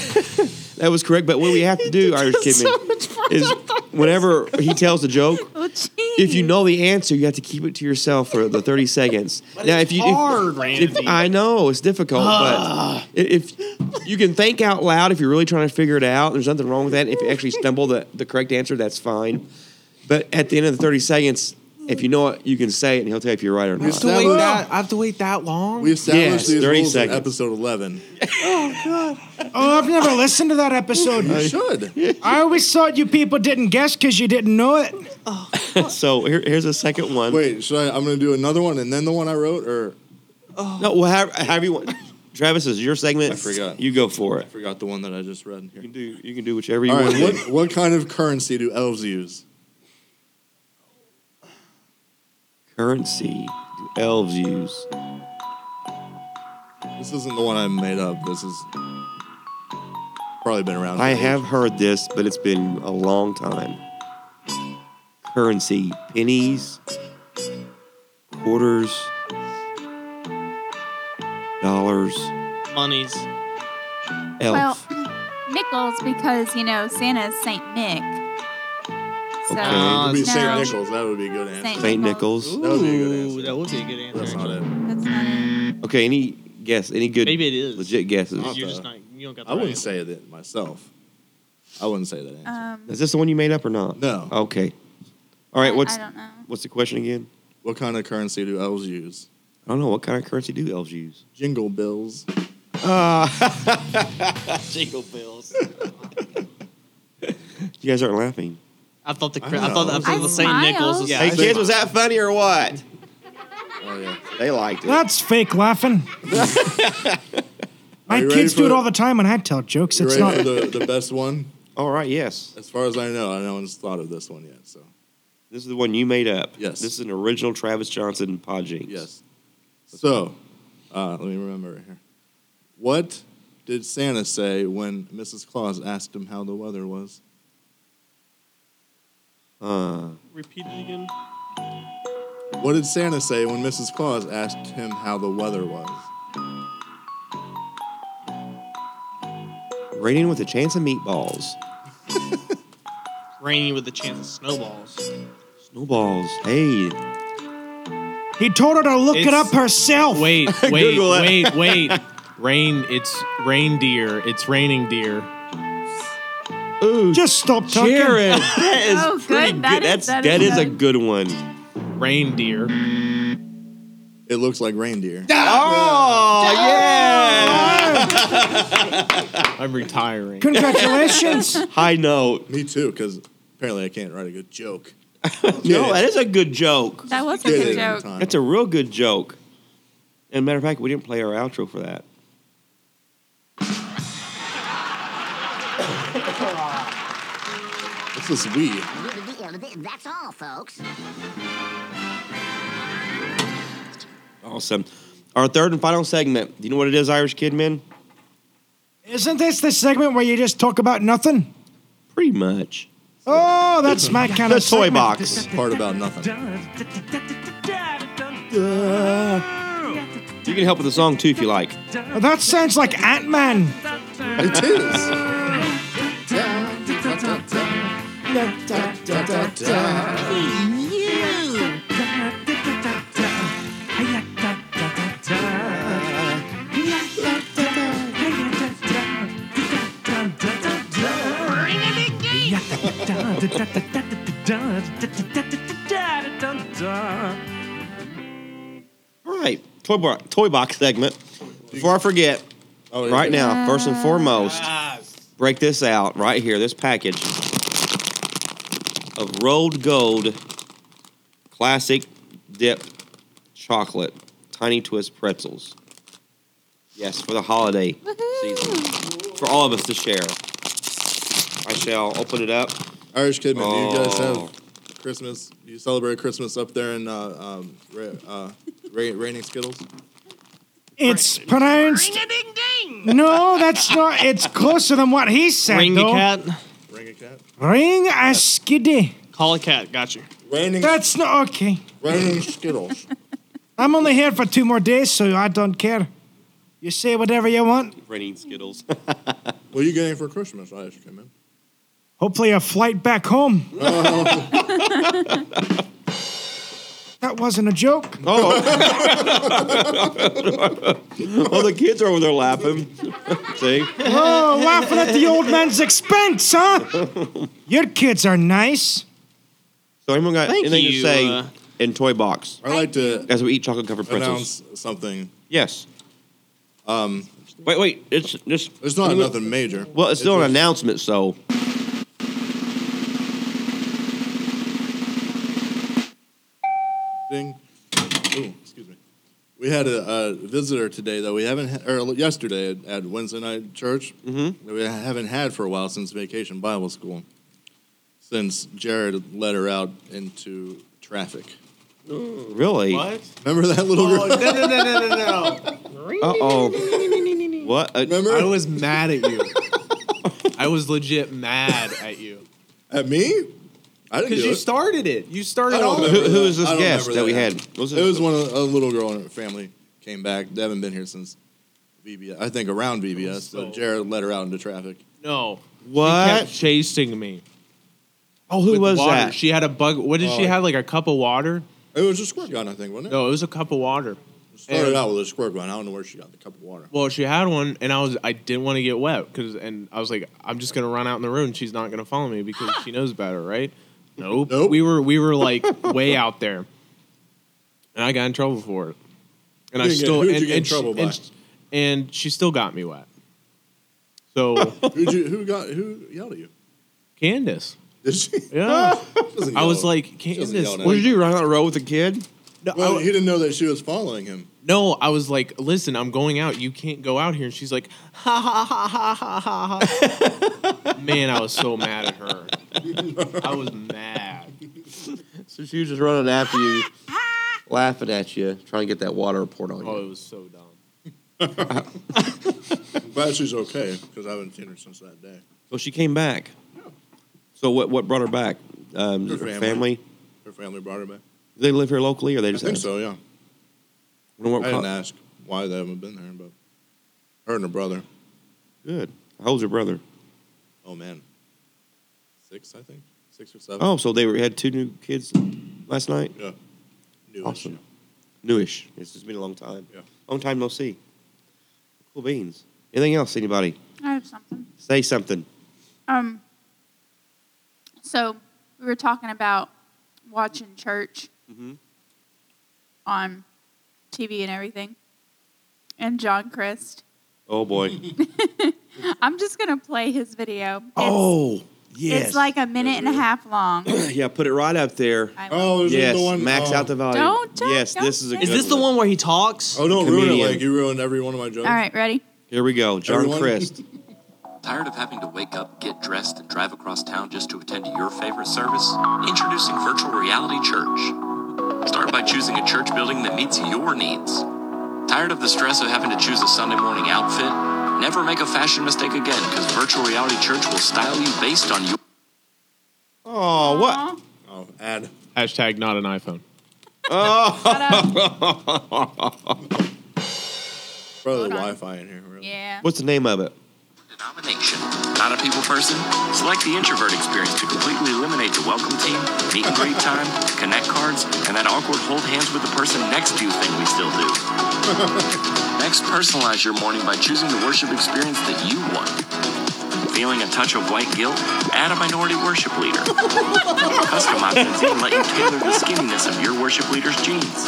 Speaker 2: that was correct, but what we have to do, Irish Kidman, is <laughs> whenever he tells a joke,
Speaker 6: Oh, jeez.
Speaker 2: if you know the answer, you have to keep it to yourself for the 30
Speaker 5: <laughs>
Speaker 2: seconds. now, if you if-
Speaker 9: hard,
Speaker 2: if,
Speaker 9: Randy.
Speaker 2: I know it's difficult,
Speaker 5: Ah.
Speaker 2: but i- if you can think out loud, if you're really trying to figure it out, there's nothing wrong with that. If you actually stumble the, the correct answer, that's fine. But at the end of the 30 seconds, if you know it, you can say it, and he'll tell you if you're right or
Speaker 5: We
Speaker 2: not.
Speaker 5: still- Wait, that-
Speaker 4: I have to wait that long.
Speaker 5: We
Speaker 2: Yes,
Speaker 5: established these
Speaker 2: 30
Speaker 5: rules
Speaker 2: seconds.
Speaker 5: in episode 11.
Speaker 4: <laughs>
Speaker 7: Oh, I've never listened to that episode.
Speaker 5: You should.
Speaker 7: I always thought you people didn't guess because you didn't know it.
Speaker 2: <laughs> So here, here's a second one.
Speaker 5: Wait, should I? I'm going to do another one and then the one I wrote, or
Speaker 2: No, well, have, you want. Travis, is your segment.
Speaker 5: I forgot.
Speaker 2: You go for it.
Speaker 5: I forgot the one that I just read
Speaker 2: You can
Speaker 5: here.
Speaker 2: do, you can do whichever you
Speaker 5: All
Speaker 2: want.
Speaker 5: right, what, what kind of currency do elves use?
Speaker 2: Currency do elves use?
Speaker 5: This isn't the one I made up. This is probably been around.
Speaker 2: I
Speaker 5: for
Speaker 2: have
Speaker 5: ages.
Speaker 2: heard this, but it's been a long time. Currency, pennies, quarters, dollars,
Speaker 3: Monies.
Speaker 2: elf.
Speaker 6: Well, nickels because you know Santa's Saint Nick. So
Speaker 2: Okay.
Speaker 5: It would be
Speaker 6: no,
Speaker 5: St. Nichols. That would be a good answer.
Speaker 6: Saint-
Speaker 2: St. Nichols.
Speaker 5: That would be a good answer.
Speaker 3: Ooh, that would be a good answer.
Speaker 5: That's not it.
Speaker 6: That's not it.
Speaker 2: Okay, any guess? Any good?
Speaker 3: Maybe it is.
Speaker 2: Legit guesses.
Speaker 5: Not
Speaker 3: You're
Speaker 5: the-
Speaker 3: just not. You don't got the
Speaker 5: I
Speaker 3: right
Speaker 5: wouldn't
Speaker 3: answer.
Speaker 5: say that myself. I wouldn't say that answer.
Speaker 6: Um,
Speaker 2: Is this the one you made up or not?
Speaker 5: No.
Speaker 2: Okay. All right. What's
Speaker 6: I don't know.
Speaker 2: what's the question again?
Speaker 5: what kind of currency do elves use?
Speaker 2: I don't know. What kind of currency do elves use? <laughs>
Speaker 5: Jingle bills. Uh,
Speaker 6: <laughs>
Speaker 3: Jingle bills.
Speaker 2: You guys aren't laughing.
Speaker 3: I thought the.
Speaker 5: I
Speaker 3: I, thought. I
Speaker 5: know.
Speaker 3: thought
Speaker 6: I
Speaker 3: the Saint
Speaker 6: smiled.
Speaker 3: Nichols was.
Speaker 6: Yeah.
Speaker 2: Hey kids, was that funny or what?
Speaker 5: Oh, yeah.
Speaker 2: They liked it.
Speaker 7: That's
Speaker 5: <laughs>
Speaker 7: fake laughing. My
Speaker 5: Are you
Speaker 7: kids
Speaker 5: ready
Speaker 7: do it
Speaker 5: for-
Speaker 7: all the time, and I tell jokes.
Speaker 5: You
Speaker 7: It's
Speaker 5: ready
Speaker 7: not.
Speaker 5: for the, the best one?
Speaker 2: All right. Yes.
Speaker 5: As far as I know, I no one's thought of this one yet. So
Speaker 2: This is the one you made up.
Speaker 5: Yes.
Speaker 2: This is an original Travis Johnson Mm, pod jinx.
Speaker 5: yes. So uh, let me remember right here. What did Santa say when Mrs. Claus asked him how the weather was?
Speaker 2: Uh,
Speaker 3: Repeat it again.
Speaker 5: What did Santa say when Mrs. Claus asked him how the weather was?
Speaker 2: rating with a chance of meatballs.
Speaker 3: Rainy with a chance of snowballs.
Speaker 2: Snowballs.
Speaker 5: <laughs>
Speaker 2: Hey.
Speaker 7: He told her to look it
Speaker 4: It's-
Speaker 7: up herself.
Speaker 5: <laughs>
Speaker 4: Wait, wait,
Speaker 2: Google
Speaker 4: wait, wait. Rain, it's reindeer. It's raining deer.
Speaker 2: Ooh.
Speaker 7: Just stop talking.
Speaker 2: Jared. That is
Speaker 6: Oh, good.
Speaker 2: pretty
Speaker 6: That is-
Speaker 2: That's
Speaker 6: that
Speaker 2: that
Speaker 6: is
Speaker 2: is a
Speaker 6: good.
Speaker 2: good one.
Speaker 4: Reindeer.
Speaker 5: It looks like reindeer.
Speaker 2: Oh yeah.
Speaker 4: I'm retiring.
Speaker 7: Congratulations.
Speaker 2: <laughs> High note.
Speaker 5: Me too, because apparently I can't write a good joke.
Speaker 2: No, that is a good joke.
Speaker 6: That was a
Speaker 5: Did
Speaker 6: good
Speaker 5: it in
Speaker 6: joke.
Speaker 5: time.
Speaker 2: That's a real good joke. And matter of fact, we didn't play our outro for that.
Speaker 5: What's this we?
Speaker 10: <laughs> That's all, folks.
Speaker 2: Awesome. Our third and final segment. Do you know what it is, Irish Kidman?
Speaker 7: Isn't this the segment where you just talk about nothing?
Speaker 2: Pretty much.
Speaker 7: Oh, that's my
Speaker 2: <laughs>
Speaker 7: kind
Speaker 2: The
Speaker 7: of
Speaker 2: toy
Speaker 7: segment.
Speaker 2: box.
Speaker 5: Part about nothing.
Speaker 7: Uh,
Speaker 2: You can help with the song too if you like.
Speaker 7: that sounds like Ant Man.
Speaker 5: It is.
Speaker 2: <laughs> All right, toy box, toy box segment. Before I forget,
Speaker 5: Oh, yeah.
Speaker 2: right now, first and foremost, break this out right here. This package of rolled gold classic dip chocolate tiny twist pretzels. Yes, for the holiday season, for all of us to share. I shall open it
Speaker 5: <laughs>
Speaker 2: up.
Speaker 5: Irish Kidman, do you guys
Speaker 2: Oh.
Speaker 5: have Christmas? Do you celebrate Christmas up there in uh, um, ra- uh, ra- raining Skittles?
Speaker 7: It's pronounced. No, that's not. It's closer than what he said.
Speaker 3: Ring
Speaker 7: though.
Speaker 3: a cat,
Speaker 5: Ring a cat?
Speaker 7: Ring a skiddy.
Speaker 3: call a cat. Got you.
Speaker 5: Raining,
Speaker 7: That's not okay.
Speaker 5: raining Skittles.
Speaker 7: I'm only here for two more days, so I don't care. You say whatever you want.
Speaker 2: Raining Skittles.
Speaker 5: <laughs> What are you getting for Christmas, Irish <laughs> Kidman?
Speaker 7: Hopefully, a flight back home. that wasn't a joke.
Speaker 2: Oh. <laughs>
Speaker 7: <laughs>
Speaker 2: well, the kids are over there laughing.
Speaker 4: <laughs>
Speaker 2: See?
Speaker 7: Oh, laughing at the old man's expense, huh? Your kids are nice.
Speaker 2: So anyone got
Speaker 3: Thank
Speaker 2: anything to
Speaker 3: you,
Speaker 2: say
Speaker 3: uh,
Speaker 2: in Toy Box
Speaker 5: I'd like to
Speaker 2: as we eat chocolate covered pretzels?
Speaker 5: announce something.
Speaker 2: Yes. Um. <laughs> Wait, wait. It's just.
Speaker 5: There's not nothing major.
Speaker 2: Well, it's still an
Speaker 5: just-
Speaker 2: announcement, so.
Speaker 5: Ding. Ooh, excuse me. We had a, a visitor today that we haven't had, or yesterday at, at Wednesday night church that we haven't had for a while since vacation Bible school, since Jared led her out into traffic.
Speaker 2: Really? Uh
Speaker 4: What?
Speaker 5: Remember that little
Speaker 4: Oh,
Speaker 5: girl?
Speaker 4: no, no, no, no,
Speaker 5: <laughs>
Speaker 4: no, no.
Speaker 2: oh. what? Uh,
Speaker 5: Remember
Speaker 4: I was mad at you. I was legit mad at you.
Speaker 5: at me? I didn't do
Speaker 4: Because you
Speaker 5: it.
Speaker 4: started it. You
Speaker 5: I
Speaker 4: started
Speaker 5: don't
Speaker 4: all
Speaker 5: remember
Speaker 4: of it.
Speaker 2: who, who is
Speaker 5: I
Speaker 2: this
Speaker 5: don't
Speaker 2: guest
Speaker 5: remember
Speaker 2: that we
Speaker 5: that.
Speaker 2: had? What was
Speaker 5: it was one of a little girl in her family came back. They haven't been here since VBS. I think around VBS. So
Speaker 4: Oh, So-
Speaker 5: Jared led her out into traffic.
Speaker 4: No.
Speaker 2: What?
Speaker 4: She kept chasing me.
Speaker 2: Oh, who
Speaker 4: with
Speaker 2: was
Speaker 4: water.
Speaker 2: that?
Speaker 4: She had a bug. What did
Speaker 5: Oh,
Speaker 4: she
Speaker 5: yeah.
Speaker 4: have? Like a cup of water?
Speaker 5: It was a squirt gun, I think, wasn't it?
Speaker 4: No, it was a cup of water.
Speaker 5: It started
Speaker 4: and-
Speaker 5: out with a squirt gun. I don't know where she got the cup of water.
Speaker 4: Well, she had one, and I was I didn't want to get wet because, and I was like, I'm just gonna run out in the road, and she's not gonna follow me because she knows better, right? Nope.
Speaker 5: Nope.
Speaker 4: We were we were like way out there, and I got in trouble for it, and I
Speaker 5: You didn't get-
Speaker 4: still
Speaker 5: who'd
Speaker 4: and,
Speaker 5: you get in
Speaker 4: and she-
Speaker 5: trouble by?
Speaker 4: and she- and she still got me wet. So
Speaker 5: Who'd you, who got who yelled at you?
Speaker 4: Candace,
Speaker 5: Did she?
Speaker 4: yeah,
Speaker 5: <laughs> She doesn't
Speaker 4: I was
Speaker 5: yell.
Speaker 4: like
Speaker 5: She doesn't
Speaker 4: Candace.
Speaker 5: yell at
Speaker 2: What
Speaker 5: him.
Speaker 2: did you do? Run out the road with a kid?
Speaker 4: No, I-
Speaker 5: Well, he didn't know that she was following
Speaker 4: <laughs>
Speaker 5: him.
Speaker 4: No, I was like, listen, I'm going out. You can't go out here. And she's like, ha ha ha ha ha ha ha. Man, I was so mad
Speaker 5: <laughs>
Speaker 4: at her. I was mad.
Speaker 2: So she was just running after you, laughing at you, trying to get that water report on
Speaker 4: Oh, it was so dumb.
Speaker 5: Glad she's okay because I haven't seen her since that day.
Speaker 2: So she came back. So what? What brought her back? Um,
Speaker 5: Her
Speaker 2: her family.
Speaker 5: family. Her family brought her back.
Speaker 2: Do they live here locally, or they
Speaker 5: I
Speaker 2: just
Speaker 5: think so. Yeah.
Speaker 2: You know what
Speaker 5: I didn't
Speaker 2: co-
Speaker 5: ask why they haven't been there, but her and her brother.
Speaker 2: Good. How old's your brother?
Speaker 5: Oh man, six I think, six or seven.
Speaker 2: Oh, so they were, had two new kids last night.
Speaker 5: yeah. New
Speaker 2: Awesome.
Speaker 5: issue.
Speaker 2: Newish. It's just been a long time.
Speaker 5: Yeah.
Speaker 2: Long time no see. Cool beans. Anything else? Anybody?
Speaker 6: I have something.
Speaker 2: Say something.
Speaker 6: Um, so we were talking about watching church
Speaker 4: <laughs>
Speaker 6: on TV and everything, and John Christ. <laughs>
Speaker 2: Oh boy.
Speaker 6: I'm just gonna play his video. It's,
Speaker 2: oh yes.
Speaker 6: it's like a minute and a half long.
Speaker 2: <clears throat> yeah. Put it right up there.
Speaker 6: I love
Speaker 5: Oh, is
Speaker 2: yes.
Speaker 5: it the one?
Speaker 2: Max
Speaker 5: oh.
Speaker 2: out the volume.
Speaker 6: Don't talk,
Speaker 2: yes.
Speaker 6: don't
Speaker 2: this is a.
Speaker 6: say-
Speaker 2: Good
Speaker 3: Is this the one where he talks?
Speaker 5: Oh, don't ruin it
Speaker 2: Comedian.
Speaker 5: like you ruined every one of my
Speaker 6: it.
Speaker 5: jokes.
Speaker 6: All right, ready?
Speaker 2: Here we go. John
Speaker 5: Everyone-
Speaker 2: Christ.
Speaker 11: Tired of having to wake up, get dressed, and drive across town just to attend your favorite service? Introducing Virtual Reality Church. Start by choosing a church building that meets your needs. Tired of the stress of having to choose a Sunday morning outfit? Never make a fashion mistake again because Virtual Reality Church will style you based on your.
Speaker 2: Oh, what?
Speaker 6: Aw.
Speaker 5: Oh, ad.
Speaker 4: Hashtag not
Speaker 6: <laughs>
Speaker 4: an iPhone.
Speaker 6: Ah.
Speaker 5: Probably
Speaker 6: Hold on.
Speaker 5: Wi-Fi in here. Really.
Speaker 6: Yeah.
Speaker 2: What's the name of it? <laughs>
Speaker 11: Denomination. Not a people person? Select the introvert experience to completely eliminate the welcome team, meet and greet time, connect cards, and that awkward hold hands with the person next to you thing we still do. Next, personalize your morning by choosing the worship experience that you want. Feeling a touch of white guilt? Add a minority worship leader. Custom options even let you tailor the skinniness of your worship leader's jeans.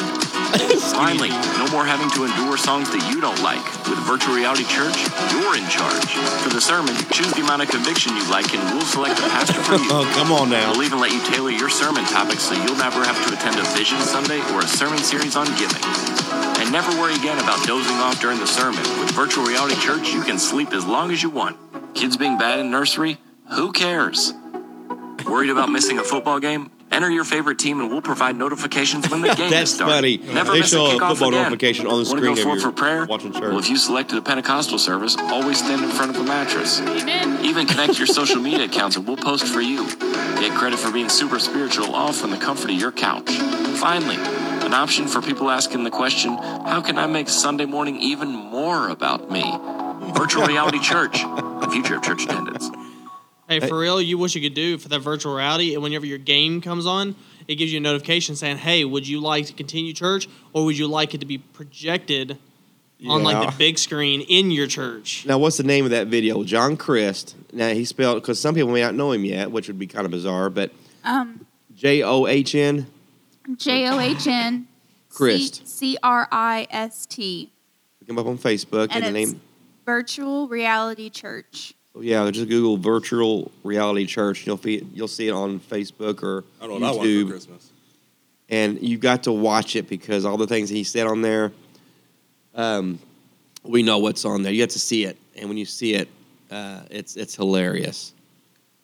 Speaker 11: Finally, no more having to endure songs that you don't like. With Virtual Reality Church, you're in charge. For the sermon, choose the amount of conviction you like and we'll select a pastor for you.
Speaker 2: <laughs> Oh, come on now.
Speaker 11: We'll even let you tailor your sermon topic so you'll never have to attend a Vision Sunday or a sermon series on giving. And never worry again about dozing off during the sermon. With Virtual Reality Church, you can sleep as long as you want. Kids being bad in nursery? Who cares? Worried about missing a football game? Enter your favorite team and we'll provide notifications
Speaker 2: <laughs>
Speaker 11: when the game
Speaker 2: That's
Speaker 11: is started.
Speaker 2: funny. They
Speaker 11: miss
Speaker 2: show a
Speaker 11: kickoff
Speaker 2: football
Speaker 11: again.
Speaker 2: notification on the
Speaker 11: Wanna
Speaker 2: screen
Speaker 11: go
Speaker 2: if
Speaker 11: forward
Speaker 2: you're
Speaker 11: for prayer?
Speaker 2: watching church.
Speaker 11: Well, if you selected a Pentecostal service, always stand in front of a mattress.
Speaker 6: Amen.
Speaker 11: Even connect your social media accounts and we'll post for you. Get credit for being super spiritual all from the comfort of your couch. Finally, an option for people asking the question, how can I make Sunday morning even more about me?
Speaker 2: <laughs>
Speaker 11: Virtual Reality Church, the future of church attendance.
Speaker 3: Hey, for real, you what you could do for that virtual reality, and whenever your game comes on, it gives you a notification saying, "Hey, would you like to continue church, or would you like it to be projected on like
Speaker 2: Yeah.
Speaker 3: the big screen in your church?"
Speaker 2: Now, what's the name of that video? John Christ. Now, he spelled, because some people may not know him yet, which would be kind of bizarre, but
Speaker 6: Um,
Speaker 2: J O H N.
Speaker 6: J O H N.
Speaker 2: Christ.
Speaker 6: C R I S T.
Speaker 2: Look him up on Facebook
Speaker 6: And
Speaker 2: and, the
Speaker 6: it's
Speaker 2: name. oh,
Speaker 6: Virtual Reality Church.
Speaker 2: Yeah, just Google virtual reality church. You'll see you'll see it on Facebook or
Speaker 5: I don't know what I want for
Speaker 2: YouTube,
Speaker 5: Christmas.
Speaker 2: and you got to watch it because all the things he said on there, um, we know what's on there. You have to see it, and when you see it, uh, it's it's hilarious.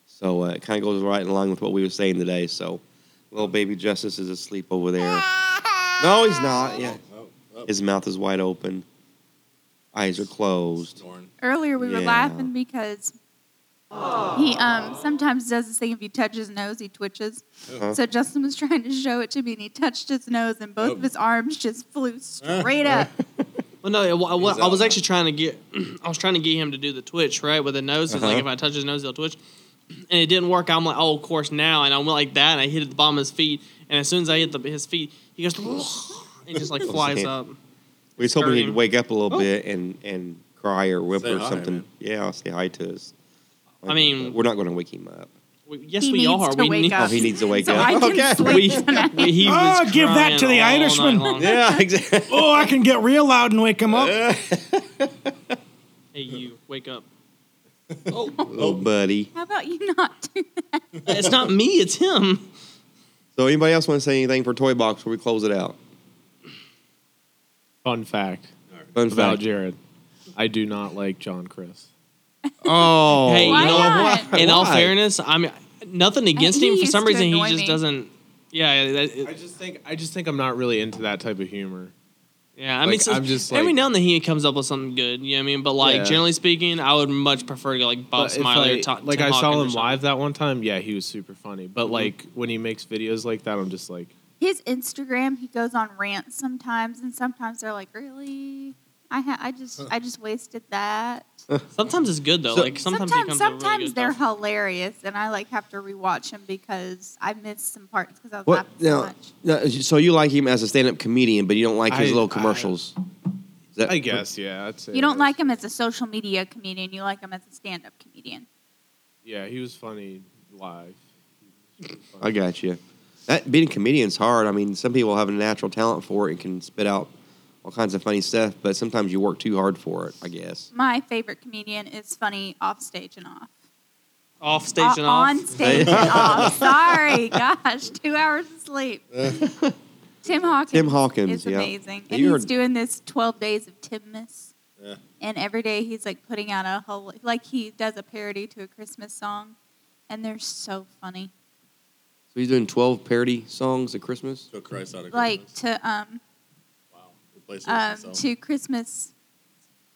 Speaker 2: So uh, it kind of goes right in line with what we were saying today. So little baby Justice is asleep over there. No, he's not. Yeah,
Speaker 5: Oh, oh,
Speaker 2: his mouth is wide open, eyes are closed.
Speaker 5: snoring.
Speaker 6: Earlier we were
Speaker 2: Yeah.
Speaker 6: laughing because he um sometimes does this thing if he touches his nose he twitches.
Speaker 2: Uh-huh.
Speaker 6: So Justin was trying to show it to me and he touched his nose and both of his arms just flew straight up.
Speaker 2: Uh-huh.
Speaker 3: Well, no, I,
Speaker 5: He's
Speaker 3: I, I was
Speaker 5: out.
Speaker 3: actually trying to get, <clears throat> I was trying to get him to do the twitch right with the nose. It's like
Speaker 2: Uh-huh.
Speaker 3: if I touch his nose, he'll twitch, <clears throat> and it didn't work. I'm like, oh, of course now, and I went like that, and I hit at the bottom of his feet, and as soon as I hit the, his feet, he goes <laughs> and
Speaker 2: <laughs>
Speaker 3: just like flies
Speaker 2: saying.
Speaker 3: up.
Speaker 2: We was hoping
Speaker 3: Starting.
Speaker 2: he'd wake up a
Speaker 3: Oh.
Speaker 2: little bit and and cry or whip
Speaker 5: Say
Speaker 2: or
Speaker 5: hi,
Speaker 2: something.
Speaker 5: man.
Speaker 2: Yeah, say hi to us.
Speaker 3: I mean-
Speaker 2: we're not going to wake him up.
Speaker 3: We- Yes,
Speaker 6: He
Speaker 3: we
Speaker 6: needs
Speaker 3: are.
Speaker 6: to
Speaker 3: we
Speaker 6: wake
Speaker 3: need.
Speaker 6: up.
Speaker 2: Oh,
Speaker 6: <laughs>
Speaker 2: he needs to wake
Speaker 6: so
Speaker 2: up.
Speaker 6: I can
Speaker 2: okay.
Speaker 6: sleep
Speaker 3: We,
Speaker 6: tonight.
Speaker 3: we- he was
Speaker 7: Oh, give that to the
Speaker 3: crying all night
Speaker 7: Irishman.
Speaker 3: long.
Speaker 2: Yeah, exactly.
Speaker 7: Oh, I can get real loud and wake him up.
Speaker 3: Hey, you wake up.
Speaker 5: Oh.
Speaker 2: Little buddy.
Speaker 6: How about you not do that?
Speaker 3: It's not me, it's him.
Speaker 2: So, anybody else want to say anything for Toy Box before we close it out?
Speaker 4: <laughs> Fun fact
Speaker 2: Fun
Speaker 4: about
Speaker 2: fact.
Speaker 4: Jared. I do not like John Chris.
Speaker 2: Oh,
Speaker 3: hey,
Speaker 6: Why
Speaker 3: you know,
Speaker 6: not?
Speaker 3: in all
Speaker 2: Why?
Speaker 3: fairness, I mean, nothing against
Speaker 6: he
Speaker 3: him. For
Speaker 6: used
Speaker 3: some
Speaker 6: to
Speaker 3: reason, he
Speaker 6: annoy
Speaker 3: just
Speaker 6: me.
Speaker 3: doesn't. Yeah, that,
Speaker 4: I just think I just think I'm not really into that type of humor.
Speaker 3: yeah. I
Speaker 4: Like,
Speaker 3: mean, so-
Speaker 4: I'm just
Speaker 3: every
Speaker 4: like-
Speaker 3: now and then he comes up with something good. You know what I mean? But like,
Speaker 4: Yeah.
Speaker 3: generally speaking, I would much prefer to go like Bob
Speaker 4: But if
Speaker 3: Smiley
Speaker 4: I-
Speaker 3: or Tom.
Speaker 4: like
Speaker 3: Tim
Speaker 4: I
Speaker 3: Hawkins
Speaker 4: saw
Speaker 3: or
Speaker 4: him
Speaker 3: something.
Speaker 4: live that one time. Yeah, he was super funny. But
Speaker 3: Mm-hmm.
Speaker 4: like when he makes videos like that, I'm just like,
Speaker 6: His Instagram, he goes on rants sometimes and sometimes they're like, "Really? I ha- I just I just wasted that."
Speaker 3: Sometimes it's good though.
Speaker 2: So-
Speaker 3: like sometimes, he
Speaker 6: sometimes
Speaker 3: comes
Speaker 6: sometimes
Speaker 3: up with really good
Speaker 6: they're
Speaker 3: stuff.
Speaker 6: hilarious, and I like have to rewatch them because I missed some parts because I was
Speaker 2: What
Speaker 6: laughing so
Speaker 2: now,
Speaker 6: much.
Speaker 2: now? So you like him as a stand-up comedian, but you don't like his
Speaker 4: I-
Speaker 2: little
Speaker 4: I-
Speaker 2: commercials. Is that-
Speaker 4: I guess yeah. That's it.
Speaker 6: You don't like him as a social media comedian. You like him as a stand-up comedian.
Speaker 4: Yeah, he was funny live. He was really funny.
Speaker 2: I got you. That being a comedian's hard. I mean, some people have a natural talent for it and can spit out all kinds of funny stuff, but sometimes you work too hard for it. I guess.
Speaker 6: My favorite comedian is funny off stage and off.
Speaker 3: Off stage and
Speaker 6: O-
Speaker 3: off.
Speaker 6: Uh, On stage
Speaker 3: <laughs>
Speaker 6: and off. Sorry, gosh, two hours of
Speaker 2: <laughs>
Speaker 6: sleep. Tim Hawkins.
Speaker 2: Tim Hawkins,
Speaker 6: is
Speaker 2: yeah.
Speaker 6: amazing,
Speaker 2: Yeah,
Speaker 6: and
Speaker 2: you're-
Speaker 6: he's doing this twelve days of Timmas.
Speaker 5: Yeah.
Speaker 6: And every day he's like putting out a whole like he does a parody to a Christmas song, and they're so funny.
Speaker 2: So he's doing twelve parody songs at Christmas.
Speaker 5: Took Christ out of
Speaker 6: like
Speaker 5: Christmas.
Speaker 6: to um,
Speaker 5: wow. Replace it with
Speaker 6: um
Speaker 5: himself.
Speaker 6: to Christmas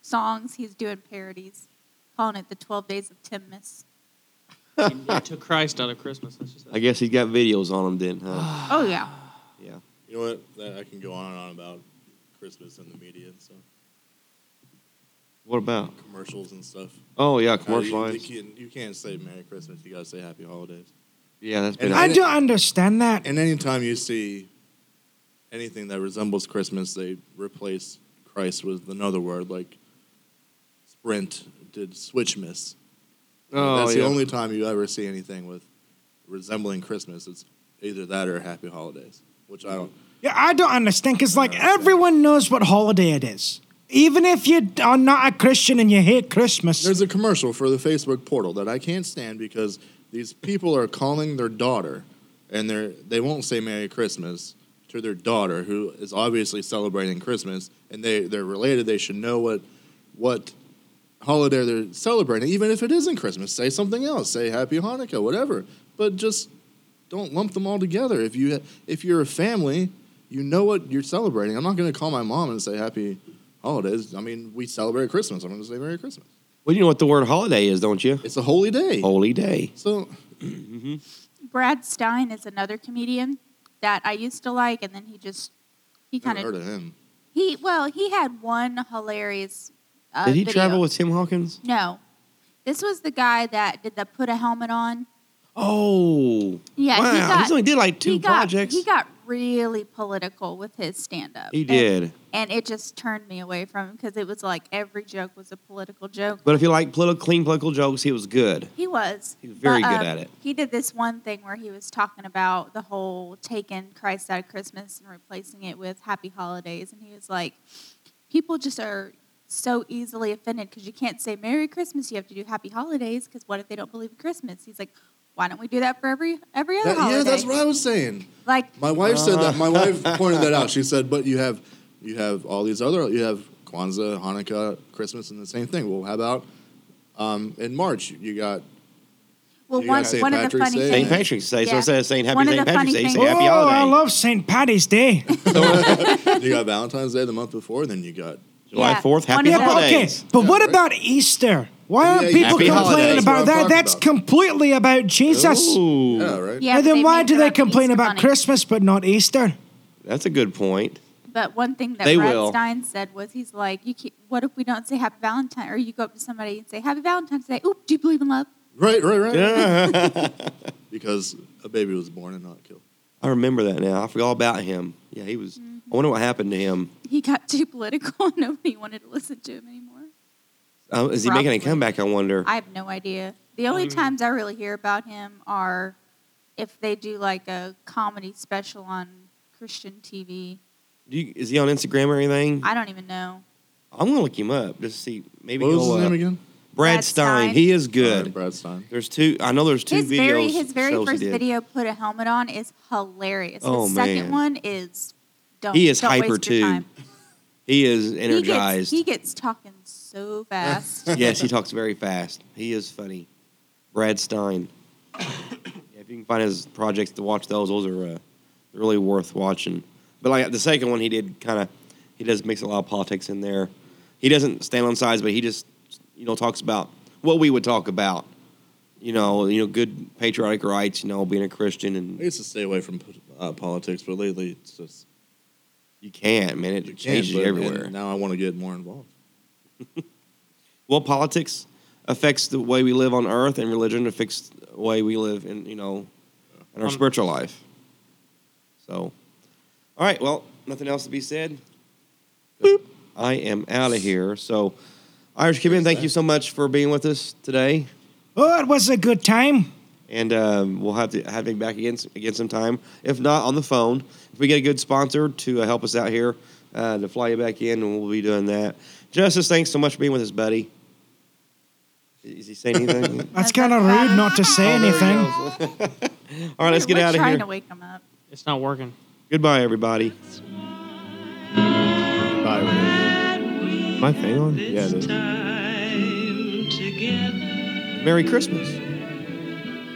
Speaker 6: songs. He's doing parodies, calling it the Twelve Days of Timmas.
Speaker 3: He took Christ out of Christmas. That's just
Speaker 2: I guess he's got videos on him then, huh?
Speaker 6: <sighs> Oh yeah.
Speaker 2: yeah.
Speaker 5: You know what? That- I can go on and on about Christmas and the media and stuff,
Speaker 2: What about?
Speaker 5: commercials and stuff.
Speaker 2: Oh yeah,
Speaker 5: Uh, you-
Speaker 2: commercialized.
Speaker 5: You, can, you can't say Merry Christmas. You gotta say Happy Holidays.
Speaker 2: Yeah, that's been.
Speaker 5: And
Speaker 7: I don't understand that.
Speaker 5: And anytime you see anything that resembles Christmas, they replace Christ with another word, like Sprint did Switchmas.
Speaker 2: oh,
Speaker 5: That's
Speaker 2: yeah.
Speaker 5: the only time you ever see anything with resembling Christmas. It's either that or Happy Holidays, which I don't.
Speaker 7: Yeah, I don't understand because like everyone knows what holiday it is. Even if you d- are not a Christian and you hate Christmas,
Speaker 5: There's a commercial for the Facebook portal that I can't stand because these people are calling their daughter, and they they won't say Merry Christmas to their daughter who is obviously celebrating Christmas, and they they're related. They should know what what holiday they're celebrating, even if it isn't Christmas. Say something else. Say Happy Hanukkah, whatever. But just don't lump them all together. If you if you're a family, you know what you're celebrating. I'm not going to call my mom and say Happy. Holidays. I mean, we celebrate Christmas. I'm going to say Merry Christmas.
Speaker 2: Well, you know what the word holiday is, don't you?
Speaker 5: It's a holy day.
Speaker 2: Holy day.
Speaker 5: So
Speaker 6: Brad Stein is another comedian that I used to like, and then he just he
Speaker 5: never
Speaker 6: kind
Speaker 5: heard
Speaker 6: of
Speaker 5: of him.
Speaker 6: he well he had one hilarious. Uh,
Speaker 2: Did he
Speaker 6: video.
Speaker 2: travel with Tim Hawkins?
Speaker 6: No, this was the guy that did the put a helmet on.
Speaker 2: Oh,
Speaker 6: Yeah,
Speaker 2: wow.
Speaker 6: he got
Speaker 2: He's only did like two
Speaker 6: he got,
Speaker 2: projects.
Speaker 6: He got really political with his stand up.
Speaker 2: He did.
Speaker 6: and it just turned me away from him because it was like every joke was a political joke.
Speaker 2: but if you like political, clean political jokes, he was good.
Speaker 6: He was.
Speaker 2: He was very
Speaker 6: But,
Speaker 2: good
Speaker 6: um,
Speaker 2: at it.
Speaker 6: He did this one thing where he was talking about the whole taking Christ out of Christmas and replacing it with Happy Holidays, and he was like, people just are so easily offended because you can't say Merry Christmas. You have to do Happy Holidays because what if they don't believe in Christmas? He's like, why don't we do that for every every other
Speaker 5: That-
Speaker 6: holiday?
Speaker 5: yeah, that's what I was saying.
Speaker 6: Like,
Speaker 5: My wife said that. My wife
Speaker 2: Uh-huh. <laughs>
Speaker 5: pointed that out. She said, "But you have, you have all these other. You have Kwanzaa, Hanukkah, Christmas, and the same thing. Well, how about um, in March? You got
Speaker 6: well,
Speaker 5: you
Speaker 6: one,
Speaker 5: got St.
Speaker 6: one of the
Speaker 5: Patrick's
Speaker 6: funny
Speaker 5: Day.
Speaker 2: St.
Speaker 5: Saint
Speaker 6: things.
Speaker 2: Patrick's Day. So
Speaker 6: Yeah.
Speaker 2: instead of saying Happy
Speaker 6: One of
Speaker 2: St.
Speaker 6: the funny
Speaker 2: Patrick's Day, say
Speaker 6: things-
Speaker 2: Happy
Speaker 7: oh,
Speaker 2: Holiday.
Speaker 7: I love St. Patty's Day.
Speaker 2: <laughs>
Speaker 5: you got Valentine's Day the month before. Then you got
Speaker 2: July
Speaker 6: Yeah.
Speaker 2: 4th,
Speaker 6: One
Speaker 2: Happy
Speaker 6: of
Speaker 7: yeah,
Speaker 6: the-
Speaker 7: but okay.
Speaker 2: Holidays.
Speaker 7: But
Speaker 5: Yeah,
Speaker 7: what
Speaker 5: right.
Speaker 7: about Easter? Why aren't
Speaker 5: Yeah,
Speaker 7: people
Speaker 2: Happy holidays,
Speaker 7: complaining about
Speaker 5: that's what
Speaker 7: that?
Speaker 5: I'm
Speaker 7: That's
Speaker 5: talking
Speaker 7: completely about Jesus.
Speaker 2: Ooh,
Speaker 5: yeah, right.
Speaker 6: Yeah, but
Speaker 7: and then why
Speaker 6: make
Speaker 7: do
Speaker 6: it
Speaker 7: they
Speaker 6: up
Speaker 7: complain
Speaker 6: Easter
Speaker 7: about
Speaker 6: Bunny.
Speaker 7: Christmas but not Easter?
Speaker 2: that's a good point.
Speaker 6: But one thing that
Speaker 2: They
Speaker 6: Brad
Speaker 2: will.
Speaker 6: Stein said was, he's like, you keep, what if we don't say Happy Valentine? Or you go up to somebody and say Happy Valentine's Day. Oop, do you believe in love?
Speaker 5: right, right, right.
Speaker 2: Yeah. <laughs>
Speaker 5: Because a baby was born and not killed.
Speaker 2: I remember that now. I forgot all about him. Yeah, he was. I wonder what happened to him.
Speaker 6: He got too political and <laughs> nobody wanted to listen to him anymore.
Speaker 2: Uh, is he making a
Speaker 6: Probably.
Speaker 2: comeback? I wonder.
Speaker 6: I have no idea. The
Speaker 2: Um,
Speaker 6: only times I really hear about him are if they do like a comedy special on Christian TV.
Speaker 2: Do you, is he on Instagram or anything? I,
Speaker 6: I don't even know.
Speaker 2: am gonna look him up just to see. Maybe
Speaker 5: What was
Speaker 2: he'll,
Speaker 5: his
Speaker 2: uh,
Speaker 5: name again?
Speaker 2: Brad
Speaker 6: Brad
Speaker 2: Stein.
Speaker 6: Stein.
Speaker 2: He is
Speaker 5: All
Speaker 2: good.
Speaker 5: right, Brad Stein.
Speaker 2: There's two. I know there's two
Speaker 6: his
Speaker 2: videos.
Speaker 6: very his very
Speaker 2: shows he
Speaker 6: first
Speaker 2: did.
Speaker 6: video put a helmet on is hilarious.
Speaker 2: Oh,
Speaker 6: his
Speaker 2: man.
Speaker 6: second one is don't,
Speaker 2: He is
Speaker 6: don't
Speaker 2: hyper
Speaker 6: waste your
Speaker 2: too.
Speaker 6: time.
Speaker 2: He is
Speaker 6: He gets-
Speaker 2: energized.
Speaker 6: He gets, talking so <laughs> fast.
Speaker 2: <laughs> yes, he talks very fast. He is funny. Brad Stein. Yeah, if you can find his projects to watch those, those are uh, really worth watching. But like the second one, he did kind of he does mix a lot of politics in there. He doesn't stand on sides, but he just you know talks about what we would talk about. You know, you know, good patriotic rights. You know, being a Christian,
Speaker 5: I
Speaker 2: and
Speaker 5: used to stay away from uh, politics, but lately it's just
Speaker 2: you can't, man. It
Speaker 5: you can't,
Speaker 2: changes
Speaker 5: but- and
Speaker 2: everywhere.
Speaker 5: Now I want to get more involved.
Speaker 2: well, politics affects the way we live on earth, and religion affects the way we live in you know in our
Speaker 3: Um,
Speaker 2: spiritual life. So, all right. Well, nothing else to be said. Boop. I am out of here. So, Irish Kidman, thank you so much for being with us today,
Speaker 7: Oh, it was a good time.
Speaker 2: and um, we'll have to have you back again again sometime. If not on the phone, if we get a good sponsor to uh, help us out here uh, to fly you back in, and we'll be doing that. Justice, thanks so much for being with us, buddy. Is he
Speaker 6: <laughs>
Speaker 2: saying anything? <laughs>
Speaker 7: That's
Speaker 6: That's
Speaker 7: kind of
Speaker 6: okay.
Speaker 7: rude not to say
Speaker 2: Oh, there he
Speaker 7: anything.
Speaker 2: goes. All right, let's get
Speaker 6: We're
Speaker 2: out of
Speaker 6: trying
Speaker 2: here.
Speaker 6: to wake him up.
Speaker 3: it's not working.
Speaker 2: Goodbye, everybody.
Speaker 4: Bye. Renee.
Speaker 2: My thing on.
Speaker 4: Yeah, it is.
Speaker 2: Merry Christmas.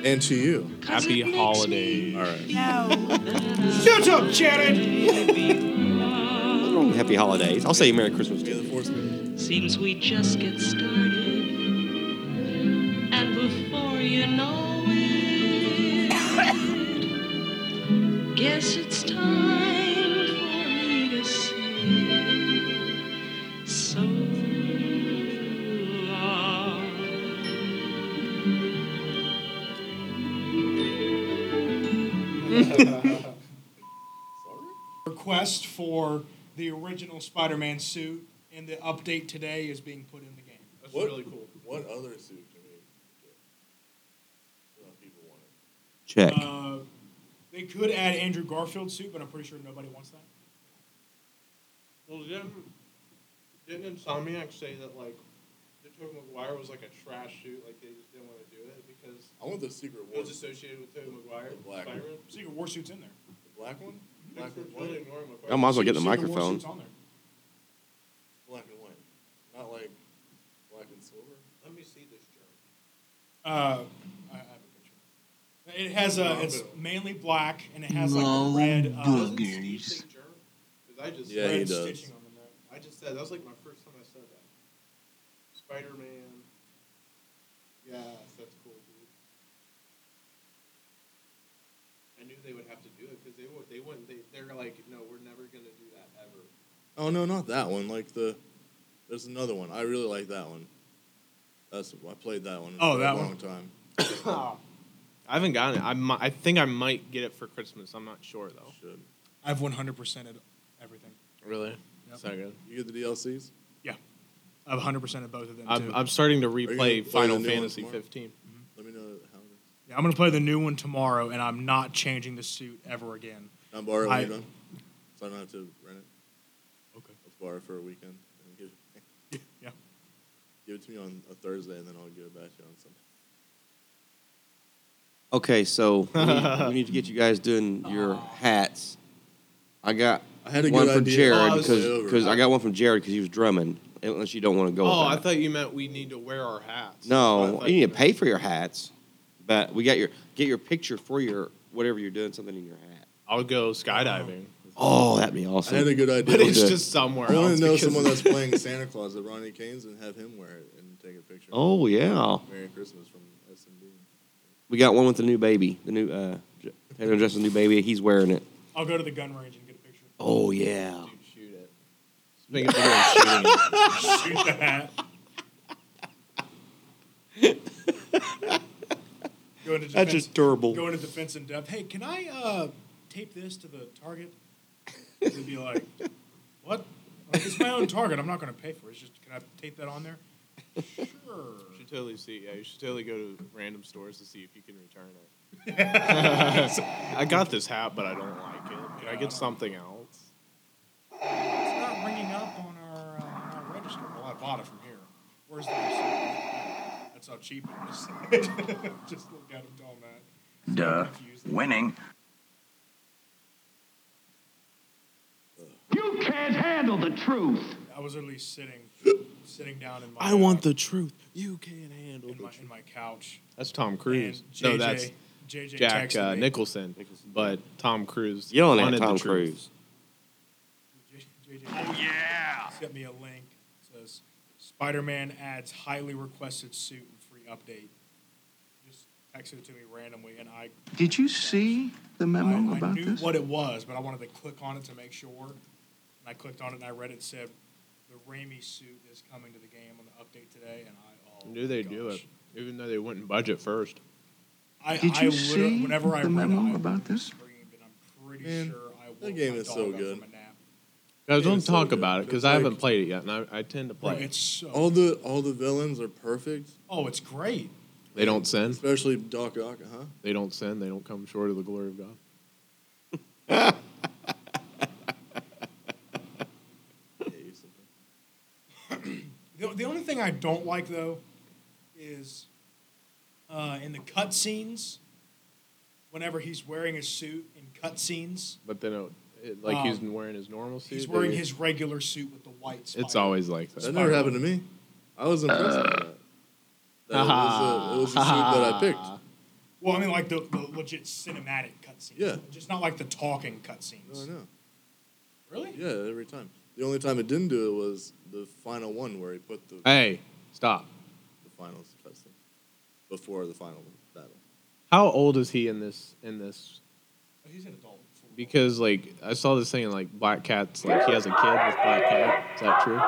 Speaker 5: And to you.
Speaker 4: Happy holidays.
Speaker 5: All right.
Speaker 7: Shut up, Jared.
Speaker 2: Happy holidays. I'll say you Merry Christmas
Speaker 5: May
Speaker 2: too.
Speaker 5: the force be with you.
Speaker 8: Seems we just get started. And before you know guess it's time for me to say so
Speaker 2: <laughs>
Speaker 8: long.
Speaker 12: <laughs> Request for the original Spider-Man suit and the update today is being put in the game. That's really cool.
Speaker 5: What other suit can we get? Well, people want it.
Speaker 2: Check.
Speaker 12: Uh, they could add Andrew Garfield suit, but I'm pretty sure nobody wants that.
Speaker 4: Well, didn't, didn't Insomniac say that like the Tobey Maguire was like a trash suit, like they just didn't want to do it because
Speaker 5: I want the Secret
Speaker 4: it
Speaker 5: War.
Speaker 4: was associated with Tobey Maguire.
Speaker 5: The black one.
Speaker 4: Spider-Man.
Speaker 12: Secret War suit's in there.
Speaker 5: The black one? Black
Speaker 4: Black
Speaker 5: and
Speaker 4: Totally
Speaker 5: white.
Speaker 4: ignoring my
Speaker 2: I might as well get the
Speaker 12: Secret War
Speaker 2: microphone.
Speaker 12: suit's on there.
Speaker 5: Black and white. Not like black and silver.
Speaker 4: Let me see this jerk.
Speaker 12: Uh, I I have a picture. It has a. It's mainly black, and it has like
Speaker 8: No
Speaker 12: a red. Uh,
Speaker 8: boogie.
Speaker 4: Doesn't Steve say jerk? 'Cause I just
Speaker 5: Yeah, he
Speaker 12: red
Speaker 5: does.
Speaker 12: stitching on the neck.
Speaker 4: I just said that was like my first time I said that. Spider Man. Yes, that's cool, dude. I knew they would have to do it because they would. They wouldn't. They, they're like, no, we're never gonna do that ever.
Speaker 5: Oh no, not that one. Like the there's another one. I really like that one. That's I played that one
Speaker 12: Oh,
Speaker 5: for
Speaker 12: that
Speaker 5: a
Speaker 12: one.
Speaker 5: long
Speaker 4: <coughs>
Speaker 5: time.
Speaker 4: I haven't gotten it. I mi- I think I might get it for Christmas. I'm not sure though.
Speaker 5: Should.
Speaker 12: I've 100%ed everything.
Speaker 4: Really?
Speaker 12: Yep.
Speaker 4: Is that good?
Speaker 5: You get the DLCs?
Speaker 12: I've 100%ed both of them
Speaker 4: I'm,
Speaker 12: too.
Speaker 4: I'm starting to
Speaker 5: gonna play
Speaker 4: replay Final
Speaker 5: the new one
Speaker 4: Fantasy
Speaker 5: tomorrow? Mm-hmm.
Speaker 4: 15.
Speaker 5: Let me know how it is.
Speaker 12: yeah, I'm gonna play the new one tomorrow, and I'm not changing the suit ever again.
Speaker 5: Can I borrow it
Speaker 12: I-
Speaker 5: when you're done? So I don't have to rent it.
Speaker 12: Okay.
Speaker 5: Let's borrow it for a weekend and give it
Speaker 12: <laughs> Yeah.
Speaker 5: give it to me on a Thursday and then I'll give it back to you on Sunday.
Speaker 2: Okay, so we
Speaker 4: <laughs>
Speaker 2: need, we need to get you guys doing your hats. I got
Speaker 5: I had a
Speaker 2: one
Speaker 5: good
Speaker 2: from
Speaker 5: idea.
Speaker 2: Jared
Speaker 4: Oh, I was-
Speaker 2: because
Speaker 5: Way over.
Speaker 2: I got one from Jared because he was drumming. Unless you don't want to go.
Speaker 4: Oh,
Speaker 2: with
Speaker 4: I
Speaker 2: that.
Speaker 4: thought you meant we need to wear our hats. That's what
Speaker 2: No,
Speaker 4: I
Speaker 2: you need to
Speaker 4: thought
Speaker 2: pay for your hats, but we got your get your picture for your whatever you're doing something in your hat.
Speaker 4: I'll go skydiving.
Speaker 2: Oh, that'd be
Speaker 5: I had a
Speaker 2: awesome.
Speaker 5: good idea.
Speaker 4: But it's
Speaker 2: Okay.
Speaker 4: just somewhere
Speaker 5: I want
Speaker 4: else
Speaker 5: to know
Speaker 4: because-
Speaker 5: someone
Speaker 4: <laughs>
Speaker 5: that's playing Santa Claus at Ronnie Kane's and have him wear it and take a picture.
Speaker 2: Oh yeah,
Speaker 5: Merry Christmas from SMB.
Speaker 2: we got one with the new baby, the new uh, J- Taylor Justin's new baby. He's wearing it.
Speaker 12: I'll go to the gun range and get a picture.
Speaker 2: Oh yeah.
Speaker 4: Dude, shoot it. Speaking of shooting it.
Speaker 12: Shoot <laughs> the hat. go into defense,
Speaker 2: terrible.
Speaker 12: go into defense in depth. Hey, can I uh, tape this to the target? They'd be like, "What? Like, it's my own target. I'm not gonna pay for it. It's just can I tape that on there?" Sure.
Speaker 4: You should totally see. Yeah, you should totally go to random stores to see if you can return it.
Speaker 2: <laughs>
Speaker 4: I got this hat, but I don't like it. Can I get something else?
Speaker 12: It's not ringing up on our, uh, on our register. Well, I bought it from here. Where's the receipt? That's how cheap it is. <laughs> Just look at him doing that.
Speaker 11: Duh.
Speaker 12: Confused.
Speaker 11: Winning.
Speaker 8: You can't handle the truth.
Speaker 12: I was literally sitting, sitting down in my.
Speaker 4: I want
Speaker 12: uh,
Speaker 4: the truth. You can't handle
Speaker 12: in
Speaker 4: the
Speaker 12: my,
Speaker 4: truth.
Speaker 12: in my couch.
Speaker 4: That's Tom
Speaker 12: And
Speaker 4: Cruise.
Speaker 12: JJ,
Speaker 4: No, that's
Speaker 12: JJ
Speaker 4: Jack
Speaker 12: texted
Speaker 4: uh,
Speaker 12: me.
Speaker 4: Nicholson, but Tom Cruise.
Speaker 2: You don't have
Speaker 4: wanted the
Speaker 2: Tom
Speaker 4: truth.
Speaker 2: Cruise.
Speaker 12: J- JJ, oh yeah. Sent me a link. It says Spider-Man adds highly requested suit and free update. Just texted it to me randomly, and I
Speaker 8: <laughs> Did you see the
Speaker 12: I, I knew what it was, but I wanted to click on it to make sure. And I clicked on it and I read it said the Raimi suit is coming to the game on the update today, and I oh
Speaker 4: Knew they'd
Speaker 12: my
Speaker 4: do
Speaker 12: gosh.
Speaker 4: it, even though they wouldn't budget first.
Speaker 12: I,
Speaker 8: Did
Speaker 12: I
Speaker 8: you
Speaker 12: literally-
Speaker 8: see
Speaker 12: whenever I
Speaker 8: the
Speaker 12: read
Speaker 8: memo
Speaker 12: it, I
Speaker 8: about this?
Speaker 12: <laughs> Screamed, and I'm pretty
Speaker 5: Man,
Speaker 12: sure I woke
Speaker 5: that game
Speaker 12: my
Speaker 5: is
Speaker 12: dog
Speaker 5: so
Speaker 12: up
Speaker 5: good.
Speaker 12: From a nap.
Speaker 4: Guys,
Speaker 5: Yeah,
Speaker 4: don't
Speaker 5: it's so
Speaker 4: talk
Speaker 5: good.
Speaker 4: about it because
Speaker 5: It's
Speaker 4: I
Speaker 5: like-
Speaker 4: haven't played it yet, and I, I tend to
Speaker 12: Bro,
Speaker 4: play.
Speaker 12: it's
Speaker 4: it.
Speaker 12: so
Speaker 5: All the all the villains are perfect,
Speaker 12: oh, it's great.
Speaker 4: They don't sin.
Speaker 5: especially Doc Ock,
Speaker 12: <laughs>
Speaker 5: huh?
Speaker 4: They don't sin. They don't come short of the glory of God.
Speaker 5: Yeah, you something.
Speaker 12: The, the only thing I don't like though is uh, in the cutscenes. Whenever he's wearing his suit in cutscenes,
Speaker 4: But then, it, it, like he's
Speaker 12: Um,
Speaker 4: wearing his normal suit.
Speaker 12: he's
Speaker 4: they-
Speaker 12: wearing his regular suit with the white. Spider.
Speaker 4: It's always like that.
Speaker 5: That never happened to me. I was impressed by that. that it, was a,
Speaker 12: <laughs>
Speaker 5: it was a suit that I picked.
Speaker 12: Well, I mean, like the, the legit cinematic cutscenes.
Speaker 5: Yeah.
Speaker 12: Just not like the talking cutscenes.
Speaker 5: No,
Speaker 4: Oh,
Speaker 5: I know.
Speaker 12: Really?
Speaker 5: Yeah, every time. The only time it didn't do it was the final one where he put the,
Speaker 4: Hey, stop.
Speaker 5: the final cutscene before the final battle.
Speaker 4: How old is he in this? In this?
Speaker 5: Oh,
Speaker 12: He's an adult. Before.
Speaker 4: because like I saw this thing like Black Cat's like he has a kid with Black Cat. Is that true?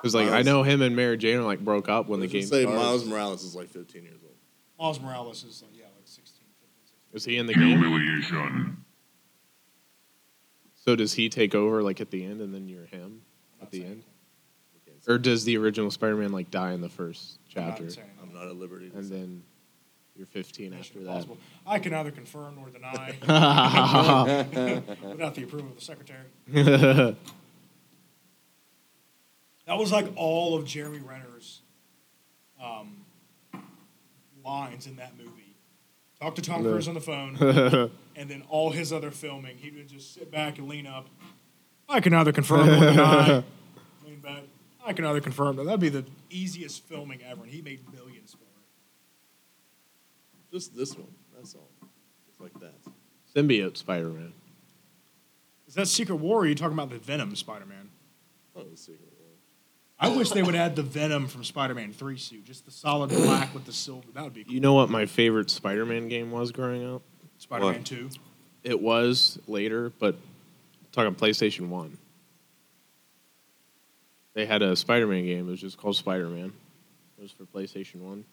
Speaker 4: Because like I know him and Mary Jane like broke up when the
Speaker 5: was gonna
Speaker 4: game
Speaker 5: say,
Speaker 4: started.
Speaker 5: Miles Morales is like 15 years old.
Speaker 12: Miles Morales is like yeah, like sixteen.
Speaker 4: Is he in the game? So does he take over like at the end, and then you're him at the end, or does the original Spider-Man like die in the first
Speaker 12: I'm not
Speaker 4: chapter?
Speaker 12: saying that.
Speaker 5: I'm not at liberty.
Speaker 4: And then you're 15 after that.
Speaker 12: Possible. I can neither confirm
Speaker 4: <laughs>
Speaker 12: nor deny <laughs> without the approval of the secretary. <laughs> That was like all of Jeremy Renner's um, lines in that movie. Talk to Tom
Speaker 4: No.
Speaker 12: Cruise on the phone, and then all his other filming, he would just sit back and lean up. I can either confirm or
Speaker 5: <laughs>
Speaker 12: deny. lean back. I can either confirm that. That'd be the easiest filming ever, and he made millions for it.
Speaker 5: Just this one. That's all. It's like that.
Speaker 4: <laughs> Symbiote Spider-Man.
Speaker 12: Is that Secret War? Or are you talking about the Venom Spider-Man?
Speaker 5: Oh, the Secret War.
Speaker 12: I wish they would add the Venom from Spider-Man Three suit, just the solid black with the silver. That would be cool.
Speaker 4: You know what my favorite Spider-Man game was growing up?
Speaker 12: Spider-Man Two.
Speaker 4: It was later, but talking PlayStation One. They had a Spider-Man game. It was just called Spider-Man. It was for PlayStation One.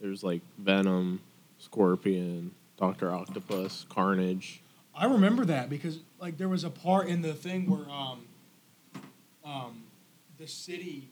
Speaker 4: There was like Venom, Scorpion, Doctor Octopus, Carnage.
Speaker 12: I remember that because like there was a part in the thing where um, um, the city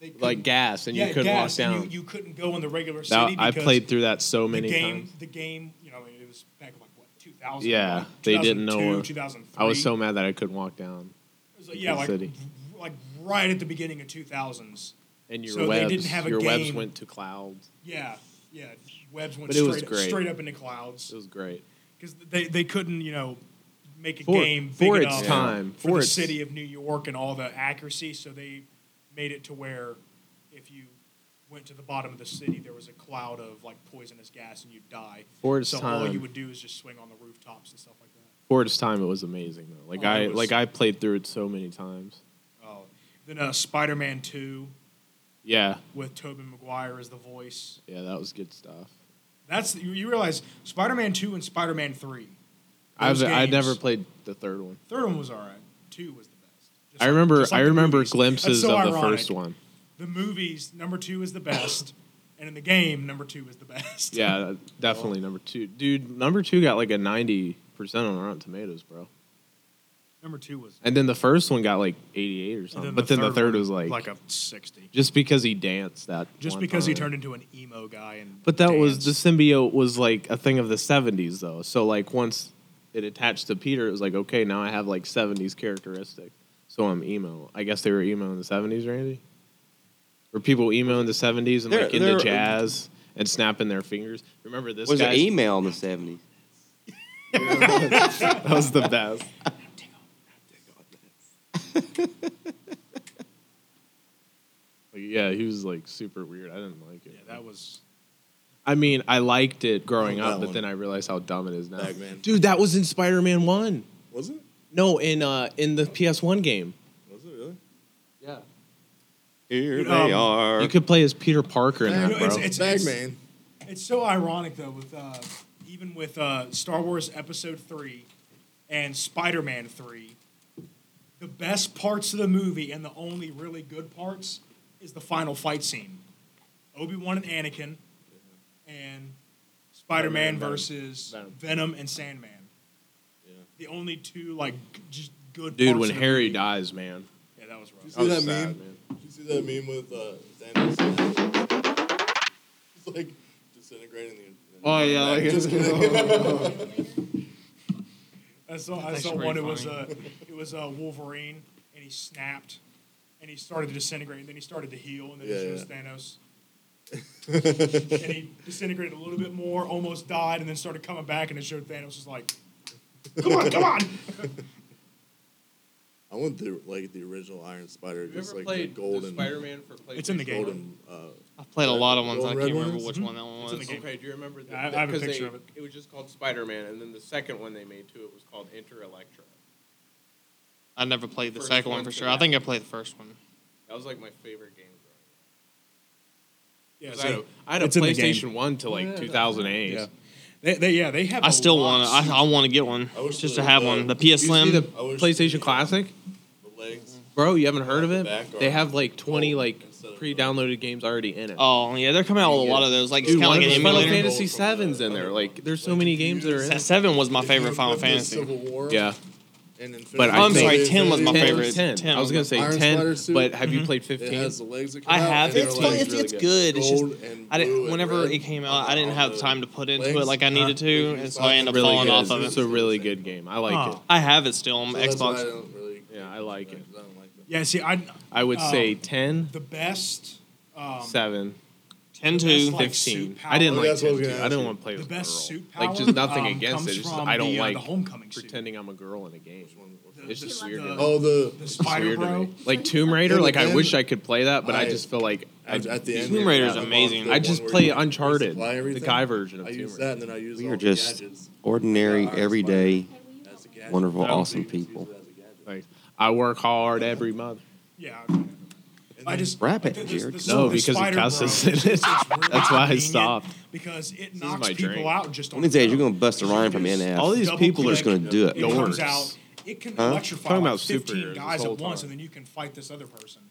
Speaker 12: they
Speaker 4: Like
Speaker 12: couldn't-
Speaker 4: gas, and
Speaker 12: Yeah,
Speaker 4: you couldn't
Speaker 12: gas,
Speaker 4: walk
Speaker 12: and
Speaker 4: down.
Speaker 12: You, you couldn't go in the regular
Speaker 4: That-
Speaker 12: city.
Speaker 4: I
Speaker 12: because
Speaker 4: played through that so
Speaker 12: the
Speaker 4: many
Speaker 12: game,
Speaker 4: times.
Speaker 12: The game, you know, I mean, it was back in like what 2000.
Speaker 4: Yeah,
Speaker 12: like,
Speaker 4: they didn't know.
Speaker 12: 2002,
Speaker 4: where-
Speaker 12: 2003.
Speaker 4: I was so mad that I couldn't walk down.
Speaker 12: It was like, yeah,
Speaker 4: the
Speaker 12: like
Speaker 4: city.
Speaker 12: r- like right at the beginning of 2000s.
Speaker 4: And your
Speaker 12: so
Speaker 4: webs,
Speaker 12: they didn't have a
Speaker 4: your
Speaker 12: game.
Speaker 4: webs went to clouds.
Speaker 12: yeah, yeah, webs went
Speaker 4: But it
Speaker 12: straight,
Speaker 4: was great.
Speaker 12: straight up into clouds
Speaker 4: It was great.
Speaker 12: because they they couldn't you know make a
Speaker 4: For-
Speaker 12: game
Speaker 4: for
Speaker 12: big
Speaker 4: its
Speaker 12: enough
Speaker 4: time,
Speaker 12: for,
Speaker 4: for
Speaker 12: the
Speaker 4: its-
Speaker 12: city of New York and all the accuracy. So they made it to where if you went to the bottom of the city, there was a cloud of like poisonous gas and you'd die.
Speaker 4: For its
Speaker 12: so all you
Speaker 4: time.
Speaker 12: would do is just swing on the rooftops and stuff like that.
Speaker 4: For its time, it was amazing though. Like
Speaker 12: Oh,
Speaker 4: I
Speaker 12: it was-
Speaker 4: like I played through it so many times.
Speaker 12: Oh, then uh, Spider-Man Two
Speaker 4: Yeah,
Speaker 12: with Tobey Maguire as the voice.
Speaker 4: yeah, that was good stuff.
Speaker 12: That's you, you realize Spider-Man Two and Spider-Man Three.
Speaker 4: I've
Speaker 12: Those
Speaker 4: I
Speaker 12: games-
Speaker 4: never played the third one.
Speaker 12: Third one was all right. Two was the best. Just
Speaker 4: I
Speaker 12: like-
Speaker 4: remember
Speaker 12: just like
Speaker 4: I
Speaker 12: the
Speaker 4: remember
Speaker 12: movies.
Speaker 4: glimpses
Speaker 12: That's so
Speaker 4: of the
Speaker 12: ironic.
Speaker 4: first one.
Speaker 12: the movies number two is the best and in the game number two is the best <laughs>
Speaker 4: Yeah, definitely number two, dude. Number two got like a ninety percent on Rotten Tomatoes, bro.
Speaker 12: number two was
Speaker 4: And then the first one got like eighty eight or something. but then the third
Speaker 12: one
Speaker 4: was like
Speaker 12: like a 60
Speaker 4: just because he danced that.
Speaker 12: just
Speaker 4: one
Speaker 12: because he
Speaker 4: time.
Speaker 12: turned into an emo guy and
Speaker 4: But that was the
Speaker 12: danced.
Speaker 4: symbiote was like a thing of the '70s though. So like once it attached to Peter, it was like okay, now I have like '70s characteristics. So I'm emo. I guess they were emo in the '70s, Randy. Were people emo in the '70s and
Speaker 2: They're-
Speaker 4: like into
Speaker 2: they're-
Speaker 4: jazz and snapping their fingers? Remember this?
Speaker 2: was an
Speaker 4: guy's-
Speaker 2: email in the 70s.
Speaker 4: <laughs>
Speaker 8: <laughs>
Speaker 4: that was the best. Like, yeah, he was like super weird. I didn't like it.
Speaker 12: yeah that was
Speaker 4: I mean, I liked it growing
Speaker 5: Oh, that
Speaker 4: up, but
Speaker 5: one.
Speaker 4: then I realized how dumb it is now.
Speaker 5: Bagman.
Speaker 4: Dude, that was in Spider-Man One.
Speaker 5: Was it?
Speaker 4: No, in uh in the PS1 game.
Speaker 5: Was it really?
Speaker 4: Yeah.
Speaker 2: Here
Speaker 12: Dude,
Speaker 2: they
Speaker 12: um,
Speaker 2: are.
Speaker 4: You could play as Peter Parker in
Speaker 12: Yeah,
Speaker 4: that,
Speaker 12: no,
Speaker 4: bro.
Speaker 12: it's- it's-
Speaker 5: Bagman.
Speaker 12: it's so ironic though with uh even with uh star wars episode three and spider-man three the best parts of the movie and the only really good parts is the final fight scene obi-wan and anakin and spider-man
Speaker 4: Spider-Man, Venom.
Speaker 12: versus
Speaker 4: Venom.
Speaker 12: venom and sandman
Speaker 5: Yeah.
Speaker 12: the only two like g- just good
Speaker 4: Dude,
Speaker 12: parts
Speaker 4: when
Speaker 12: of the
Speaker 4: Harry
Speaker 12: movie.
Speaker 4: dies, man.
Speaker 12: yeah that was rough
Speaker 5: You see that,
Speaker 4: was
Speaker 5: meme?
Speaker 4: sad, man.
Speaker 5: Did you see that meme with uh, Thanos? <laughs> It's like disintegrating the.
Speaker 4: Oh, yeah, like-
Speaker 5: Just
Speaker 4: <laughs>
Speaker 5: kidding.
Speaker 12: I saw, I
Speaker 3: That's
Speaker 12: saw
Speaker 3: actually
Speaker 12: one. It
Speaker 3: pretty
Speaker 12: was uh,
Speaker 3: funny.
Speaker 12: it was uh, Wolverine, and he snapped, and he started to disintegrate, and then he started to heal, and then
Speaker 5: Yeah,
Speaker 12: it was
Speaker 5: yeah.
Speaker 12: Thanos, and he disintegrated a little bit more, almost died, and then started coming back, and it showed Thanos was like, "Come on, come on!"
Speaker 5: <laughs> I want the like the original Iron Spider, just like the golden,
Speaker 4: for
Speaker 12: It's in the game.
Speaker 5: golden. Uh,
Speaker 3: I played a lot of ones.
Speaker 5: Gold
Speaker 3: I
Speaker 5: red
Speaker 3: can't remember
Speaker 5: ones?
Speaker 3: which one that one
Speaker 12: It's in the
Speaker 3: was.
Speaker 12: game.
Speaker 4: do you remember
Speaker 12: Yeah, I- I have a
Speaker 4: 'cause
Speaker 12: picture of it.
Speaker 4: It was just called Spider-Man, and then the second one they made too, it was called Enter Electra.
Speaker 3: I never played the
Speaker 4: First
Speaker 3: second one
Speaker 4: one
Speaker 3: for
Speaker 4: to
Speaker 3: sure. I
Speaker 4: that.
Speaker 3: think I played the first one.
Speaker 4: That was like my favorite game growing up.
Speaker 12: Yeah,
Speaker 4: I had a-
Speaker 12: so
Speaker 4: I had a
Speaker 12: It's in the
Speaker 4: PlayStation
Speaker 12: game.
Speaker 4: One to like 2008.
Speaker 12: Yeah. They, they yeah, they have.
Speaker 3: I
Speaker 12: a
Speaker 3: still
Speaker 12: lot
Speaker 3: want
Speaker 12: of
Speaker 3: to. I, I want to get one just to have one. The PS Slim.
Speaker 4: the PlayStation Classic? Bro, you haven't heard of it? they have like 20 like pre-downloaded games already in it.
Speaker 3: Oh yeah, they're coming out with a lot of those. Like it's
Speaker 4: Dude,
Speaker 3: kind of
Speaker 4: one
Speaker 3: like
Speaker 4: of
Speaker 3: an
Speaker 4: those Final
Speaker 3: emulator.
Speaker 4: Fantasy Sevens in there. Like there's so many games that are in.
Speaker 3: That
Speaker 4: it.
Speaker 3: seven was my favorite Final Fantasy.
Speaker 4: Yeah.
Speaker 3: But I'm sorry, ten was my favorite.
Speaker 4: 10.
Speaker 3: Ten.
Speaker 4: I was gonna say
Speaker 3: Iron Spider
Speaker 4: ten,
Speaker 3: Suit.
Speaker 4: but have you
Speaker 3: Mhm.
Speaker 4: played fifteen?
Speaker 3: I have. It's fun. It's, it's good. It's just
Speaker 4: Gold
Speaker 3: I didn't. Whenever it came out, I didn't have time to put into it like I needed to, and so I ended up
Speaker 4: Really
Speaker 3: falling
Speaker 4: good.
Speaker 3: off of it.
Speaker 4: It's a really good game. I like
Speaker 3: Oh.
Speaker 4: it.
Speaker 3: I have it still on
Speaker 4: So that's why I
Speaker 3: Xbox.
Speaker 4: don't Yeah, I like it.
Speaker 12: Yeah, see, I
Speaker 4: I would
Speaker 12: um,
Speaker 4: say 10,
Speaker 12: The best. Um,
Speaker 4: 7,
Speaker 3: 10
Speaker 12: the
Speaker 4: to
Speaker 12: best, like,
Speaker 4: 15.
Speaker 12: suit
Speaker 4: I didn't
Speaker 12: power-
Speaker 4: like 10 too. I didn't want to play
Speaker 12: The
Speaker 4: with
Speaker 12: best
Speaker 4: girl.
Speaker 12: suit
Speaker 4: Like
Speaker 12: power,
Speaker 4: just nothing
Speaker 12: um,
Speaker 4: against it.
Speaker 12: comes
Speaker 4: It's just
Speaker 12: from
Speaker 4: I don't
Speaker 12: the, uh,
Speaker 4: like
Speaker 12: the homecoming suit.
Speaker 4: pretending I'm a girl in a game. It's just
Speaker 12: the-
Speaker 4: weird.
Speaker 12: the-
Speaker 4: to me.
Speaker 12: Oh, the- the
Speaker 4: It's
Speaker 12: Spider
Speaker 4: weird to
Speaker 12: Bro?
Speaker 4: me. Like Tomb Raider,
Speaker 12: Yeah,
Speaker 4: like I
Speaker 12: then
Speaker 4: wish I could play that, but I,
Speaker 12: I-
Speaker 4: just feel like I,
Speaker 5: at- at the end
Speaker 4: Tomb
Speaker 5: you
Speaker 4: Raider's
Speaker 5: unlock the
Speaker 4: amazing.
Speaker 5: one
Speaker 4: I just
Speaker 5: where
Speaker 4: play
Speaker 5: you
Speaker 4: Uncharted,
Speaker 5: resupply
Speaker 4: the
Speaker 5: everything.
Speaker 4: guy version of
Speaker 5: I
Speaker 4: Tomb
Speaker 5: use
Speaker 4: Raider.
Speaker 5: that and then I use
Speaker 2: We
Speaker 5: all
Speaker 2: are
Speaker 5: the
Speaker 2: just
Speaker 5: gadgets.
Speaker 2: ordinary, everyday, wonderful,
Speaker 4: That was
Speaker 2: awesome people.
Speaker 4: Like I work hard every month.
Speaker 12: Yeah. okay. I just
Speaker 2: Wrap it,
Speaker 12: the- the-
Speaker 2: Jared.
Speaker 12: the- the
Speaker 4: No, oh, because it <laughs>
Speaker 12: Spider
Speaker 4: cusses
Speaker 12: Bro
Speaker 4: in it.
Speaker 12: is really
Speaker 4: That's why I
Speaker 12: convenient
Speaker 4: stopped.
Speaker 12: Because it
Speaker 4: is
Speaker 12: knocks
Speaker 4: my
Speaker 12: people
Speaker 4: drink.
Speaker 12: out just
Speaker 2: One of
Speaker 12: on
Speaker 2: these days,
Speaker 12: the
Speaker 2: you're going to bust a rhyme from NF.
Speaker 4: All these people
Speaker 2: are
Speaker 4: are
Speaker 2: just going to do it.
Speaker 12: It comes out. It can
Speaker 2: Huh?
Speaker 12: electrify
Speaker 2: Talking
Speaker 12: like
Speaker 2: about
Speaker 12: 15
Speaker 2: superheroes
Speaker 12: guys
Speaker 2: this
Speaker 12: at
Speaker 2: whole
Speaker 12: once,
Speaker 2: time.
Speaker 12: and then you can fight this other person.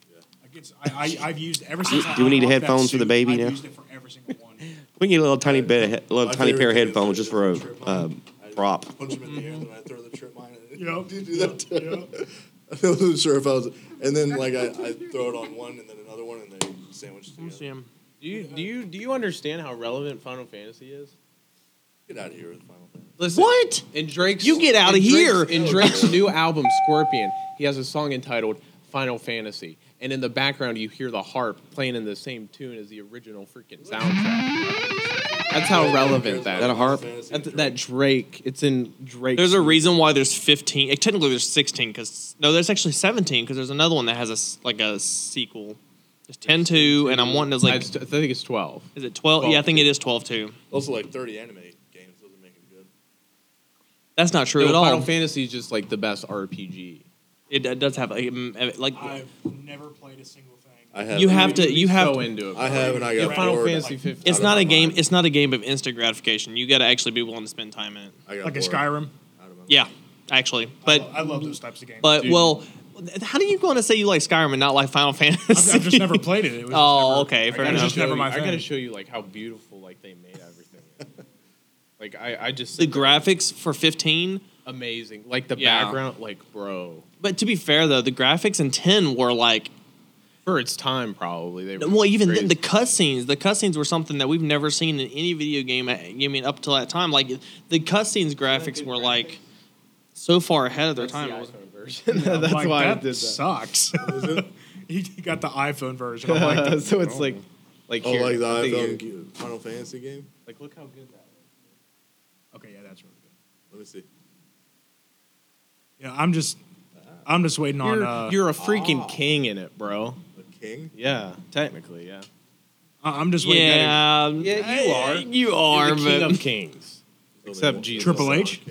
Speaker 12: Like it's, I, I, I've used ever
Speaker 2: Do-
Speaker 12: since. I
Speaker 2: do we need
Speaker 12: unlocked that
Speaker 2: headphones for the
Speaker 12: suit,
Speaker 2: baby
Speaker 12: I've
Speaker 2: now?
Speaker 12: used it for every single one.
Speaker 2: We can get a little tiny bit, of he- little
Speaker 5: My
Speaker 2: tiny
Speaker 5: favorite
Speaker 2: pair of
Speaker 5: thing is
Speaker 2: headphones just for a uh, prop.
Speaker 5: Punch him in the air and then I throw the trip
Speaker 12: <laughs>
Speaker 5: mine. at it.
Speaker 12: Yep.
Speaker 5: Do <laughs> you do that too? <laughs> I wasn't sure if I was. And then like I, I throw it on one and then another one and they sandwich together.
Speaker 4: Do you do you do you understand how relevant Final Fantasy is?
Speaker 5: Get out of here with Final Fantasy.
Speaker 4: Listen,
Speaker 3: what?
Speaker 4: In Drake's
Speaker 3: You get out of
Speaker 4: in
Speaker 3: here.
Speaker 4: Drake's, in Drake's new album Scorpion, he has a song entitled Final Fantasy, and in the background you hear the harp playing in the same tune as the original freaking soundtrack. That's how relevant that.
Speaker 2: Is that a harp?
Speaker 4: That, that Drake, it's in Drake.
Speaker 3: There's a reason why there's 15. eh, Technically, there's 16 because no, there's actually 17 because there's another one that has a s- like a sequel. There's 10 two, and I'm wanting is like I
Speaker 4: think it's 12.
Speaker 3: Is it 12? yeah, I think it is 12 two.
Speaker 5: Also like 30 anime
Speaker 3: <laughs>
Speaker 5: games doesn't make it good.
Speaker 3: That's not true
Speaker 4: No,
Speaker 3: at all.
Speaker 4: Final Fantasy is just like the best RPG.
Speaker 3: It, it does have a, mm, like
Speaker 12: I've never played a single thing.
Speaker 5: I
Speaker 3: you have to you have to,
Speaker 4: Yeah, Final Fantasy 15.
Speaker 3: It's not a game. It's not a game of instant gratification. You got to actually be willing to spend time in it.
Speaker 12: Like a Skyrim.
Speaker 3: Yeah, actually, but
Speaker 4: <laughs>
Speaker 12: I love those types of games.
Speaker 3: but
Speaker 12: Dude.
Speaker 3: well, th- how do you going to say you like Skyrim and not like Final Fantasy?
Speaker 12: <laughs> I've just never played it. It was
Speaker 3: <laughs>
Speaker 12: just
Speaker 3: oh,
Speaker 12: never-
Speaker 3: okay,
Speaker 12: I
Speaker 3: fair
Speaker 12: gotta
Speaker 3: enough.
Speaker 12: just never my
Speaker 4: I gotta
Speaker 12: thing.
Speaker 4: show you like how beautiful like they made everything.
Speaker 12: <laughs>
Speaker 4: like I, I just
Speaker 3: the graphics for 15
Speaker 4: amazing. Like the
Speaker 3: Yeah.
Speaker 4: background, like bro,
Speaker 3: but to be fair though the graphics in 10 were like
Speaker 4: for its time probably they were
Speaker 3: well even the,
Speaker 4: crazy.
Speaker 3: the cutscenes the cutscenes were something that we've never seen in any video game I I mean up till that time like the cutscenes graphics were like so far ahead of their time It was- <laughs>
Speaker 12: I'm
Speaker 4: That's
Speaker 12: like,
Speaker 4: why I
Speaker 12: that
Speaker 4: did that.
Speaker 12: Sucks. <laughs> he got the
Speaker 4: <laughs>
Speaker 12: iPhone version. I'm like,
Speaker 4: so it's like like
Speaker 5: oh,
Speaker 4: here,
Speaker 5: like the
Speaker 4: I think
Speaker 5: iPhone
Speaker 4: you-
Speaker 5: game- Final Fantasy game.
Speaker 4: Like look how good that.
Speaker 12: okay, yeah, that's really good.
Speaker 5: Let me see.
Speaker 12: Yeah, I'm just, I'm just waiting on.
Speaker 4: You're,
Speaker 12: uh,
Speaker 4: you're a freaking king in it, bro.
Speaker 5: A king?
Speaker 4: Yeah, technically, yeah.
Speaker 12: I- I'm just waiting.
Speaker 3: yeah
Speaker 4: yeah you are
Speaker 3: you are
Speaker 4: You're the king
Speaker 3: but-
Speaker 4: of kings, <laughs> except Jesus.
Speaker 12: Triple H.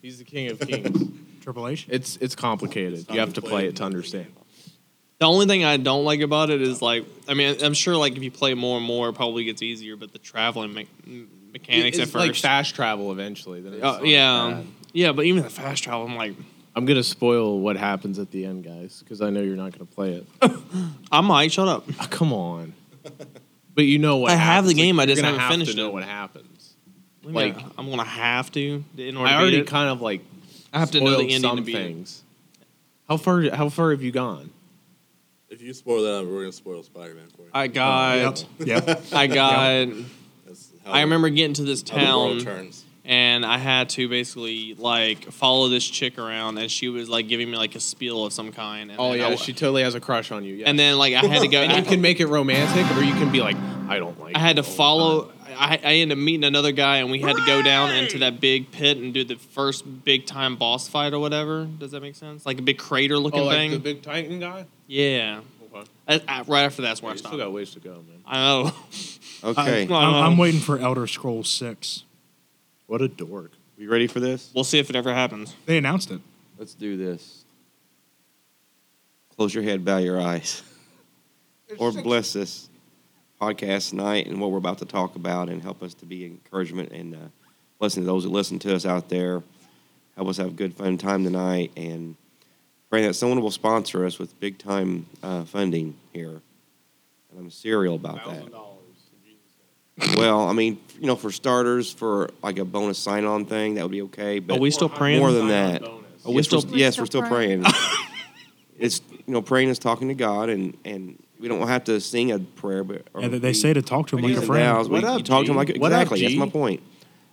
Speaker 4: He's the king of kings.
Speaker 12: <laughs> Triple H.
Speaker 4: It's it's complicated. You have to play it to understand.
Speaker 3: The only thing I don't like about it is like I mean I'm sure like if you play more and more it probably gets easier, but the traveling me- m- mechanics
Speaker 4: it's
Speaker 3: at
Speaker 4: like
Speaker 3: first.
Speaker 4: fast travel eventually. Then it's
Speaker 3: Uh,
Speaker 4: not
Speaker 3: yeah,
Speaker 4: bad.
Speaker 3: yeah, but even the fast travel, I'm like
Speaker 4: I'm gonna spoil what happens at the end, guys, because I know you're not gonna play it.
Speaker 3: <laughs> I might shut up.
Speaker 4: Ah, come on. But you know what?
Speaker 3: I have the
Speaker 4: happens.
Speaker 3: game, I
Speaker 4: you're
Speaker 3: just
Speaker 4: gonna
Speaker 3: haven't
Speaker 4: have to
Speaker 3: finished
Speaker 4: know
Speaker 3: it.
Speaker 4: what happens.
Speaker 3: Like
Speaker 4: Like-
Speaker 3: I'm gonna have to in order
Speaker 4: I
Speaker 3: to beat
Speaker 4: already
Speaker 3: it.
Speaker 4: kind of like.
Speaker 3: I have to know
Speaker 4: spoiled
Speaker 3: the ending
Speaker 4: some
Speaker 3: to beat it.
Speaker 4: things. How far? How far have you gone?
Speaker 5: If you spoil that, we're gonna spoil Spider-Man for you.
Speaker 3: I got.
Speaker 12: Yep.
Speaker 3: I got.
Speaker 5: That's how
Speaker 3: I remember getting to this
Speaker 5: how the world
Speaker 3: town,
Speaker 5: turns.
Speaker 3: and I had to basically like follow this chick around, and she was like giving me like a spiel of some kind. And
Speaker 4: Oh
Speaker 3: then
Speaker 4: yeah,
Speaker 3: I w-
Speaker 4: she totally has a crush on you. Yeah.
Speaker 3: And then like <laughs> I had to go.
Speaker 4: and you can make <laughs> it romantic, or you can be like, I don't like.
Speaker 3: I had to follow. I, I ended up meeting another guy, and we had to go down into that big pit and do the first big time boss fight or whatever. Does that make sense? Like a big crater looking
Speaker 4: oh, like
Speaker 3: thing.
Speaker 4: the big Titan guy.
Speaker 3: yeah.
Speaker 4: Okay.
Speaker 3: I- I- right after that's where I
Speaker 4: You
Speaker 3: stopped.
Speaker 4: still got ways to go, man.
Speaker 3: I know. <laughs>
Speaker 2: Okay.
Speaker 12: I'm, I'm waiting for Elder Scrolls Six.
Speaker 4: What a dork.
Speaker 2: We ready for this?
Speaker 3: We'll see if it ever happens.
Speaker 12: They announced it.
Speaker 2: Let's do this. Close your head, bow your eyes. Lord bless this podcast tonight and what we're about to talk about and help us to be encouragement and uh, Listen to those that listen to us out there. Help us have a good fun time tonight, and praying that someone will sponsor us with big time uh, funding here. And I'm serial about that. Well, I mean, you know, for starters, for like a bonus sign-on thing, that would be okay. But
Speaker 3: Are we still praying?
Speaker 2: More than that,
Speaker 3: Sign-on bonus.
Speaker 2: Are we still? yes, we're still praying. <laughs> it's you know, praying is talking to God, and and we don't have to sing a prayer, but or
Speaker 12: Yeah, they- they
Speaker 2: we-
Speaker 12: say to talk to him
Speaker 2: we
Speaker 12: like a
Speaker 2: use
Speaker 12: friend.
Speaker 2: vows. We-
Speaker 12: What up,
Speaker 2: you talk to him
Speaker 12: G?
Speaker 2: like
Speaker 12: What up,
Speaker 2: exactly. That's
Speaker 12: G?
Speaker 2: my point.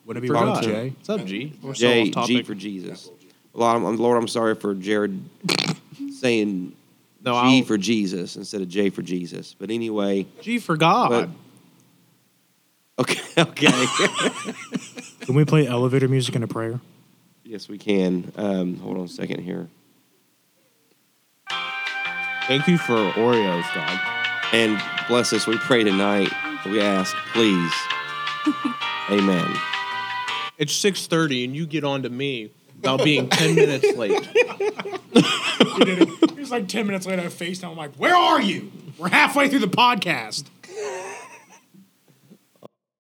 Speaker 12: What have you been up to?
Speaker 4: What's up, G? We're still
Speaker 2: J,
Speaker 4: off
Speaker 2: G
Speaker 4: topic.
Speaker 2: for Jesus. Lord, I'm, Lord, I'm sorry for Jared saying G for Jesus instead of J for Jesus. But anyway,
Speaker 4: G for God.
Speaker 2: <laughs> okay, okay.
Speaker 12: <laughs> Can we play elevator music in a prayer?
Speaker 2: yes, we can. Um, hold on a second here.
Speaker 4: Thank you for Oreos, God.
Speaker 2: And bless us, we pray tonight. We ask, please. Amen.
Speaker 4: It's six thirty, and you get on to me about being ten minutes late.
Speaker 12: He did it. He was like 10 minutes later, I FaceTime. I'm like, where are you? We're halfway through the podcast.